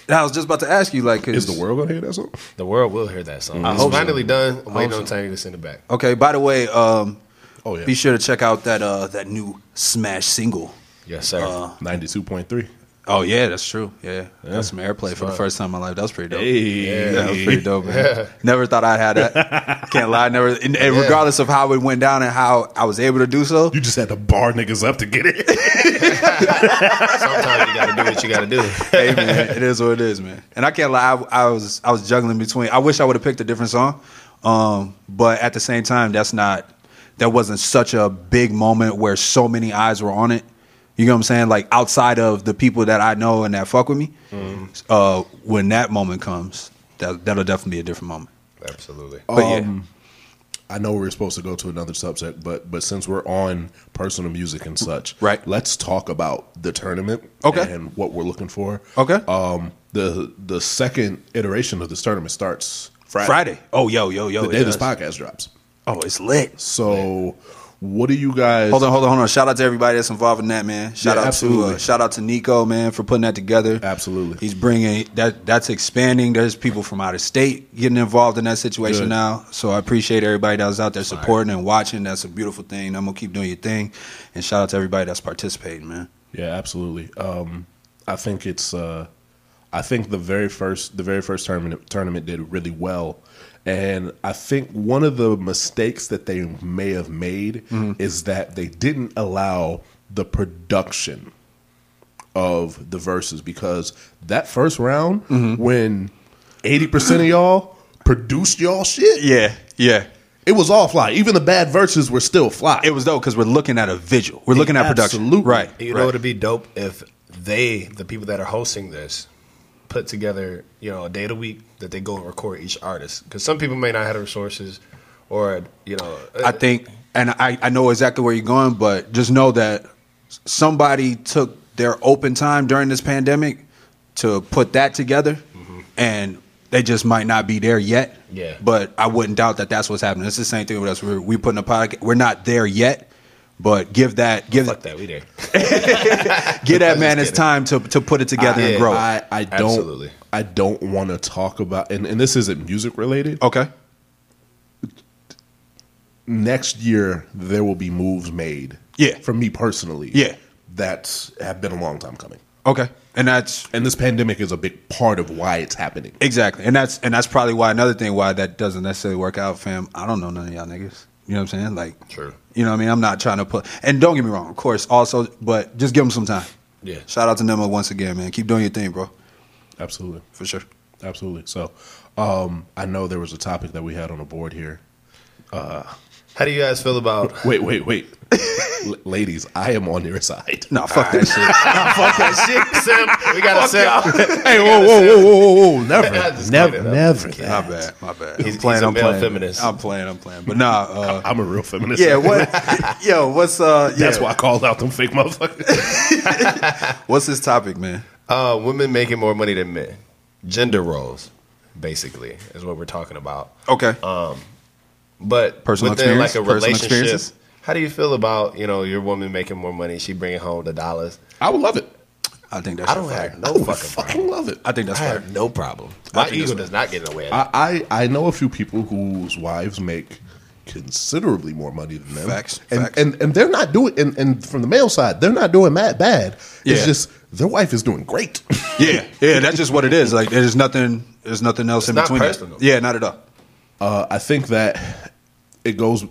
Speaker 2: I was just about to ask you, like, 'cause-
Speaker 3: Is the world going to hear that song?
Speaker 4: The world will hear that song.
Speaker 2: hope
Speaker 4: It's
Speaker 2: so.
Speaker 4: finally done. I'm waiting
Speaker 2: hope
Speaker 4: on Tiny to send it back.
Speaker 2: Okay. By the way, um,
Speaker 3: Oh, yeah.
Speaker 2: be sure to check out that uh that new smash single.
Speaker 4: Yes, sir.
Speaker 2: Uh.
Speaker 3: 92.3.
Speaker 2: Oh yeah, that's true. Yeah, that's some airplay for the first time in my life. That was pretty dope.
Speaker 3: Hey.
Speaker 2: Yeah, that was pretty dope, man. Never thought I'd had that. Can't lie. Never, and, and regardless of how it went down and how I was able to do so,
Speaker 3: You just had to bar niggas up to get it.
Speaker 4: Sometimes you gotta do what you gotta do.
Speaker 2: hey man, it is what it is, man. And I can't lie, I, I was I was juggling between. I wish I would have picked a different song, um, but at the same time, that's not that wasn't such a big moment where so many eyes were on it. You know what I'm saying? Like outside of the people that I know and that fuck with me, uh, when that moment comes, that that'll definitely be a different moment.
Speaker 4: Absolutely.
Speaker 2: But yeah,
Speaker 3: I know we're supposed to go to another subject, but but since we're on personal music and such,
Speaker 2: Right.
Speaker 3: Let's talk about the tournament,
Speaker 2: Okay.
Speaker 3: and what we're looking for,
Speaker 2: Okay.
Speaker 3: Um, the the second iteration of this tournament starts Friday,
Speaker 2: Friday. Oh, yo, yo, yo.
Speaker 3: the
Speaker 2: it
Speaker 3: day this
Speaker 2: does.
Speaker 3: podcast drops.
Speaker 2: Oh, it's lit.
Speaker 3: So, what do you guys?
Speaker 2: Hold on, hold on, hold on. Shout out to everybody that's involved in that, man. Shout
Speaker 3: Yeah,
Speaker 2: out to
Speaker 3: absolutely.
Speaker 2: uh, shout out to Nico, man, for putting that together.
Speaker 3: Absolutely.
Speaker 2: he's bringing that. That's expanding. There's people from out of state getting involved in that situation
Speaker 3: Good.
Speaker 2: now. So I appreciate everybody that was out there supporting and watching. That's a beautiful thing. I'm gonna keep doing your thing, and shout out to everybody that's participating, man.
Speaker 3: Yeah, absolutely. Um, I think it's. Uh, I think the very first the very first tournament tournament did really well, and I think one of the mistakes that they may have made is that they didn't allow the production of the verses because that first round when eighty percent of y'all produced y'all shit,
Speaker 2: Yeah, yeah.
Speaker 3: it was all fly. Even the bad verses were still fly.
Speaker 2: It was dope because we're looking at a visual. We're looking at production.
Speaker 3: Absolutely.
Speaker 2: Right.
Speaker 4: You
Speaker 2: right.
Speaker 4: know, it'd be dope if they, the people that are hosting this, put together you know a day of the week that they go and record each artist because some people may not have the resources, or you know, uh,
Speaker 2: I think, and I, I know exactly where you're going, but just know that somebody took their open time during this pandemic to put that together, and they just might not be there yet.
Speaker 4: Yeah.
Speaker 2: But I wouldn't doubt that that's what's happening. It's the same thing with us. We're we putting a podcast. We're not there yet, but give that give
Speaker 4: fuck that we there.
Speaker 2: give that man
Speaker 4: Just
Speaker 2: his
Speaker 4: kidding.
Speaker 2: time to to put it together
Speaker 4: I-
Speaker 2: and grow.
Speaker 3: I, I don't
Speaker 4: Absolutely.
Speaker 3: I don't want to talk about and, and this isn't music related.
Speaker 2: okay.
Speaker 3: Next year there will be moves made.
Speaker 2: Yeah.
Speaker 3: For me personally.
Speaker 2: Yeah.
Speaker 3: That have been a long time coming.
Speaker 2: Okay. And that's
Speaker 3: And this pandemic is a big part of why it's happening.
Speaker 2: Exactly, and that's and that's probably why another thing why that doesn't necessarily work out, fam. I don't know none of y'all niggas. You know what I'm saying? Like,
Speaker 4: True.
Speaker 2: You know what I mean? I'm not trying to put. And don't get me wrong, of course. Also, but just give them some time.
Speaker 4: Yeah.
Speaker 2: Shout out to Nemo once again, man. Keep doing your thing, bro.
Speaker 3: Absolutely.
Speaker 2: For sure.
Speaker 3: Absolutely. So um I know there was a topic that we had on the board here.
Speaker 4: How do you guys feel about?
Speaker 3: Wait, wait, wait. L- ladies, I am on your side.
Speaker 2: No, fuck that shit.
Speaker 4: Nah, fuck that shit, Sim. We got a Sim.
Speaker 3: Hey, whoa, whoa, whoa, whoa, whoa, whoa. Never.
Speaker 4: Just
Speaker 3: never,
Speaker 4: kidding. I'm
Speaker 3: never.
Speaker 2: My
Speaker 3: that.
Speaker 2: bad. My bad.
Speaker 4: He's- he's a male feminist.
Speaker 2: I'm playing. I'm playing. But nah. Uh,
Speaker 3: I'm a real feminist.
Speaker 2: yeah. What? yo. What's uh? Yeah,
Speaker 3: That's why I called out them fake motherfuckers.
Speaker 2: What's this topic, man?
Speaker 4: Uh, women making more money than men. Gender roles, basically, is what we're talking about.
Speaker 2: Okay.
Speaker 4: But
Speaker 2: Personal
Speaker 4: within like a
Speaker 2: experience? Personal
Speaker 4: relationship,
Speaker 2: experiences?
Speaker 4: how do you feel about you know your woman making more money? She bringing home the dollars.
Speaker 3: I would love it.
Speaker 2: I think that's
Speaker 4: I don't
Speaker 2: fire.
Speaker 4: have no
Speaker 3: I would
Speaker 4: fucking
Speaker 3: fucking
Speaker 4: problem.
Speaker 3: love it.
Speaker 2: I think that's
Speaker 4: I
Speaker 2: fire.
Speaker 4: have no problem. My
Speaker 2: think
Speaker 4: ego
Speaker 2: that's-
Speaker 4: does not get in the way. Of that.
Speaker 3: I, I I know a few people whose wives make considerably more money than them.
Speaker 2: Facts,
Speaker 3: And
Speaker 2: facts.
Speaker 3: and and they're not doing and, and from the male side, they're not doing that bad.
Speaker 2: Yeah.
Speaker 3: It's just their wife is doing great.
Speaker 2: Yeah, yeah, that's just what it is. Like there's nothing, there's nothing else in
Speaker 4: not
Speaker 2: between. that.
Speaker 4: personal.
Speaker 2: Yeah, not at all.
Speaker 3: uh, I think that it goes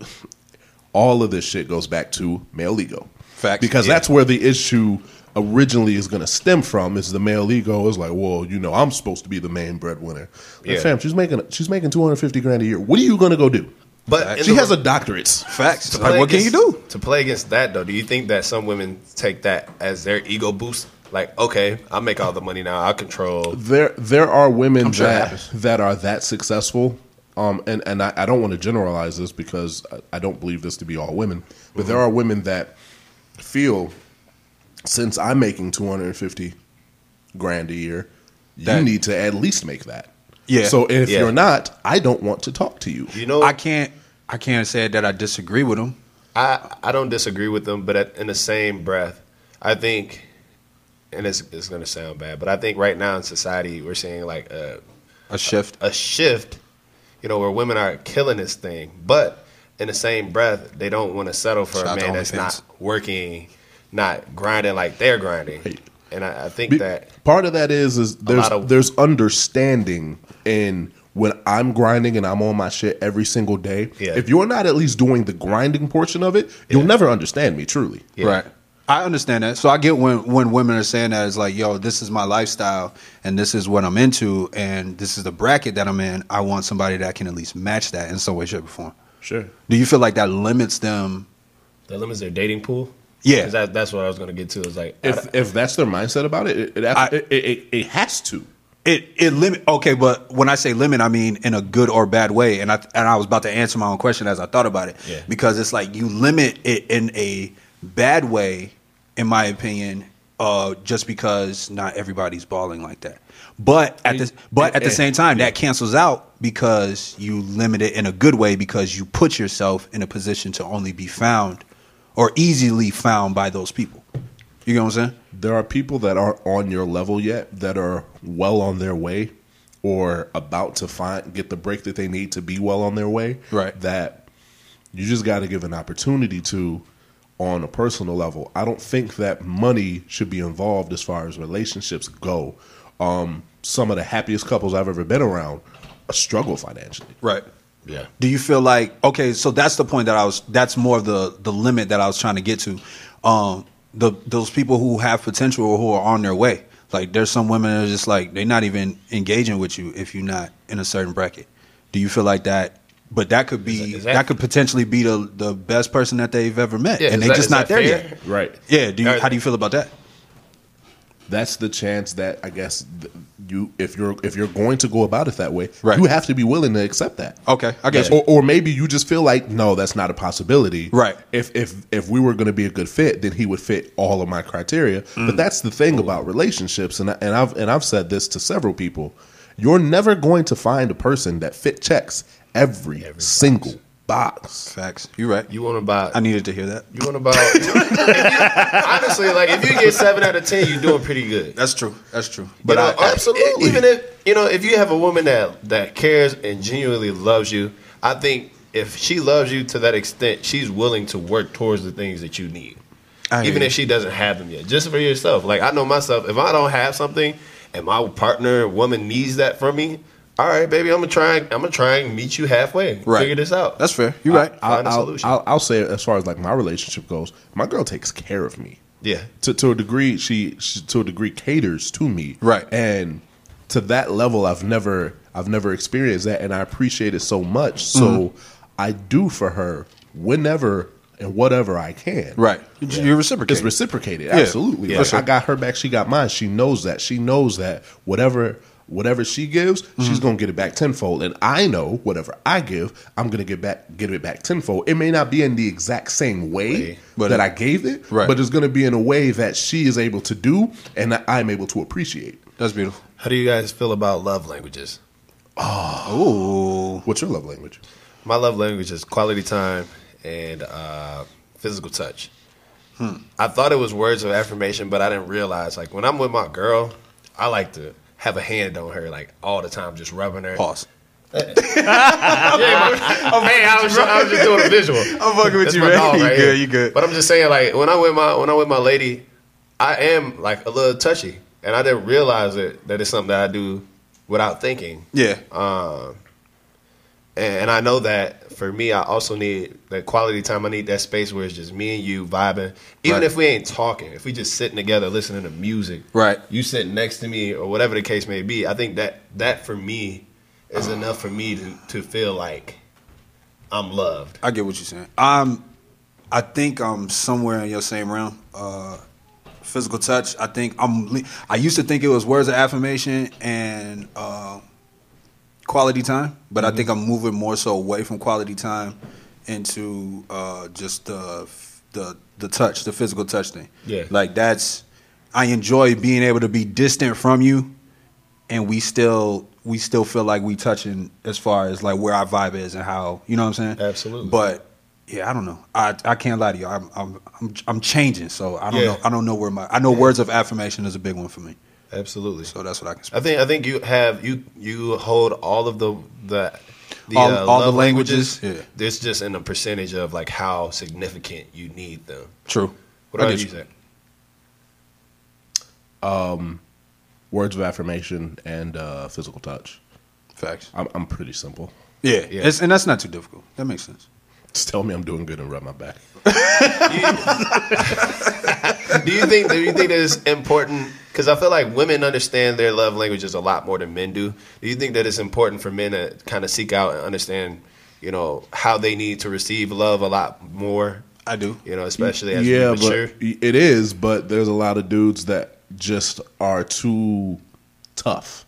Speaker 3: all of this shit goes back to male ego.
Speaker 2: Facts.
Speaker 3: Because
Speaker 2: Yeah.
Speaker 3: that's where the issue originally is going to stem from is the male ego is like, well, you know, I'm supposed to be the main breadwinner. Like,
Speaker 4: Yeah.
Speaker 3: fam, she's making she's making 250 grand a year. What are you going to go do?
Speaker 4: But in
Speaker 3: she
Speaker 4: the-
Speaker 3: has a doctorate.
Speaker 2: Facts.
Speaker 4: to
Speaker 2: Like,
Speaker 4: play
Speaker 2: what can you
Speaker 4: against-
Speaker 2: do?
Speaker 4: to play against that though? Do you think that some women take that as their ego boost? Like, okay, I make all the money now. I control.
Speaker 3: there there are women
Speaker 2: sure it
Speaker 3: that
Speaker 2: happens.
Speaker 3: that are that successful. Um, and and I, I don't want to generalize this because I, I don't believe this to be all women, but
Speaker 2: Mm-hmm.
Speaker 3: there are women that feel since I'm making 250 grand a year,
Speaker 2: That-
Speaker 3: you need to at least make that.
Speaker 2: Yeah.
Speaker 3: So if
Speaker 4: Yeah.
Speaker 3: you're not, I don't want to talk to you.
Speaker 4: You know,
Speaker 2: I can't, I can't say that I disagree with him.
Speaker 4: I, I don't disagree with them, but at, in the same breath, I think, and it's, it's going to sound bad, but I think right now in society, we're seeing like a,
Speaker 2: A shift.
Speaker 4: a shift, you know, where women are killing this thing. But in the same breath, they don't want to settle for
Speaker 2: Shout out
Speaker 4: a
Speaker 2: to
Speaker 4: man that's
Speaker 2: OnlyFans.
Speaker 4: not working, not grinding like they're grinding. And I, I think
Speaker 3: Be-
Speaker 4: that,
Speaker 3: part of that is is there's
Speaker 4: lot of-
Speaker 3: there's understanding in when I'm grinding and I'm on my shit every single day.
Speaker 4: Yeah.
Speaker 3: If you're not at least doing the grinding portion of it, you'll never understand me truly.
Speaker 4: yeah.
Speaker 2: Right. I understand that. So I get when when women are saying that it's like, yo, this is my lifestyle and this is what I'm into and this is the bracket that I'm in. I want somebody that can at least match that in some way, shape, or form.
Speaker 3: Sure.
Speaker 2: Do you feel like that limits them?
Speaker 4: that limits their dating pool.
Speaker 2: Yeah.
Speaker 4: 'Cause That, that's what I was going to get to. Is like, I-
Speaker 3: If if that's their mindset about it, it it,
Speaker 2: I-
Speaker 3: it, it, it has to.
Speaker 2: It it limit okay, but when I say limit, I mean in a good or bad way. And I and I was about to answer my own question as I thought about it
Speaker 4: Yeah.
Speaker 2: because it's like you limit it in a bad way, in my opinion, uh, just because not everybody's balling like that. But at the but at the same time, that cancels out because you limit it in a good way because you put yourself in a position to only be found or easily found by those people. You know what I'm saying?
Speaker 3: there are people that aren't on your level yet that are well on their way or about to find get the break that they need to be well on their way
Speaker 2: Right.
Speaker 3: that you just got to give an opportunity to on a personal level i don't think that money should be involved as far as relationships go um, some of the happiest couples i've ever been around struggle financially
Speaker 2: Right.
Speaker 4: Yeah.
Speaker 2: Do you feel like okay? So that's the point that I was. That's more of the the limit that I was trying to get to. Um, the those people who have potential or who are on their way. Like there's some women that are just like they're not even engaging with you if you're not in a certain bracket. Do you feel like that? But that could be
Speaker 4: Is that- is
Speaker 2: that,
Speaker 4: that-
Speaker 2: could potentially be the the best person that they've ever met,
Speaker 4: Yeah,
Speaker 2: and
Speaker 4: is
Speaker 2: they're
Speaker 4: that-
Speaker 2: just
Speaker 4: is
Speaker 2: not
Speaker 4: that
Speaker 2: there
Speaker 4: fair?
Speaker 2: yet.
Speaker 3: right
Speaker 2: Yeah. Do you,
Speaker 4: Are-
Speaker 2: how do you feel about that?
Speaker 3: that's the chance that I guess th- you if you're if you're going to go about it that way,
Speaker 2: Right.
Speaker 3: you have to be willing to accept that.
Speaker 2: Okay, I get you.
Speaker 3: Or, or maybe you just feel like no, that's not a possibility.
Speaker 2: Right.
Speaker 3: If if if we were going to be a good fit, then he would fit all of my criteria. But that's the thing about relationships, and I, and I've and I've said this to several people. You're never going to find a person that fit checks every, single box.
Speaker 2: Facts. You're right.
Speaker 4: You want to buy?
Speaker 2: I needed to hear that.
Speaker 4: you want to buy? honestly, like if you get seven out of ten, you're doing pretty good.
Speaker 2: That's true. That's true.
Speaker 4: But
Speaker 2: I- I-
Speaker 4: absolutely, even if you know, if you have a woman that that cares and genuinely loves you, I think if she loves you to that extent, she's willing to work towards the things that you need,
Speaker 2: I hear
Speaker 4: even
Speaker 2: you.
Speaker 4: if she doesn't have them yet. Just for yourself, like I know myself, if I don't have something and my partner woman needs that from me, all right, baby, I'm gonna try. I'm gonna try and meet you halfway.
Speaker 2: Right.
Speaker 4: Figure this out.
Speaker 2: that's fair. You're right.
Speaker 3: I'll,
Speaker 4: Find a
Speaker 3: I'll,
Speaker 4: solution.
Speaker 3: I'll, I'll say as far as like my relationship goes, my girl takes care of me.
Speaker 4: yeah.
Speaker 3: to, to a degree she, she to a degree caters to me
Speaker 2: Right.
Speaker 3: and to that level i've never i've never experienced that and i appreciate it so much so
Speaker 2: Mm-hmm.
Speaker 3: i do for her whenever and whatever i can
Speaker 2: right. You're reciprocating.
Speaker 3: it's reciprocated
Speaker 2: Yeah.
Speaker 3: absolutely
Speaker 2: Yeah.
Speaker 3: Like,
Speaker 2: For sure.
Speaker 3: i got her back she got mine she knows that she knows that whatever whatever she gives she's gonna get it back tenfold and i know whatever i give i'm gonna get back get it back tenfold it may not be in the exact same way
Speaker 4: Way.
Speaker 2: But
Speaker 3: that
Speaker 2: it-
Speaker 3: i gave it
Speaker 2: Right.
Speaker 3: but it's gonna be in a way that she is able to do and that i'm able to appreciate
Speaker 2: That's beautiful.
Speaker 4: How do you guys feel about love languages?
Speaker 2: Ooh.
Speaker 3: what's your love language
Speaker 4: My love language is quality time and uh, physical touch.
Speaker 2: Hmm.
Speaker 4: I thought it was words of affirmation, but I didn't realize like when I'm with my girl, I like to have a hand on her like all the time, just rubbing her.
Speaker 2: Pause.
Speaker 4: hey, I was, I was just doing a visual. I'm
Speaker 2: fucking with you, man. You good, you good.
Speaker 4: But I'm just saying, like when I with my when I with my lady, I am like a little touchy, and I didn't realize it that it's something that I do without thinking.
Speaker 2: Yeah.
Speaker 4: And, and I know that for me, I also need that quality time. I need that space where it's just me and you vibing. Even
Speaker 2: Right.
Speaker 4: if we ain't talking, if we just sitting together listening to music,
Speaker 2: Right.
Speaker 4: You sitting next to me or whatever the case may be. I think that that for me is enough for me to, to feel like I'm loved.
Speaker 2: I get what you're saying. Um, I think I'm somewhere in your same realm. Uh, physical touch. I think I'm. le- I used to think it was words of affirmation and uh, quality time, but I think I'm moving more so away from quality time into uh, just the the the touch, the physical touch thing.
Speaker 4: Yeah.
Speaker 2: like that's. I enjoy being able to be distant from you, and we still we still feel like we touching as far as like where our vibe is and how you know what I'm saying.
Speaker 4: Absolutely.
Speaker 2: But yeah, I don't know. I I can't lie to you. I'm I'm I'm, I'm changing, so I don't
Speaker 4: Yeah.
Speaker 2: know. I don't know where my I know words of affirmation is a big one for me.
Speaker 4: Absolutely.
Speaker 2: So that's what I can
Speaker 4: I
Speaker 2: speak.
Speaker 4: think I think you have you you hold all of the the, the uh,
Speaker 2: All- all the
Speaker 4: love
Speaker 2: languages? Yeah.
Speaker 4: It's just in a percentage of like how significant you need them.
Speaker 2: True.
Speaker 4: What
Speaker 2: I
Speaker 4: are
Speaker 2: get
Speaker 4: you
Speaker 2: you.
Speaker 4: saying?
Speaker 3: words of affirmation and uh, physical touch
Speaker 2: Facts.
Speaker 3: I'm, I'm pretty simple
Speaker 2: Yeah.
Speaker 4: Yeah.
Speaker 2: It's, and that's not too difficult. That makes sense.
Speaker 3: just tell me i'm doing good and rub my back
Speaker 4: do you think do you think that it's important because i feel like women understand their love languages a lot more than men do do you think that it's important for men to kind of seek out and understand you know how they need to receive love a lot more
Speaker 2: I do.
Speaker 4: you know especially as we mature
Speaker 3: but it is. But there's a lot of dudes that just are too tough.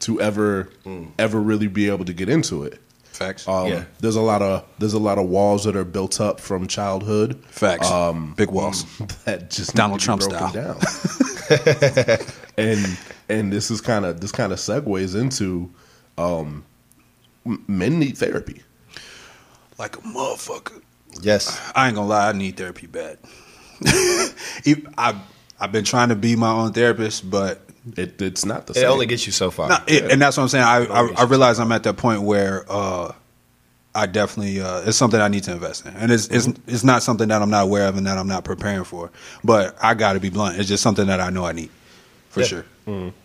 Speaker 3: to ever ever really be able to get into it.
Speaker 2: Facts.
Speaker 3: Um,
Speaker 4: Hmm. Yeah.
Speaker 3: There's a lot of there's a lot of walls that are built up from childhood.
Speaker 2: Facts.
Speaker 3: Um,
Speaker 2: Big walls.
Speaker 3: that just
Speaker 2: Donald
Speaker 3: need to be
Speaker 2: Trump
Speaker 3: broken
Speaker 2: style.
Speaker 3: down. and and this is kind of this kind of segues into um, m- men need therapy.
Speaker 2: Like a motherfucker.
Speaker 1: Yes.
Speaker 2: I ain't gonna lie, I need therapy bad. If- I I've been trying to be my own therapist, but
Speaker 3: It, it's not the
Speaker 4: It
Speaker 3: same.
Speaker 4: only gets you so far.
Speaker 2: No, it- and that's what I'm saying. I, I I realize I'm at that point where uh, I definitely uh, it's something I need to invest in, and it's it's it's not something that I'm not aware of and that I'm not preparing for. But I got to be blunt. It's just something that I know I need for
Speaker 4: Yeah.
Speaker 2: sure.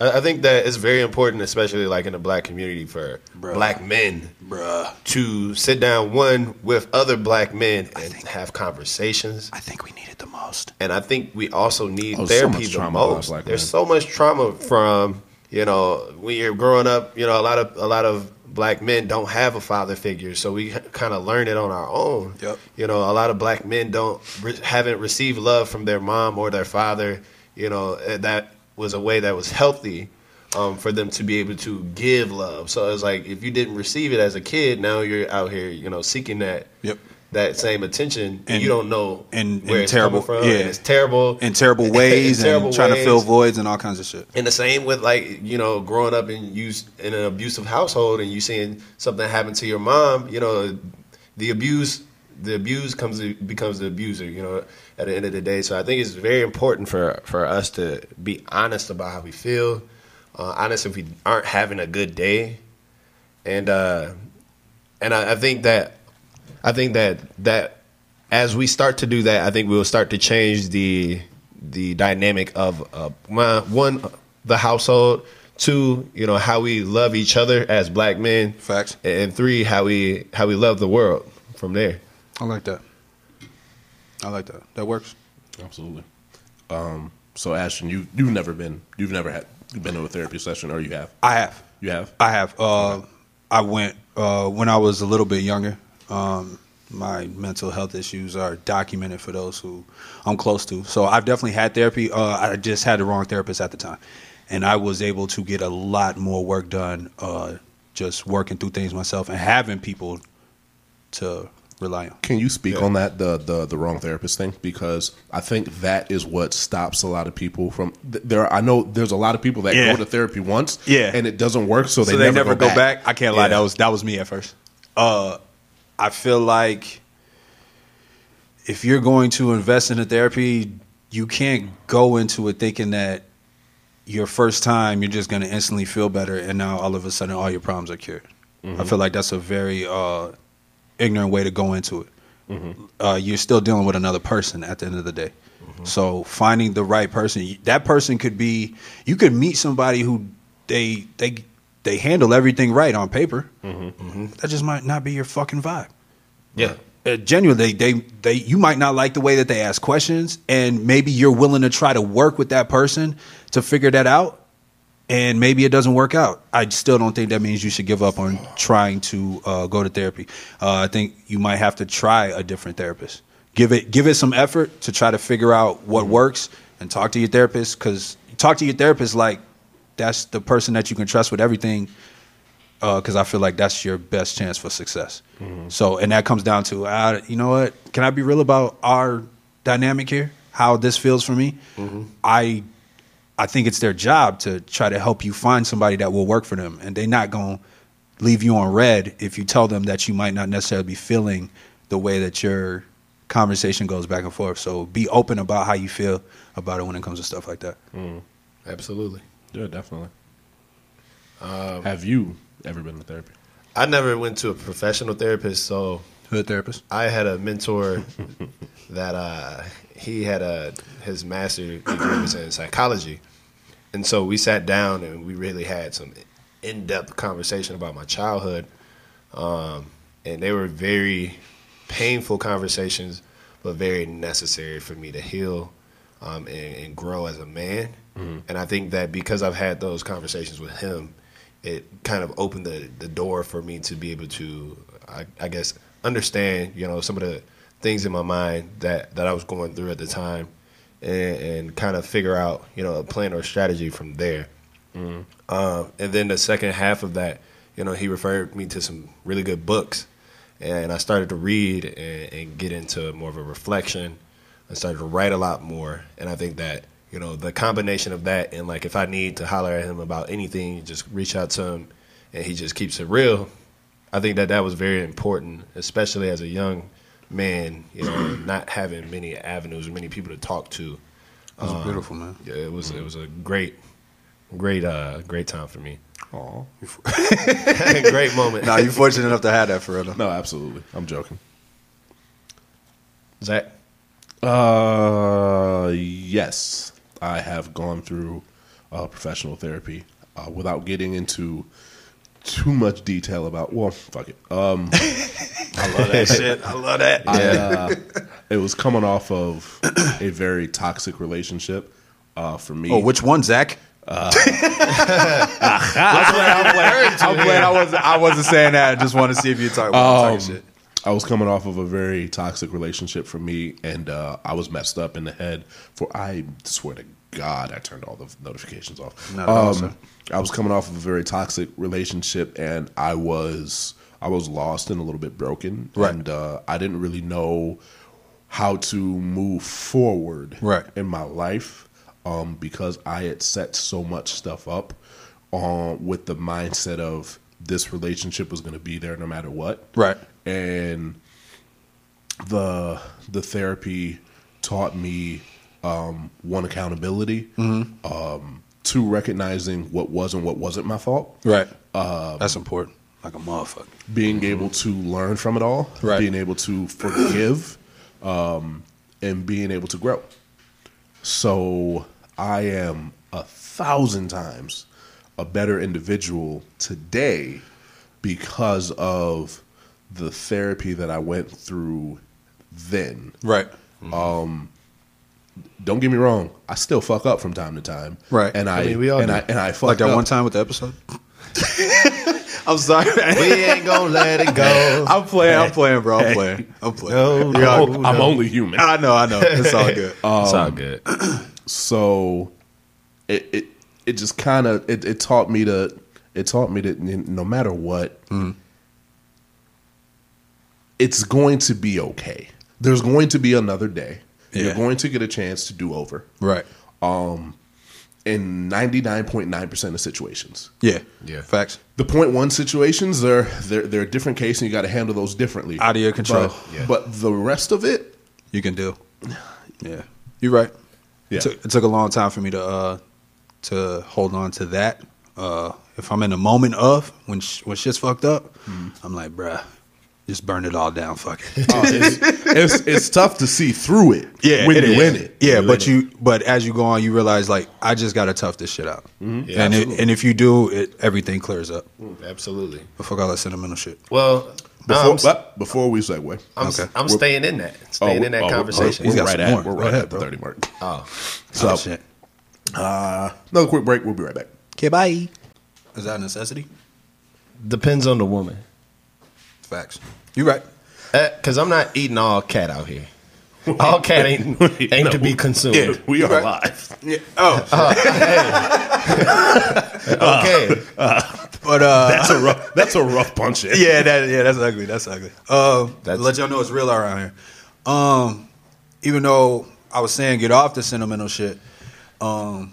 Speaker 4: I I think that it's very important, especially like in the black community, for
Speaker 2: Bruh.
Speaker 4: black men
Speaker 2: Bruh,
Speaker 4: to sit down one with other black men and have conversations.
Speaker 2: I think we need it the most.
Speaker 4: And I think we also need
Speaker 3: Oh, so
Speaker 4: therapy
Speaker 3: much
Speaker 4: the
Speaker 3: trauma about
Speaker 4: most.
Speaker 3: black
Speaker 4: There's
Speaker 3: men.
Speaker 4: so much trauma from you know when you're growing up. You know a lot of a lot of black men don't have a father figure, so we kind of learn it on our own.
Speaker 2: Yep.
Speaker 4: You know a lot of black men don't re- haven't received love from their mom or their father. You know and that was a way that was healthy. Um, for them to be able to give love, so it's like if you didn't receive it as a kid, now you're out here, you know, seeking that
Speaker 2: Yep.
Speaker 4: that same attention, and,
Speaker 2: And-
Speaker 4: you don't know
Speaker 2: and-
Speaker 4: where
Speaker 2: and
Speaker 4: it's
Speaker 2: terrible-
Speaker 4: coming from. and
Speaker 2: yeah.
Speaker 4: it's terrible
Speaker 2: In terrible ways
Speaker 4: In
Speaker 2: and
Speaker 4: terrible
Speaker 2: trying to fill
Speaker 4: ways.
Speaker 2: voids and all kinds of shit.
Speaker 4: And the same with like you know growing up in you in an abusive household and you seeing something happen to your mom, you know the abuse the abuse comes becomes the abuser, you know at the end of the day. So I think it's very important for for us to be honest about how we feel, uh, honest if we aren't having a good day, and uh, and I, I think that I think that that as we start to do that, I think we will start to change the the dynamic of uh, my, one the household, two you know how we love each other as black men,
Speaker 2: Facts.
Speaker 4: and three how we how we love the world from there.
Speaker 2: I like that. I like that. That works.
Speaker 3: Absolutely. Um, so Ashton, you you've never been you've never had you've been to a therapy session or you have
Speaker 2: I have.
Speaker 3: you have
Speaker 2: I have. Uh, I went uh, when I was a little bit younger. Um, my mental health issues are documented for those who I'm close to. So I've definitely had therapy. Uh, I just had the wrong therapist at the time, and I was able to get a lot more work done uh, just working through things myself and having people to rely on.
Speaker 3: Can you speak on that the, the the wrong therapist thing? Because I think that is what stops a lot of people from th- there. I know there's a lot of people that
Speaker 2: Yeah.
Speaker 3: go to therapy once,
Speaker 2: Yeah.
Speaker 3: and it doesn't work, so they,
Speaker 2: so they never, go, back. I can't lie,
Speaker 3: Yeah.
Speaker 2: that was that was me at first. Uh, I feel like if you're going to invest in a therapy, you can't go into it thinking that your first time you're just going to instantly feel better, and now all of a sudden all your problems are cured. I feel like that's a very uh, ignorant way to go into it. Uh, you're still dealing with another person at the end of the day. So finding the right person, that person could be you could meet somebody who they they they handle everything right on paper. Mm-hmm. That just might not be your fucking vibe.
Speaker 4: Yeah,
Speaker 2: Uh, genuinely, they they you might not like the way that they ask questions, and maybe you're willing to try to work with that person to figure that out. And maybe it doesn't work out. I still don't think that means you should give up on trying to uh, go to therapy. Uh, I think you might have to try a different therapist. Give it give it some effort to try to figure out what works, and talk to your therapist because talk to your therapist like that's the person that you can trust with everything because uh, I feel like that's your best chance for success. So, and that comes down to, uh, you know what? Can I be real about our dynamic here? How this feels for me? I, I think it's their job to try to help you find somebody that will work for them, and they're not gonna leave you on red if you tell them that you might not necessarily be feeling the way that your conversation goes back and forth. So, be open about how you feel about it when it comes to stuff like that.
Speaker 3: Mm.
Speaker 4: absolutely.
Speaker 3: Yeah, definitely. have you ever been to therapy?
Speaker 4: I never went to a professional therapist, so
Speaker 2: Hood therapist.
Speaker 4: I had a mentor that uh, he had a his master degree was in psychology, and so we sat down and we really had some in depth conversation about my childhood, um, and they were very painful conversations, but very necessary for me to heal um, and, and grow as a man. And I think that because I've had those conversations with him, it kind of opened the, the door for me to be able to, I, I guess, understand, you know, some of the things in my mind that, that I was going through at the time and, and kind of figure out, you know, a plan or strategy from there. Uh, and then the second half of that, you know, he referred me to some really good books, and I started to read and, and get into more of a reflection. I started to write a lot more, and I think that you know the combination of that and like if I need to holler at him about anything, just reach out to him, and he just keeps it real. I think that that was very important, especially as a young man, you know, not having many avenues or many people to talk to.
Speaker 2: It was beautiful, man.
Speaker 4: Yeah, it was it was a great, great, uh, great time for me.
Speaker 2: Aw.
Speaker 4: great moment.
Speaker 2: Nah, you fortunate enough to have that for real. though.
Speaker 3: No, absolutely. I'm joking.
Speaker 4: Zach,
Speaker 3: Uh, yes, I have gone through uh, professional therapy uh, without getting into too much detail about. Well, fuck it. Um,
Speaker 2: I love that shit. I love that.
Speaker 3: I, uh, it was coming off of a very toxic relationship uh, for me.
Speaker 2: Oh, which one, Zach?
Speaker 3: I'm glad, I'm glad I wasn't.
Speaker 2: I wasn't saying that. I just want to see if you talk about
Speaker 3: Um, I was coming off of a very toxic relationship for me, and uh, I was messed up in the head. For I swear to God, I turned all the notifications off.
Speaker 2: Not at all, sir.
Speaker 3: um, I was coming off of a very toxic relationship, and I was I was lost and a little bit broken,
Speaker 2: Right.
Speaker 3: and uh, I didn't really know how to move forward
Speaker 2: Right.
Speaker 3: in my life um, because I had set so much stuff up on with the mindset of this relationship was going to be there no matter what
Speaker 2: Right.
Speaker 3: and the the therapy taught me um, one accountability, um, two recognizing what was and what wasn't my fault,
Speaker 2: Right. That's important. Um, Like a motherfucker.
Speaker 3: being able to learn from it all,
Speaker 2: Right.
Speaker 3: being able to forgive, um, and being able to grow. So I am a thousand times a better individual today because of the therapy that I went through then.
Speaker 2: Right.
Speaker 3: Don't get me wrong, I still fuck up from time to time.
Speaker 2: Right.
Speaker 3: And I,
Speaker 4: I mean, we all
Speaker 3: and
Speaker 4: do.
Speaker 3: I and I fuck
Speaker 2: Like that
Speaker 3: up.
Speaker 2: one time with the episode. I'm sorry.
Speaker 4: we ain't gonna let it go.
Speaker 2: I'm playing. I'm playing, bro. I'm playing. I'm playing.
Speaker 4: No,
Speaker 2: We all-
Speaker 4: no.
Speaker 3: I'm only human.
Speaker 2: I know. I know. It's all good.
Speaker 4: it's all good.
Speaker 3: so it it, it just kind of it, it taught me to it taught me that n- no matter what it's going to be okay there's going to be another day
Speaker 2: Yeah.
Speaker 3: you're going to get a chance to do over
Speaker 2: Right.
Speaker 3: in 99.9% of situations
Speaker 2: Yeah.
Speaker 4: Yeah.
Speaker 2: Facts.
Speaker 3: the point one situations they're they're, they're a different case and you got to handle those differently
Speaker 2: Out of your control.
Speaker 3: but,
Speaker 4: Yeah.
Speaker 3: but the rest of it
Speaker 2: You can do. Yeah. You're right.
Speaker 3: Yeah.
Speaker 2: It, took, it took a long time for me to uh to hold on to that. Uh if I'm in a moment of when sh- when shit's fucked up, I'm like, bruh, just burn it all down, fuck it.
Speaker 3: uh, it's, it's, it's tough to see through it when
Speaker 2: it
Speaker 3: you
Speaker 2: is.
Speaker 3: win it
Speaker 2: Yeah,
Speaker 3: When
Speaker 2: but
Speaker 3: you win it.
Speaker 2: you but as you go on, you realize like I just gotta tough this shit out.
Speaker 3: Mm-hmm.
Speaker 4: Yeah,
Speaker 2: and it,
Speaker 4: absolutely.
Speaker 2: and if you do, it everything clears up.
Speaker 4: Absolutely.
Speaker 2: But fuck all that sentimental shit.
Speaker 4: Well, no,
Speaker 3: before,
Speaker 4: I'm, s-
Speaker 3: but before we segue
Speaker 4: Um, I'm, s-
Speaker 2: Okay.
Speaker 4: I'm
Speaker 3: We're-
Speaker 4: staying in that, staying in that
Speaker 3: we're-
Speaker 4: conversation.
Speaker 2: oh, He's
Speaker 3: We're,
Speaker 2: got
Speaker 3: right
Speaker 2: some more.
Speaker 3: at, we're
Speaker 2: Go
Speaker 3: right
Speaker 2: ahead,
Speaker 3: at the
Speaker 2: bro.
Speaker 3: 30 mark.
Speaker 4: oh,
Speaker 3: So,
Speaker 2: Oh, shit.
Speaker 3: another quick break. We'll be right back.
Speaker 2: Okay, bye. Is that a necessity?
Speaker 4: depends on the woman.
Speaker 2: Facts. You're right.
Speaker 4: Because I'm not eating all cat out here. All cat ain't ain't to be consumed.
Speaker 2: Yeah.
Speaker 3: We are
Speaker 2: Right.
Speaker 3: live.
Speaker 2: Yeah. Oh,
Speaker 4: Okay.
Speaker 2: but uh
Speaker 3: That's a rough, that's a rough punch in.
Speaker 2: yeah, that yeah, that's ugly. That's ugly. Uh,
Speaker 4: That's-
Speaker 2: let y'all know it's real around here. Um, even though I was saying get off the sentimental shit, um,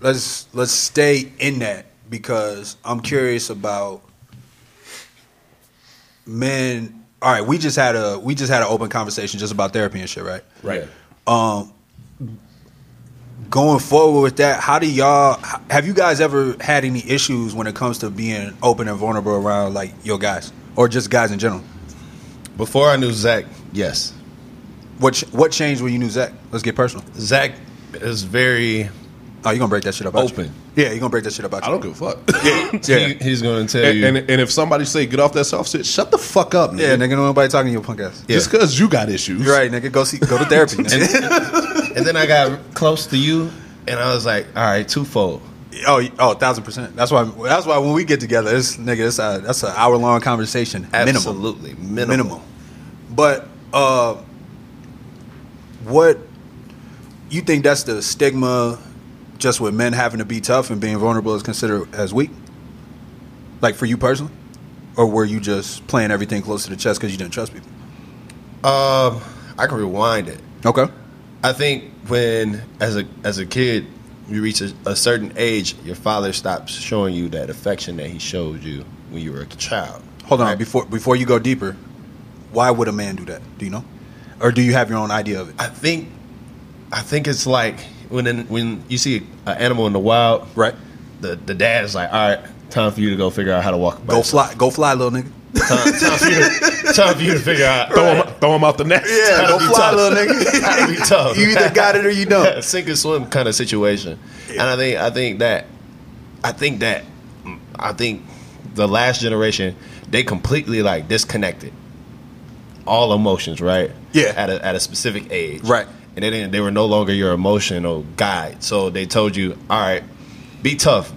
Speaker 2: let's let's stay in that because I'm curious about men. All right, we just had a we just had an open conversation just about therapy and shit, right?
Speaker 3: Right.
Speaker 2: um, going forward with that, how do y'all have you guys ever had any issues when it comes to being open and vulnerable around like your guys or just guys in general?
Speaker 4: Before I knew Zach, yes,
Speaker 2: What ch- what changed when you knew Zach? Let's get personal.
Speaker 4: Zach is very
Speaker 2: Oh, you gonna break that shit up? about you.
Speaker 4: Open.
Speaker 2: Yeah, you gonna break that shit up? about
Speaker 3: I
Speaker 2: you.
Speaker 3: don't give a fuck.
Speaker 2: Yeah.
Speaker 4: He, he's going to tell
Speaker 3: and,
Speaker 4: you.
Speaker 3: and, and if somebody say, get off that soft shit, shut the fuck up, nigga.
Speaker 2: Yeah, nigga, don't nobody talking to your punk ass.
Speaker 3: Just because you got issues.
Speaker 2: You're right, nigga. Go see, go to therapy. nigga.
Speaker 4: and then I got close to you, and I was like, all right, twofold.
Speaker 2: oh, y- oh, thousand percent. That's why. That's why when we get together, it's nigga. It's a, that's an hour long conversation. Minimum.
Speaker 4: Absolutely, minimum.
Speaker 2: minimum. But uh, what you think that's the stigma just with men having to be tough and being vulnerable is considered as weak? Like for you personally, or were you just playing everything close to the chest because you didn't trust people?
Speaker 4: Um, I can rewind it.
Speaker 2: Okay.
Speaker 4: I think when as a as a kid you reach a, a certain age, your father stops showing you that affection that he showed you when you were a child.
Speaker 2: Hold on
Speaker 4: Right?
Speaker 2: before before you go deeper. Why would a man do that? Do you know, or do you have your own idea of it?
Speaker 4: I think I think it's like when in, when you see an animal in the wild,
Speaker 2: Right.
Speaker 4: the the dad is like, all right, time for you to go figure out how to walk. by
Speaker 2: Go
Speaker 4: yourself."
Speaker 2: fly, go fly, little nigga.
Speaker 4: Time, time for you to, time for you to figure out.
Speaker 3: Throw, him, throw him out the nest.
Speaker 4: Gotta
Speaker 2: go
Speaker 4: be
Speaker 2: fly,
Speaker 4: tough.
Speaker 2: little nigga.
Speaker 4: Gotta be tough.
Speaker 2: You either got it or you don't.
Speaker 4: Sink or swim kind of situation. And I think I think that I think that I think the last generation they completely like disconnected all emotions, right?
Speaker 2: Yeah.
Speaker 4: At a, at a specific age,
Speaker 2: Right.
Speaker 4: And they didn't. They were no longer your emotional guide. So they told you, all right, be tough.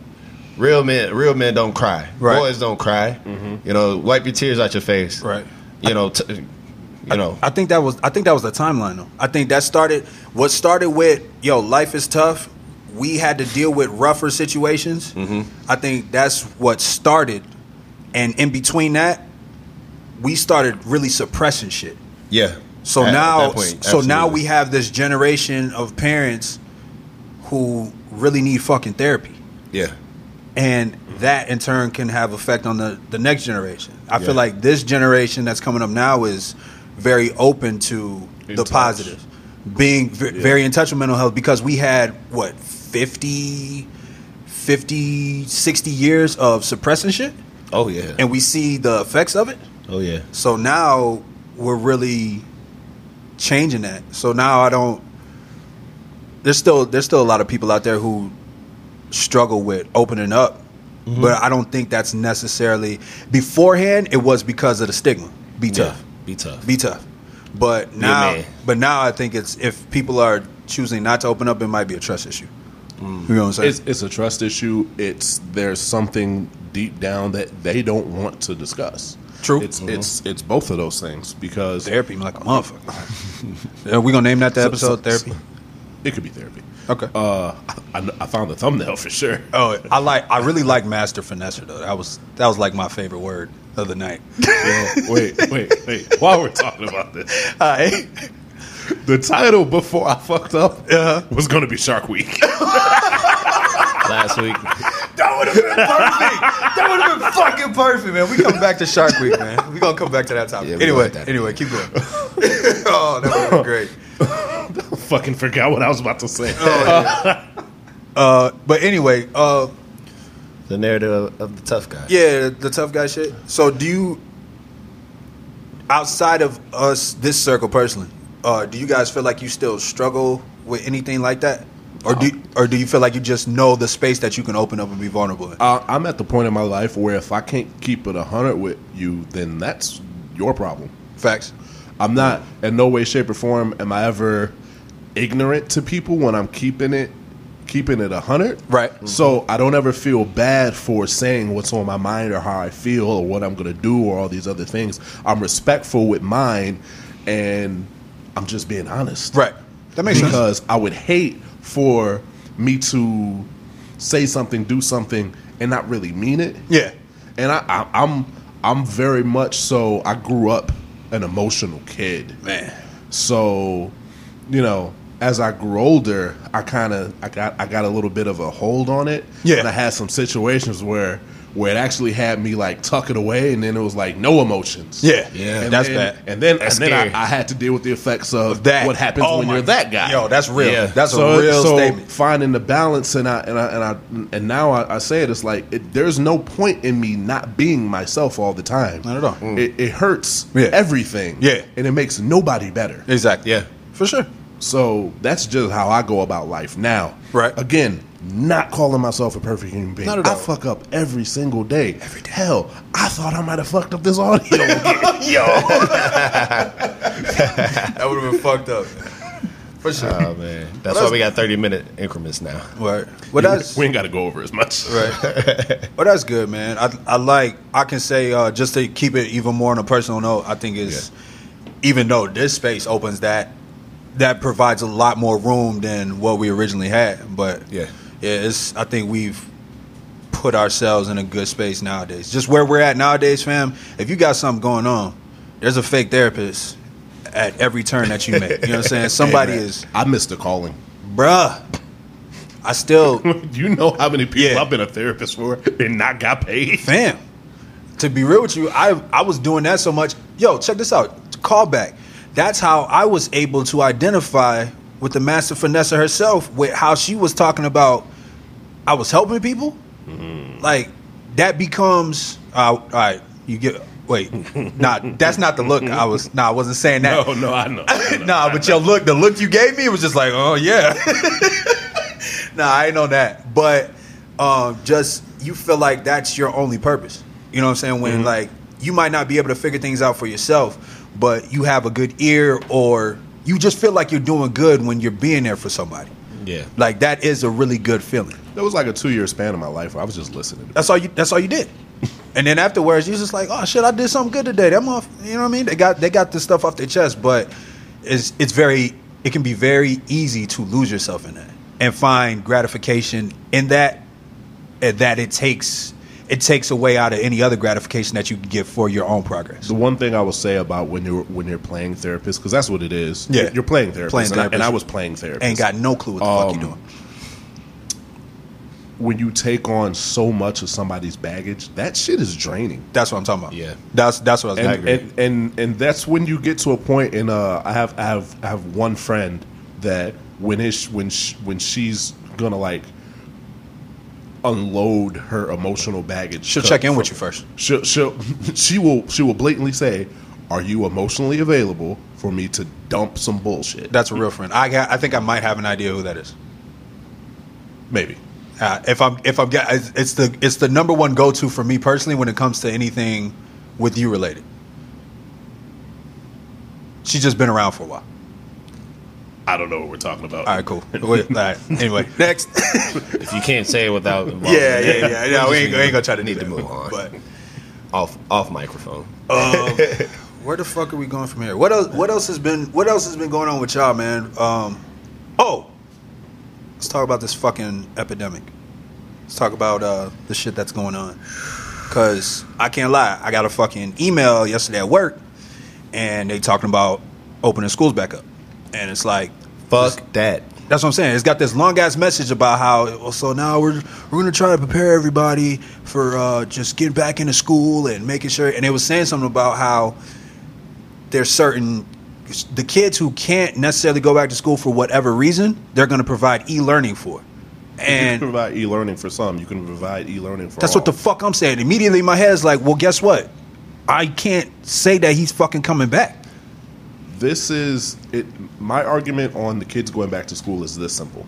Speaker 4: Real men, real men don't cry.
Speaker 2: Right. Mm-hmm.
Speaker 4: Boys don't cry. You know, wipe your tears out your face.
Speaker 2: Right.
Speaker 4: You know, t- you know.
Speaker 2: I think that was I think that was the timeline though. I think that started what started with yo life is tough. We had to deal with rougher situations.
Speaker 4: Mm-hmm.
Speaker 2: I think that's what started, and in between that, we started really suppressing shit.
Speaker 4: Yeah.
Speaker 2: So
Speaker 4: At- at
Speaker 2: now,
Speaker 4: that point,
Speaker 2: so now
Speaker 4: absolutely.
Speaker 2: we have this generation of parents who really need fucking therapy,
Speaker 4: yeah.
Speaker 2: and that in turn can have effect on the the next generation. I
Speaker 4: Yeah.
Speaker 2: feel like this generation that's coming up now is very open to the
Speaker 4: touch.
Speaker 2: positive, being v- very in touch with mental health because we had what 50, 50, 60 years of suppressing shit,
Speaker 4: Oh yeah.
Speaker 2: and we see the effects of it.
Speaker 4: oh yeah.
Speaker 2: So now we're really changing that. So now I don't. There's still there's still a lot of people out there who struggle with opening up,
Speaker 3: Mm-hmm.
Speaker 2: but I don't think that's necessarily beforehand. It was because of the stigma. Be tough.
Speaker 4: Be tough.
Speaker 2: Be tough. But now,
Speaker 4: man.
Speaker 2: but now I think it's if people are choosing not to open up, it might be a trust issue. You know what I'm saying?
Speaker 3: Mm. It's, it's a trust issue. It's there's something deep down that they don't want to discuss.
Speaker 2: True.
Speaker 3: It's it's it's both of those things because
Speaker 2: therapy, like a motherfucker. Are we gonna name that the
Speaker 3: So- so-
Speaker 2: episode? Therapy.
Speaker 3: it could be therapy.
Speaker 2: Okay.
Speaker 3: Uh, I, I found the thumbnail for sure.
Speaker 2: Oh, I like I really like master finesser though. That was that was like my favorite word of the night.
Speaker 3: Yo, wait, wait, wait. While we're talking about this, the title before I fucked up
Speaker 2: Uh-huh.
Speaker 3: was going to be Shark Week.
Speaker 4: Last week.
Speaker 2: that would have been perfect. That would have been fucking perfect, man. We come back to Shark Week, man. We gonna come back to that topic.
Speaker 4: Yeah, we
Speaker 2: anyway,
Speaker 4: like that.
Speaker 2: anyway, keep going. oh, that would have been great. Oh,
Speaker 3: Fucking forgot what I was about to say.
Speaker 2: Uh, but anyway, uh,
Speaker 4: The narrative of, of the tough guy.
Speaker 2: yeah, the tough guy shit. So do you, outside of us, this circle personally, uh, do you guys feel like you still struggle with anything like that? Or do, or do you feel like you just know the space that you can open up and be vulnerable in?
Speaker 3: uh, I'm at the point in my life where if I can't keep it hundred with you, then that's your problem.
Speaker 2: Facts.
Speaker 3: I'm not in no way, shape, or form am I ever ignorant to people when I'm keeping it keeping it a hundred.
Speaker 2: Right.
Speaker 3: So I don't ever feel bad for saying what's on my mind or how I feel or what I'm gonna do or all these other things. I'm respectful with mine and I'm just being honest.
Speaker 2: Right. That makes sense.
Speaker 3: because I would hate for me to say something, do something, and not really mean it
Speaker 2: Yeah.
Speaker 3: and I, I I'm I'm very much so I grew up an emotional kid.
Speaker 2: Man.
Speaker 3: So, you know, as I grew older, I kind of I got I got a little bit of a hold on it.
Speaker 2: Yeah.
Speaker 3: and I had some situations where where it actually had me like tuck it away, and then it was like no emotions.
Speaker 2: Yeah.
Speaker 4: Yeah.
Speaker 3: And
Speaker 2: That's
Speaker 3: then,
Speaker 2: bad.
Speaker 3: And then
Speaker 4: That's
Speaker 3: and then
Speaker 4: scary.
Speaker 3: I, I had to deal with the effects of
Speaker 2: That.
Speaker 3: what happens
Speaker 2: Oh
Speaker 3: when
Speaker 2: my-
Speaker 3: you're that guy.
Speaker 2: Yo, that's real.
Speaker 4: Yeah.
Speaker 2: That's
Speaker 3: So-
Speaker 2: a real
Speaker 3: so
Speaker 2: statement.
Speaker 3: Finding the balance, and I and I and I and now I, I say it. It's like it, there's no point in me not being myself all the time.
Speaker 2: Not at all.
Speaker 3: It, it hurts
Speaker 2: Yeah.
Speaker 3: everything.
Speaker 2: Yeah.
Speaker 3: and it makes nobody better.
Speaker 2: Exactly.
Speaker 4: Yeah.
Speaker 2: For sure.
Speaker 3: So that's just how I go about life now.
Speaker 2: Right.
Speaker 3: Again, not calling myself a perfect human being.
Speaker 2: Not at all.
Speaker 3: I fuck up every single day. Every day. Hell, I thought I might have fucked up this audio. again.
Speaker 2: That would have been fucked up. Uh, For sure.
Speaker 4: Oh man. That's why we got 30 minute increments now.
Speaker 2: right. Well, that's
Speaker 3: we ain't got to go over as much.
Speaker 2: right. Well, that's good, man. I I like. I can say uh, just to keep it even more on a personal note. I think is even though this space opens that that provides a lot more room than what we originally had, but
Speaker 4: Yeah.
Speaker 2: yeah, it's. I think we've put ourselves in a good space nowadays. Just where we're at nowadays, fam. If you got something going on, there's a fake therapist at every turn that you make. You know what I'm saying? Somebody
Speaker 3: Hey, man,
Speaker 2: is,
Speaker 3: I missed the calling.
Speaker 2: bruh. I still,
Speaker 3: Do you know how many people
Speaker 2: Yeah.
Speaker 3: I've been a therapist for and not got paid?
Speaker 2: fam. To be real with you, I I was doing that so much. Yo, check this out. Callback. That's how I was able to identify with the master Vanessa herself with how she was talking about. I was helping people. Like that becomes. Uh, all right, you get. Wait, nah, that's not the look. I was. Nah, I wasn't saying that.
Speaker 3: Oh, No, no, I know. I know.
Speaker 2: nah, but your look, the look you gave me was just like, oh yeah. nah, I ain't on that. But um, just you feel like that's your only purpose. You know what I'm saying? When like you might not be able to figure things out for yourself, but you have a good ear, or you just feel like you're doing good when you're being there for somebody.
Speaker 1: Yeah.
Speaker 2: Like that is a really good feeling.
Speaker 3: There was like a two year span of my life where I was just listening.
Speaker 2: That's all you. That's all you did. And then afterwards, you're just like, oh shit, I did something good today. That month, you know what I mean? They got they got this stuff off their chest, but it's it's very it can be very easy to lose yourself in that and find gratification in that and that it takes it takes away out of any other gratification that you can get for your own progress.
Speaker 3: The one thing I will say about when you're when you're playing therapist because that's what it is.
Speaker 2: Yeah.
Speaker 3: You're- you're playing therapist,
Speaker 2: Playing
Speaker 3: and, I, and
Speaker 2: therapist.
Speaker 3: I was playing therapist.
Speaker 2: Ain't got no clue what the fuck
Speaker 3: Um,
Speaker 2: you doing.
Speaker 3: when you take on so much of somebody's baggage, that shit is draining.
Speaker 2: That's what I'm talking about.
Speaker 1: Yeah.
Speaker 2: that's that's what I was.
Speaker 3: and, and and and that's when you get to a point in uh I have I have I have one friend that when ish when sh when she's gonna like unload her emotional baggage
Speaker 2: She'll
Speaker 3: co-
Speaker 2: check in with
Speaker 3: from-
Speaker 2: you first.
Speaker 3: she'll, she'll she will she will blatantly say are you emotionally available for me to dump some bullshit
Speaker 2: That's a real friend. I got, I think I might have an idea who that is.
Speaker 3: maybe
Speaker 2: Uh, if I'm if I'm get- it's it's the it's the number one go to for me personally when it comes to anything with you related. She's just been around for a while.
Speaker 3: I don't know what we're talking about
Speaker 2: All right, cool. Wait, all right. Anyway, next.
Speaker 1: If you can't say it without involving
Speaker 2: yeah, yeah,
Speaker 1: it,
Speaker 2: yeah. No, we ain't, we ain't gonna try to do
Speaker 4: Need to
Speaker 2: that.
Speaker 4: move on.
Speaker 2: But
Speaker 4: off off microphone.
Speaker 2: where the fuck are we going from here? What else? What else has been? What else has been going on with y'all, man? Um, oh, let's talk about this fucking epidemic. Let's talk about uh, the shit that's going on. Cause I can't lie, I got a fucking email yesterday at work, and they talking about opening schools back up, and it's like.
Speaker 1: Fuck that.
Speaker 2: That's what I'm saying. It's got this long ass message about how well, so now we're we're gonna try to prepare everybody for uh, just getting back into school and making sure. And they was saying something about how there's certain the kids who can't necessarily go back to school for whatever reason, they're gonna provide e-learning for.
Speaker 3: you can
Speaker 2: And
Speaker 3: provide e-learning for some you can provide e-learning for
Speaker 2: that's
Speaker 3: all.
Speaker 2: what the fuck I'm saying. Immediately, my head's like, well, guess what? I can't say that he's fucking coming back.
Speaker 3: this is it my argument on the kids going back to school is this simple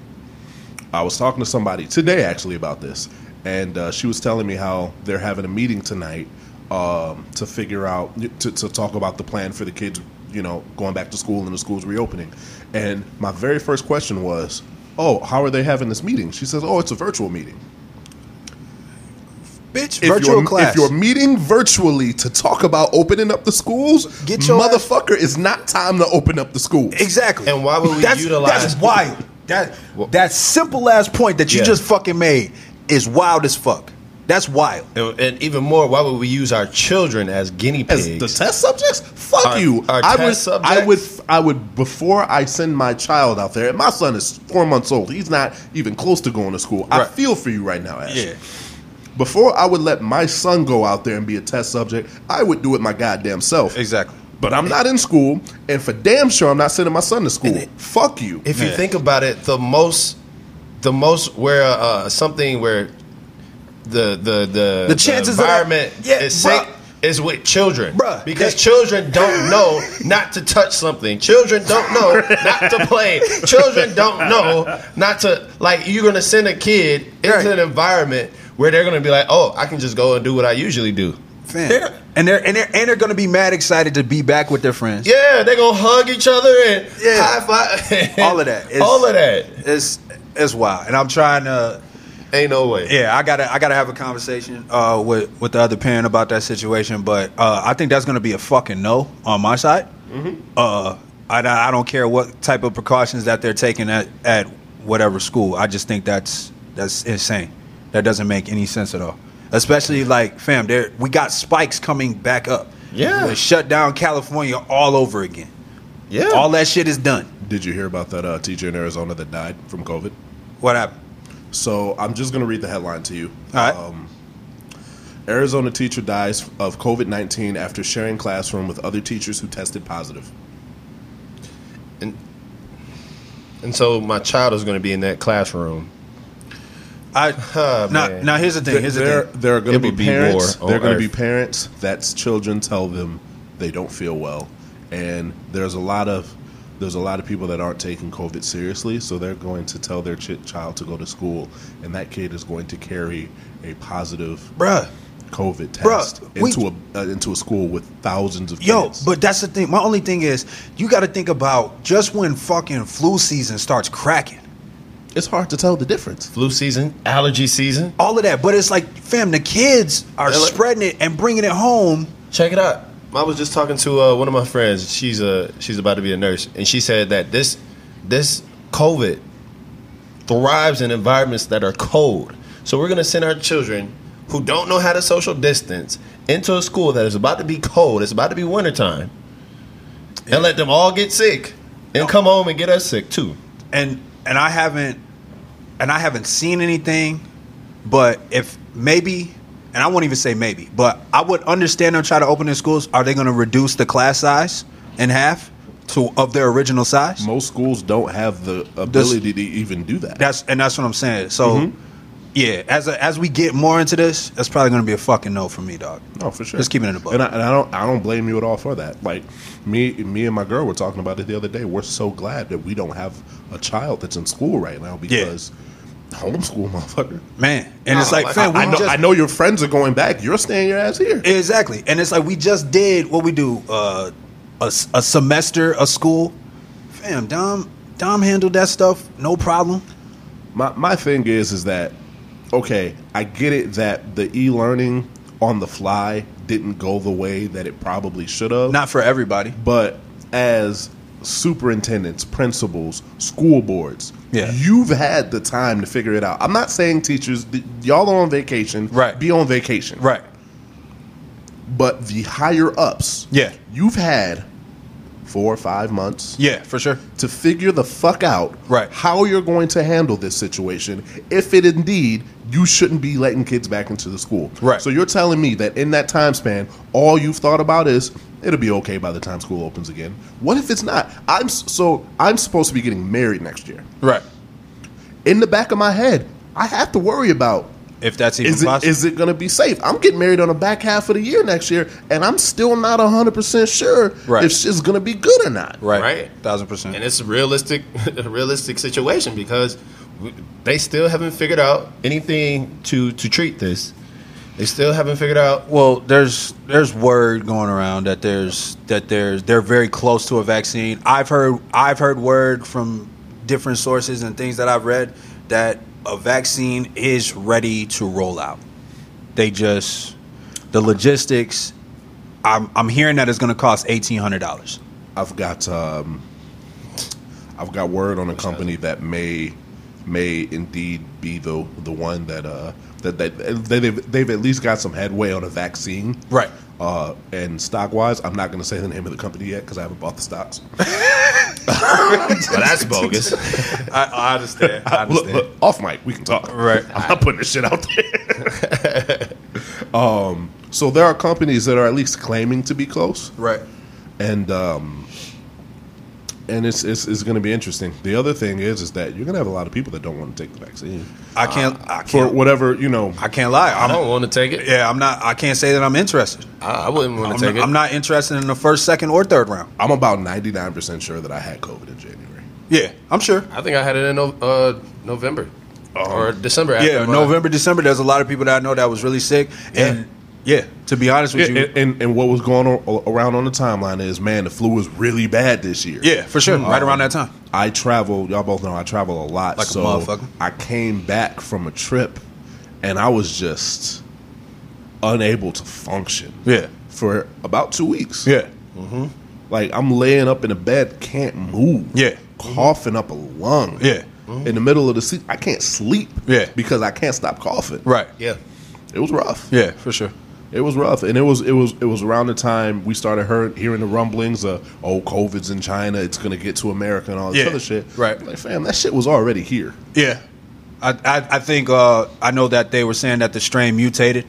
Speaker 3: i was talking to somebody today actually about this and uh, she was telling me how they're having a meeting tonight um, to figure out to, to talk about the plan for the kids you know going back to school and the schools reopening and my very first question was oh how are they having this meeting she says oh it's a virtual meeting
Speaker 2: Bitch,
Speaker 3: if
Speaker 2: virtual
Speaker 3: you're,
Speaker 2: class.
Speaker 3: If you're meeting virtually to talk about opening up the schools,
Speaker 2: Get your ass-
Speaker 3: motherfucker, it's not time to open up the schools.
Speaker 2: Exactly.
Speaker 4: And why would we
Speaker 2: that's,
Speaker 4: utilize-
Speaker 2: That's wild. That that simple ass point that you
Speaker 4: Yeah.
Speaker 2: just fucking made is wild as fuck. That's wild.
Speaker 4: And, and even more, why would we use our children as guinea
Speaker 3: As
Speaker 4: pigs?
Speaker 3: the test subjects? Fuck
Speaker 4: Our-
Speaker 3: you.
Speaker 4: our
Speaker 3: I
Speaker 4: test
Speaker 3: would I
Speaker 4: subjects?
Speaker 3: would I would before I send my child out there, and my son is four months old. He's not even close to going to school. I
Speaker 2: Right.
Speaker 3: feel for you right now, Ash. Before I would let my son go out there and be a test subject, I would do it my goddamn self.
Speaker 2: Exactly.
Speaker 3: But I'm not in school, and for damn sure I'm not sending my son to school. Fuck you.
Speaker 4: if you
Speaker 2: Yeah.
Speaker 4: think about it, the most, the most where uh, something where the the the,
Speaker 2: chances of that-
Speaker 4: environment
Speaker 2: Yeah,
Speaker 4: is
Speaker 2: bruh.
Speaker 4: safe is with children,
Speaker 2: Bruh,
Speaker 4: because
Speaker 2: they-
Speaker 4: children don't know not to touch something. Children don't know not to play. Children don't know not to like. You're gonna send a kid into
Speaker 2: Right.
Speaker 4: an environment where they're gonna be like, oh, I can just go and do what I usually do.
Speaker 2: Fam. And they're and they're and they're gonna be mad excited to be back with their friends.
Speaker 4: Yeah, they gonna hug each other and
Speaker 2: Yeah.
Speaker 4: high five.
Speaker 2: All of that. It's-
Speaker 4: all of that.
Speaker 2: It's it's wild. And I'm trying to
Speaker 4: Ain't no way.
Speaker 2: Yeah, I gotta I gotta have a conversation uh, with with the other parent about that situation, but uh, I think that's gonna be a fucking no on my side. Uh, I, don't- I don't care what type of precautions that they're taking at, at whatever school. I just think that's That's insane. That doesn't make any sense at all. Especially like, fam, there we got spikes coming back up.
Speaker 1: Yeah.
Speaker 2: They shut down California all over again.
Speaker 1: Yeah.
Speaker 2: All that shit is done.
Speaker 3: Did you hear about that uh, teacher in Arizona that died from COVID?
Speaker 2: What happened?
Speaker 3: So I'm just going to read the headline to you. Um,
Speaker 2: All right.
Speaker 3: Arizona teacher dies of COVID 19 after sharing classroom with other teachers who tested positive.
Speaker 4: And, and so my child is going to be in that classroom.
Speaker 2: I
Speaker 4: Oh,
Speaker 2: now,
Speaker 4: man.
Speaker 2: now here's the thing. Here's
Speaker 3: There,
Speaker 2: the thing.
Speaker 3: there are going
Speaker 4: It
Speaker 3: to
Speaker 4: would
Speaker 3: be
Speaker 4: be
Speaker 3: parents.
Speaker 4: war on
Speaker 3: There are going to be
Speaker 4: Earth.
Speaker 3: parents that's children tell them they don't feel well, and there's a lot of there's a lot of people that aren't taking COVID seriously, so they're going to tell their ch- child to go to school, and that kid is going to carry a positive
Speaker 2: Bruh.
Speaker 3: COVID
Speaker 2: Bruh,
Speaker 3: test
Speaker 2: we-
Speaker 3: into a uh, into a school with thousands of
Speaker 2: Yo,
Speaker 3: kids.
Speaker 2: but that's the thing. My only thing is, you got to think about just when fucking flu season starts cracking,
Speaker 3: it's hard to tell the difference.
Speaker 4: Flu season, allergy season.
Speaker 2: all of that. But it's like, fam, the kids are
Speaker 4: Yeah, like-
Speaker 2: spreading it and bringing it home.
Speaker 4: Check it out. I was just talking to uh, one of my friends. She's a she's about to be a nurse, and she said that this this COVID thrives in environments that are cold. So we're gonna send our children who don't know how to social distance into a school that is about to be cold. It's about to be wintertime, and let them all get sick, and come home and get us sick too.
Speaker 2: and and I haven't and I haven't seen anything, but if maybe and I won't even say maybe, but I would understand them try to open their schools. Are they going to reduce the class size in half to of their original size?
Speaker 3: Most schools don't have the ability to even do that.
Speaker 2: That's and that's what I'm saying. So yeah, as a, as we get more into this, that's probably going to be a fucking no for me, dog.
Speaker 3: No, for sure.
Speaker 2: Just keeping it in the book.
Speaker 3: And I, and I don't, I don't blame you at all for that. Like me, me and my girl were talking about it the other day. We're so glad that we don't have a child that's in school right now because homeschool, motherfucker.
Speaker 2: Man, and it's
Speaker 4: Oh,
Speaker 2: like,
Speaker 4: like,
Speaker 2: fam, we
Speaker 3: I know,
Speaker 2: just
Speaker 3: I know your friends are going back. You're staying your ass here.
Speaker 2: Exactly, and it's like we just did what we do uh, a, s- a semester of school. Fam, Dom Dom handled that stuff no problem.
Speaker 3: My my thing is is that okay, I get it that the e-learning on the fly didn't go the way that it probably should have.
Speaker 2: Not for everybody.
Speaker 3: but as superintendents, principals, school boards,
Speaker 2: Yeah.
Speaker 3: you've had the time to figure it out. I'm not saying teachers, th- y'all are on vacation,
Speaker 2: Right.
Speaker 3: Be on vacation,
Speaker 2: Right.
Speaker 3: But the higher ups,
Speaker 2: Yeah.
Speaker 3: you've had four or five months,
Speaker 2: Yeah, for sure.
Speaker 3: to figure the fuck out
Speaker 2: Right.
Speaker 3: how you're going to handle this situation if it indeed you shouldn't be letting kids back into the school.
Speaker 2: Right.
Speaker 3: So you're telling me that in that time span, all you've thought about is it'll be okay by the time school opens again. What if it's not? I'm s- so I'm supposed to be getting married next year.
Speaker 2: Right.
Speaker 3: In the back of my head, I have to worry about
Speaker 2: If that's even
Speaker 3: is it,
Speaker 2: possible.
Speaker 3: is it going to be safe? I'm getting married on the back half of the year next year, and I'm still not 100% sure
Speaker 2: Right.
Speaker 3: if shit's going to be good or not.
Speaker 2: right.
Speaker 4: Right.
Speaker 2: Thousand percent.
Speaker 4: and it's a realistic, a realistic situation because we, they still haven't figured out anything to to treat this. They still haven't figured out.
Speaker 2: well, there's there's word going around that there's that there's they're very close to a vaccine. I've heard I've heard word from different sources and things that I've read that a vaccine is ready to roll out. They just the logistics. I'm I'm hearing that it's going to cost eighteen hundred dollars.
Speaker 3: I've got um, I've got word on a company that may may indeed be the the one that uh that that they, they've they've at least got some headway on a vaccine,
Speaker 2: Right.
Speaker 3: Uh, and stock wise, I'm not going to say the name of the company yet because I haven't bought the stocks.
Speaker 4: Well, that's bogus.
Speaker 2: I, I understand. I
Speaker 3: look, look, off mic, we can talk.
Speaker 2: Right.
Speaker 3: I'm not putting this shit out there. um, so there are companies that are at least claiming to be close.
Speaker 2: Right.
Speaker 3: and um, and it's it's, it's going to be interesting. The other thing is is that you're going to have a lot of people that don't want to take the vaccine
Speaker 2: I can't. I
Speaker 3: for
Speaker 2: can't.
Speaker 3: whatever you know.
Speaker 2: I can't lie.
Speaker 4: I
Speaker 2: I'm,
Speaker 4: don't want to take it.
Speaker 2: yeah, I'm not. I can't say that I'm interested.
Speaker 4: I, I wouldn't want
Speaker 2: I'm,
Speaker 4: to take it.
Speaker 2: I'm not interested in the first, second, or third round.
Speaker 3: I'm about 99 percent sure that I had COVID in January.
Speaker 2: Yeah, I'm sure.
Speaker 4: I think I had it in no, uh, November or December. After
Speaker 2: Oh. Yeah,
Speaker 4: mine.
Speaker 2: November, December. There's a lot of people that I know that was really sick, and yeah, to be honest with
Speaker 3: And,
Speaker 2: you,
Speaker 3: and and what was going on around on the timeline is man, the flu was really bad this year.
Speaker 2: yeah, for sure, right around that time.
Speaker 3: I travel. Y'all both know I travel a lot.
Speaker 2: Like a
Speaker 3: so
Speaker 2: motherfucker.
Speaker 3: I came back from a trip, and I was just unable to function.
Speaker 2: Yeah.
Speaker 3: for about two weeks.
Speaker 2: Yeah,
Speaker 3: Like I'm laying up in a bed, can't move.
Speaker 2: Yeah.
Speaker 3: Coughing up a lung.
Speaker 2: yeah.
Speaker 3: in the middle of the season. I can't sleep
Speaker 2: Yeah.
Speaker 3: because I can't stop coughing.
Speaker 2: Right.
Speaker 4: Yeah.
Speaker 3: It was rough.
Speaker 2: Yeah, for sure.
Speaker 3: It was rough, and it was it was it was around the time we started heard, hearing the rumblings of oh, COVID's in China, it's gonna get to America and all this
Speaker 2: Yeah,
Speaker 3: other shit.
Speaker 2: right.
Speaker 3: like fam, that shit was already here.
Speaker 2: Yeah, I I, I think uh, I know that they were saying that the strain mutated.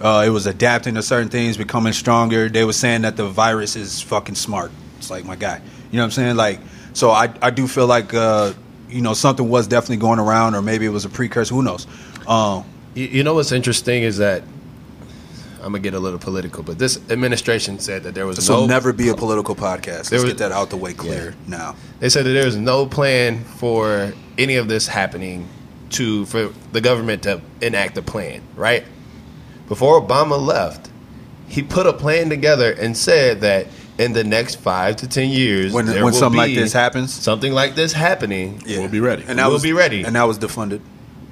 Speaker 2: Uh, it was adapting to certain things, becoming stronger. They were saying that the virus is fucking smart. It's like my guy, you know what I'm saying? Like, so I I do feel like uh, you know something was definitely going around, or maybe it was a precursor. Who knows? Um,
Speaker 4: You, you know what's interesting is that I'm gonna get a little political, but this administration said that there was
Speaker 2: this
Speaker 4: no
Speaker 2: will never be a political podcast. Let's
Speaker 4: There was-
Speaker 2: get that out the way clear now.
Speaker 4: They said that there was no plan for any of this happening to for the government to enact a plan, right? Before Obama left, he put a plan together and said that in the next five to ten years,
Speaker 2: When-
Speaker 4: there
Speaker 2: when
Speaker 4: will
Speaker 2: something like
Speaker 4: be
Speaker 2: this happens?
Speaker 4: something like this happening,
Speaker 2: Yeah.
Speaker 3: We'll be ready.
Speaker 2: And that
Speaker 4: We'll
Speaker 2: was,
Speaker 4: be ready.
Speaker 2: And that was defunded.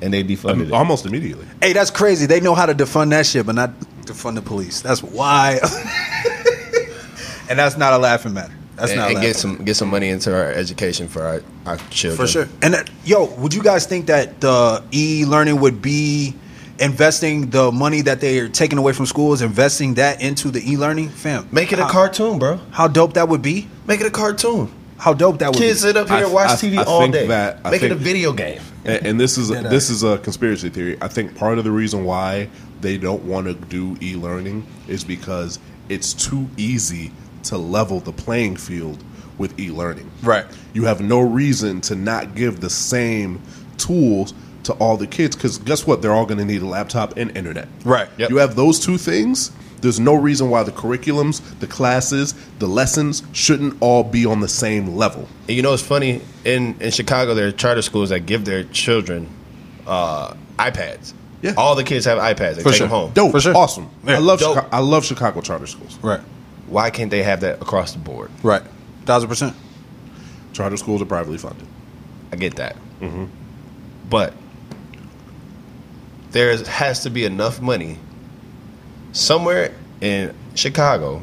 Speaker 4: and they defunded it.
Speaker 3: Almost immediately.
Speaker 2: Hey, that's crazy. They know how to defund that shit, but not defund the police. That's why. and that's not a laughing matter. That's
Speaker 4: and,
Speaker 2: not a
Speaker 4: and get
Speaker 2: laughing
Speaker 4: some get some money into our education for our, our children.
Speaker 2: for sure. And that, yo, would you guys think that the e-learning would be investing the money that they are taking away from schools, investing that into the e-learning, fam?
Speaker 4: Make it a
Speaker 2: how,
Speaker 4: cartoon, bro.
Speaker 2: How dope that would be.
Speaker 4: Make it a cartoon.
Speaker 2: How dope that would
Speaker 4: Kids
Speaker 2: be.
Speaker 4: sit up here
Speaker 3: I-
Speaker 4: and watch
Speaker 3: I-
Speaker 4: TV
Speaker 3: I
Speaker 4: all
Speaker 3: think
Speaker 4: day.
Speaker 3: that- I
Speaker 4: Make it a
Speaker 3: think-
Speaker 4: video game.
Speaker 3: And, and this is
Speaker 2: Dead
Speaker 3: this is a conspiracy theory. I think part of the reason why they don't want to do e-learning is because it's too easy to level the playing field with e-learning.
Speaker 2: Right.
Speaker 3: You have no reason to not give the same tools to all the kids because guess what? They're all going to need a laptop and internet.
Speaker 2: Right. Yep.
Speaker 3: You have those two things. There's no reason why the curriculums, the classes, the lessons shouldn't all be on the same level.
Speaker 4: And you know, it's funny in in Chicago, there are charter schools that give their children uh, iPads.
Speaker 3: Yeah.
Speaker 4: all the kids have iPads. They
Speaker 2: For
Speaker 4: take
Speaker 2: sure.
Speaker 4: them home.
Speaker 3: Dope.
Speaker 2: For sure.
Speaker 3: Awesome.
Speaker 2: Yeah.
Speaker 3: I love
Speaker 4: Dope.
Speaker 3: Chica- I love Chicago charter schools.
Speaker 2: Right.
Speaker 4: Why can't they have that across the board?
Speaker 2: Right. Thousand percent.
Speaker 3: Charter schools are privately funded.
Speaker 4: I get that, but there is- has to be enough money somewhere in Chicago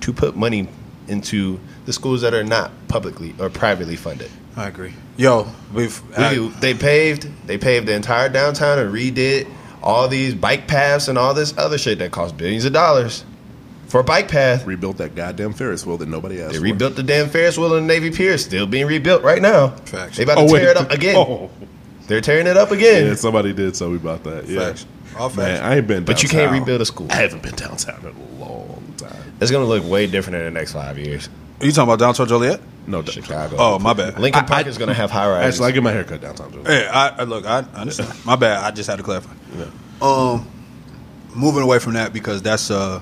Speaker 4: to put money into the schools that are not publicly or privately funded.
Speaker 2: I agree. Yo, we've
Speaker 4: We, they paved they paved the entire downtown and redid all these bike paths and all this other shit that cost billions of dollars for a bike path.
Speaker 3: Rebuilt that goddamn Ferris wheel that nobody asked
Speaker 4: They
Speaker 3: for.
Speaker 4: rebuilt the damn Ferris wheel in the Navy Pier, still being rebuilt right now.
Speaker 2: Facts.
Speaker 4: They about to
Speaker 3: Oh,
Speaker 4: tear
Speaker 3: wait.
Speaker 4: it up again.
Speaker 3: Oh.
Speaker 4: They're tearing it up again.
Speaker 3: Yeah, somebody did so we bought that. Yeah.
Speaker 2: Facts. All facts.
Speaker 3: Man, I ain't been
Speaker 4: but you can't
Speaker 3: downtown.
Speaker 4: rebuild a school.
Speaker 3: I haven't been downtown in a long time.
Speaker 4: It's gonna look way different in the next five years.
Speaker 2: Are you talking about downtown Joliet?
Speaker 3: No,
Speaker 4: Chicago.
Speaker 2: Oh, my bad.
Speaker 4: Lincoln Park is gonna have high rises.
Speaker 3: Actually, I get my hair cut downtown. Joe.
Speaker 2: Hey, I, I look, I, I understand. My bad. I just had to clarify. Um, moving away from that because that's uh,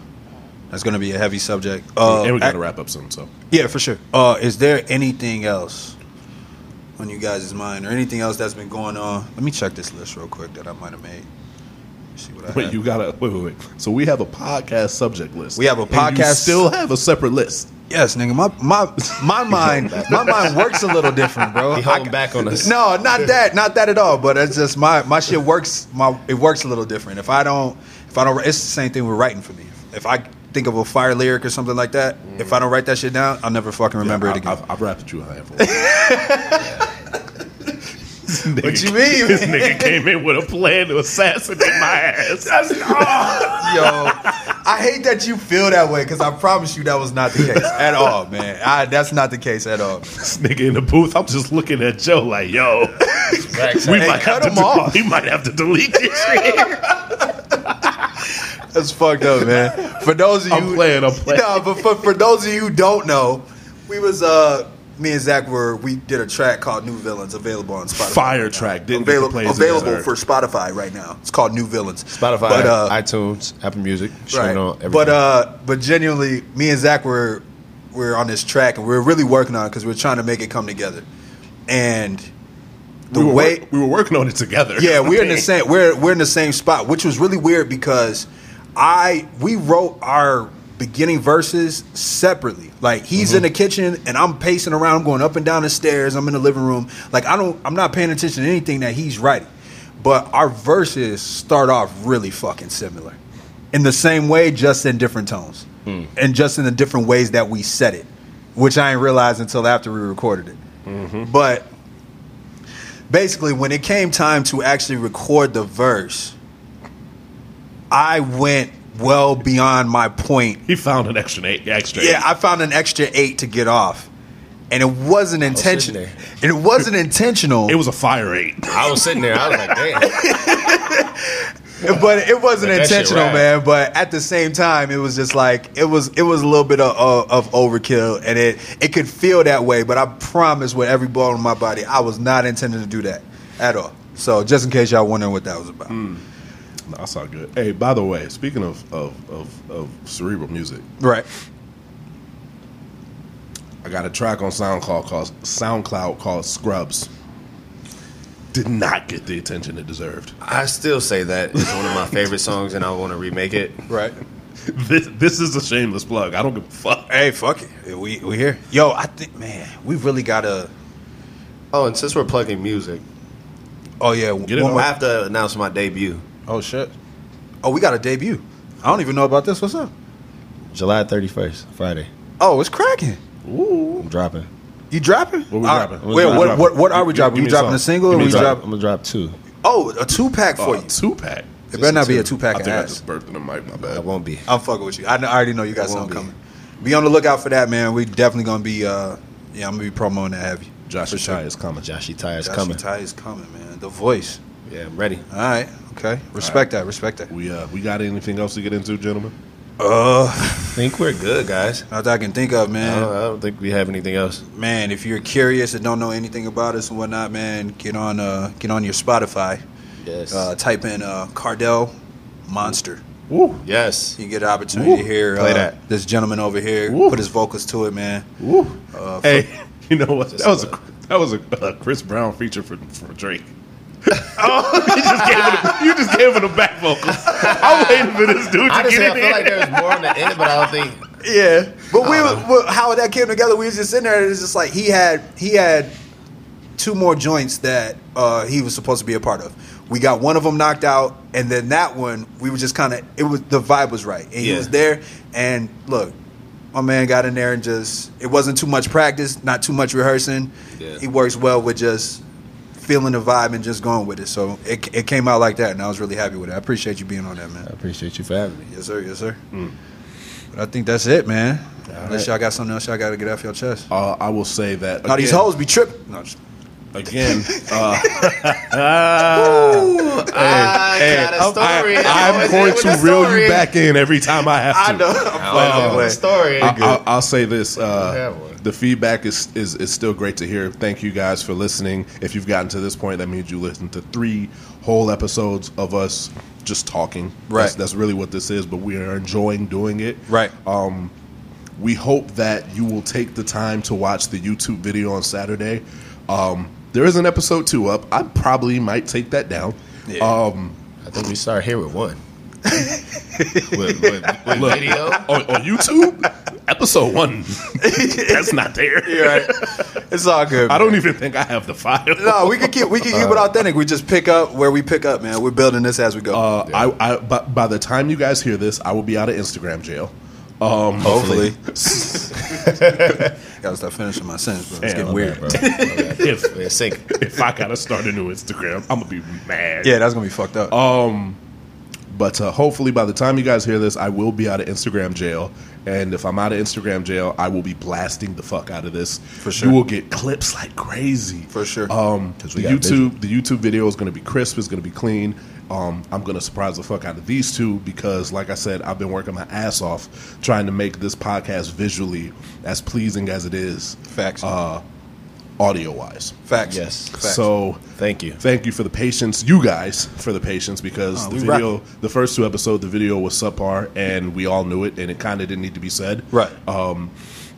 Speaker 2: that's gonna be a heavy subject. Uh,
Speaker 3: and we got to
Speaker 2: ac-
Speaker 3: wrap up soon, so.
Speaker 2: Yeah, for sure. Uh, is there anything else on you guys' mind or anything else that's been going on? Let me check this list real quick that I might have made. See what I
Speaker 3: Wait,
Speaker 2: had.
Speaker 3: you gotta wait, wait, wait. So we have a podcast subject list.
Speaker 2: We have a
Speaker 3: And you
Speaker 2: podcast-
Speaker 3: still have a separate list.
Speaker 2: Yes, nigga. My my my mind my mind works a little different, bro.
Speaker 4: He holding
Speaker 2: I-
Speaker 4: back on us.
Speaker 2: No, not that, not that at all. But it's just my my shit works. My it works a little different. If I don't, if I don't, it's the same thing with writing for me. If I think of a fire lyric or something like that, if I don't write that shit down, I'll never fucking remember
Speaker 3: I,
Speaker 2: it again.
Speaker 3: I've, I've rapped you a handful. What
Speaker 2: you mean,
Speaker 3: This
Speaker 2: man?
Speaker 3: nigga came in with a plan to assassinate my ass.
Speaker 2: Yo, I hate that you feel that way because I promise you that was not the case at all, man. I, that's not the case at all.
Speaker 3: this nigga in the booth. I'm just looking at Joe like, yo, we
Speaker 2: Hey,
Speaker 3: might
Speaker 2: cut
Speaker 3: have to
Speaker 2: him
Speaker 3: de-
Speaker 2: off.
Speaker 3: we might have to delete this. shit.
Speaker 2: That's fucked up, man. For those of you,
Speaker 3: I'm playing, I'm playing.
Speaker 2: No, but for, for those of you who don't know, we was uh, me and Zach were we did a track called New Villains available on Spotify.
Speaker 3: Fire track didn't get the
Speaker 2: available
Speaker 3: plays it
Speaker 2: available
Speaker 3: deserved.
Speaker 2: for Spotify right now. It's called New Villains.
Speaker 4: Spotify,
Speaker 2: but, uh,
Speaker 4: iTunes, Apple Music,
Speaker 2: right.
Speaker 4: streaming on
Speaker 2: but
Speaker 4: everything.
Speaker 2: uh, but genuinely, me and Zach were were on this track and we were really working on it because we were trying to make it come together. And the
Speaker 3: we were,
Speaker 2: way
Speaker 3: work- we were working on it together.
Speaker 2: yeah, we're in the same we're we're in the same spot, which was really weird because I we wrote our beginning verses separately. Like he's in the kitchen and I'm pacing around, I'm going up and down the stairs, I'm in the living room. Like I don't I'm not paying attention to anything that he's writing. But our verses start off really fucking similar. In the same way, just in different tones. And just in the different ways that we said it. Which I didn't realize until after we recorded it. But basically when it came time to actually record the verse, I went well beyond my point
Speaker 3: He found an extra eight. Extra
Speaker 2: yeah, I found an extra eight to get off, and it wasn't intentional.
Speaker 1: there.
Speaker 2: And it wasn't intentional,
Speaker 3: eight. It was a fire eight.
Speaker 4: I was sitting there. I was like, damn.
Speaker 2: but it wasn't
Speaker 4: That shit
Speaker 2: intentional,
Speaker 4: rad.
Speaker 2: man. But at the same time, it was just like it was it was a little bit of of, of overkill, and it it could feel that way. But I promise, with every bone in my body, I was not intending to do that at all. So just in case y'all wondering what that was about,
Speaker 3: no, that's all good. Hey, by the way, speaking of of, of of cerebral music,
Speaker 2: right?
Speaker 3: I got a track on SoundCloud called SoundCloud called Scrubs. Did not get the attention it deserved.
Speaker 4: I still say that it's one of my favorite songs, and I want to remake it.
Speaker 2: Right.
Speaker 3: This, this is a shameless plug. I don't give a fuck.
Speaker 2: Hey, fuck it. We we here. Yo, I think man, we really gotta.
Speaker 4: Oh, and since we're plugging music,
Speaker 2: Oh yeah,
Speaker 3: Get it
Speaker 2: one
Speaker 3: on.
Speaker 4: I
Speaker 2: more-
Speaker 4: have to announce my debut,
Speaker 2: Oh shit. Oh, we got a debut. I don't even know about this. What's up?
Speaker 1: July 31st, Friday.
Speaker 2: Oh, it's cracking.
Speaker 1: I'm dropping.
Speaker 2: You dropping?
Speaker 3: What we
Speaker 2: Uh,
Speaker 3: dropping?
Speaker 2: Wait,
Speaker 1: What we
Speaker 2: what,
Speaker 3: dropping?
Speaker 2: what what are we
Speaker 3: Give-
Speaker 2: dropping?
Speaker 3: give
Speaker 2: we
Speaker 3: me
Speaker 2: dropping
Speaker 3: some.
Speaker 2: a single or
Speaker 3: Give me
Speaker 2: we
Speaker 3: some.
Speaker 1: I'm
Speaker 2: drop?
Speaker 1: gonna drop two.
Speaker 2: Oh, a two pack for
Speaker 3: Uh,
Speaker 2: you.
Speaker 3: two pack.
Speaker 2: It better not be
Speaker 1: two.
Speaker 2: a two pack.
Speaker 3: I think I
Speaker 2: ass.
Speaker 3: just burped in the mic. My
Speaker 1: I
Speaker 3: bad.
Speaker 1: won't be.
Speaker 2: I'm fucking with you. I, kn- I already know you got
Speaker 1: It won't
Speaker 2: something
Speaker 1: be.
Speaker 2: coming. Be on the lookout for that, man. We definitely gonna be. uh Yeah, I'm gonna be promoting that heavy.
Speaker 3: Josh Ashai is coming.
Speaker 1: Joshy Ty is
Speaker 2: Josh
Speaker 1: coming.
Speaker 2: Ty is coming, man. The voice.
Speaker 1: Yeah, I'm ready.
Speaker 2: All right. Okay. Respect that. Respect that.
Speaker 3: We uh, we got anything else to get into, gentlemen?
Speaker 2: Uh,
Speaker 4: I think we're good, guys.
Speaker 2: not that I can think of,
Speaker 4: I
Speaker 2: man.
Speaker 4: don't, I don't think we have anything else.
Speaker 2: man, if you're curious and don't know anything about us and whatnot, man, get on uh, get on your Spotify.
Speaker 1: Yes.
Speaker 2: Uh, type in uh, Cardell Monster.
Speaker 3: Woo,
Speaker 4: Yes.
Speaker 2: You get an opportunity to
Speaker 3: Woo.
Speaker 2: hear uh,
Speaker 4: Play that.
Speaker 2: this gentleman over here
Speaker 3: Woo.
Speaker 2: put his vocals to it, man.
Speaker 3: woo.
Speaker 2: Uh,
Speaker 3: hey, you know what? That was a
Speaker 4: what?
Speaker 3: that was a uh, Chris Brown feature for for Drake. oh, you just gave it. A, you just gave it a back vocal. I'm waiting for this dude to
Speaker 4: Honestly, I
Speaker 3: get in
Speaker 4: feel
Speaker 3: here.
Speaker 4: like there's more on the end, but I don't think.
Speaker 2: Yeah, but we
Speaker 4: Uh-huh.
Speaker 2: were, how that came together. We was just sitting there, and it's just like he had he had two more joints that uh, he was supposed to be a part of. We got one of them knocked out, and then that one we were just kind of it was the vibe was right, and he
Speaker 4: Yeah.
Speaker 2: was there. And look, my man got in there and just it wasn't too much practice, not too much rehearsing.
Speaker 4: Yeah.
Speaker 2: He works well with just feeling the vibe and just going with it. So it it came out like that, and I was really happy with it. I appreciate you being on that, man.
Speaker 1: I appreciate you for having me.
Speaker 2: Yes, sir. Yes, sir. But I think that's it, man. Unless y'all got something else y'all got to get off your chest.
Speaker 3: Uh, I will say that
Speaker 2: Now these
Speaker 3: again-
Speaker 2: hoes be tripping. No, just-
Speaker 3: again. Uh, Ooh,
Speaker 4: I got Ah, a story. I
Speaker 3: am
Speaker 4: always
Speaker 3: uh, going
Speaker 4: end with
Speaker 3: to
Speaker 4: a
Speaker 3: reel
Speaker 4: story.
Speaker 3: you back in every time I have to.
Speaker 2: I know. I'm playing.
Speaker 4: Oh,
Speaker 2: I'm
Speaker 4: the
Speaker 2: playing.
Speaker 4: story.
Speaker 3: I, I'll, I'll say this: uh,
Speaker 4: have one.
Speaker 3: the feedback is, is is still great to hear. Thank you guys for listening. If you've gotten to this point, that means you listened to three whole episodes of us just talking.
Speaker 2: Right.
Speaker 3: That's, that's really what this is. But we are enjoying doing it.
Speaker 2: Right.
Speaker 3: Um, we hope that you will take the time to watch the YouTube video on Saturday. Um, there is an episode two up. I probably might take that down.
Speaker 2: Yeah.
Speaker 3: Um,
Speaker 4: I think we start here with one. with, with, with
Speaker 3: Look.
Speaker 4: video.
Speaker 3: on, on YouTube, episode one, that's not there.
Speaker 2: You're right. It's all good.
Speaker 3: I don't even think I have the file.
Speaker 2: No, we can keep we can keep it authentic. We just pick up where we pick up, man. We're building this as we go.
Speaker 3: Uh, I, I by, by the time you guys hear this, I will be out of Instagram jail. Um,
Speaker 2: hopefully, gotta stop finishing my sentence, bro. It's getting
Speaker 3: Damn,
Speaker 2: weird.
Speaker 3: if
Speaker 4: Yeah, sync.
Speaker 3: if I gotta start a new Instagram, I'm gonna be mad.
Speaker 2: Yeah, that's gonna be fucked up.
Speaker 3: But uh, hopefully, by the time you guys hear this, I will be out of Instagram jail. And if I'm out of Instagram jail, I will be blasting the fuck out of this. For
Speaker 2: sure.
Speaker 3: you will get clips like crazy.
Speaker 2: For sure.
Speaker 3: Um,
Speaker 1: 'Cause we
Speaker 3: the
Speaker 1: got
Speaker 3: YouTube, the YouTube video is going to be crisp. It's going to be clean. Um, I'm going to surprise the fuck out of these two because, like I said, I've been working my ass off trying to make this podcast visually as pleasing as it is,
Speaker 2: facts.
Speaker 3: audio wise.
Speaker 2: facts.
Speaker 1: yes.
Speaker 2: Facts.
Speaker 3: So
Speaker 1: Thank you.
Speaker 3: Thank you for the patience, you guys, for the patience because
Speaker 2: Oh,
Speaker 3: the
Speaker 2: we
Speaker 3: video, the first two episodes, the video was subpar, and we all knew it, and it kind of didn't need to be said.
Speaker 2: Right.
Speaker 3: Um,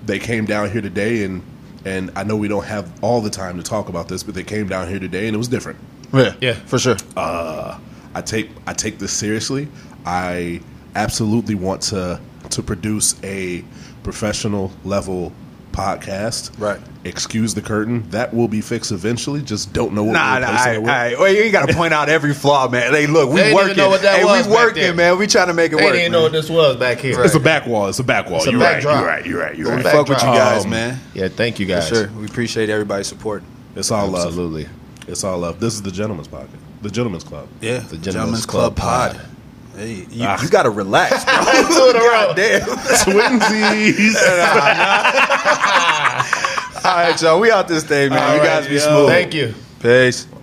Speaker 3: they came down here today, and and I know we don't have all the time to talk about this, but they came down here today, and it was different.
Speaker 2: yeah,
Speaker 4: Yeah.
Speaker 2: for sure.
Speaker 3: Uh, I take I take this seriously. I absolutely want to to produce a professional level podcast.
Speaker 2: Right.
Speaker 3: Excuse the curtain. That will be fixed eventually. Just don't know what
Speaker 2: Nah,
Speaker 3: we're
Speaker 2: nah,
Speaker 3: replacing
Speaker 2: I,
Speaker 3: it with.
Speaker 2: I, well, you ain't gotta point out every flaw, man. Hey, look, we
Speaker 4: They didn't even
Speaker 2: working.
Speaker 4: know what that
Speaker 2: hey,
Speaker 4: was
Speaker 2: we
Speaker 4: back
Speaker 2: working,
Speaker 4: then.
Speaker 2: man. We trying to make it
Speaker 4: They
Speaker 2: work.
Speaker 4: didn't
Speaker 2: man.
Speaker 4: know what this was back here.
Speaker 3: It's a back wall. It's a back wall.
Speaker 4: a
Speaker 3: You're
Speaker 4: back
Speaker 3: right.
Speaker 4: drop.
Speaker 3: You're right. You're right. You're
Speaker 2: We
Speaker 3: right.
Speaker 4: back
Speaker 2: fuck with you
Speaker 4: drop.
Speaker 2: guys,
Speaker 3: Um,
Speaker 2: man.
Speaker 4: Yeah, thank you
Speaker 2: For
Speaker 4: guys.
Speaker 2: sure. We appreciate everybody support.
Speaker 3: It's all love.
Speaker 1: Absolutely.
Speaker 3: It's all love. This is the gentleman's pocket. The gentleman's club.
Speaker 2: Yeah,
Speaker 1: The Gentleman's Club Pod.
Speaker 2: Hey, you, you gotta relax, bro.
Speaker 4: Two in a row.
Speaker 3: Twinsies.
Speaker 2: All right, y'all, we out this day, man.
Speaker 4: All
Speaker 2: you
Speaker 4: right,
Speaker 2: guys be
Speaker 4: yo.
Speaker 2: smooth.
Speaker 4: Thank you.
Speaker 2: Peace.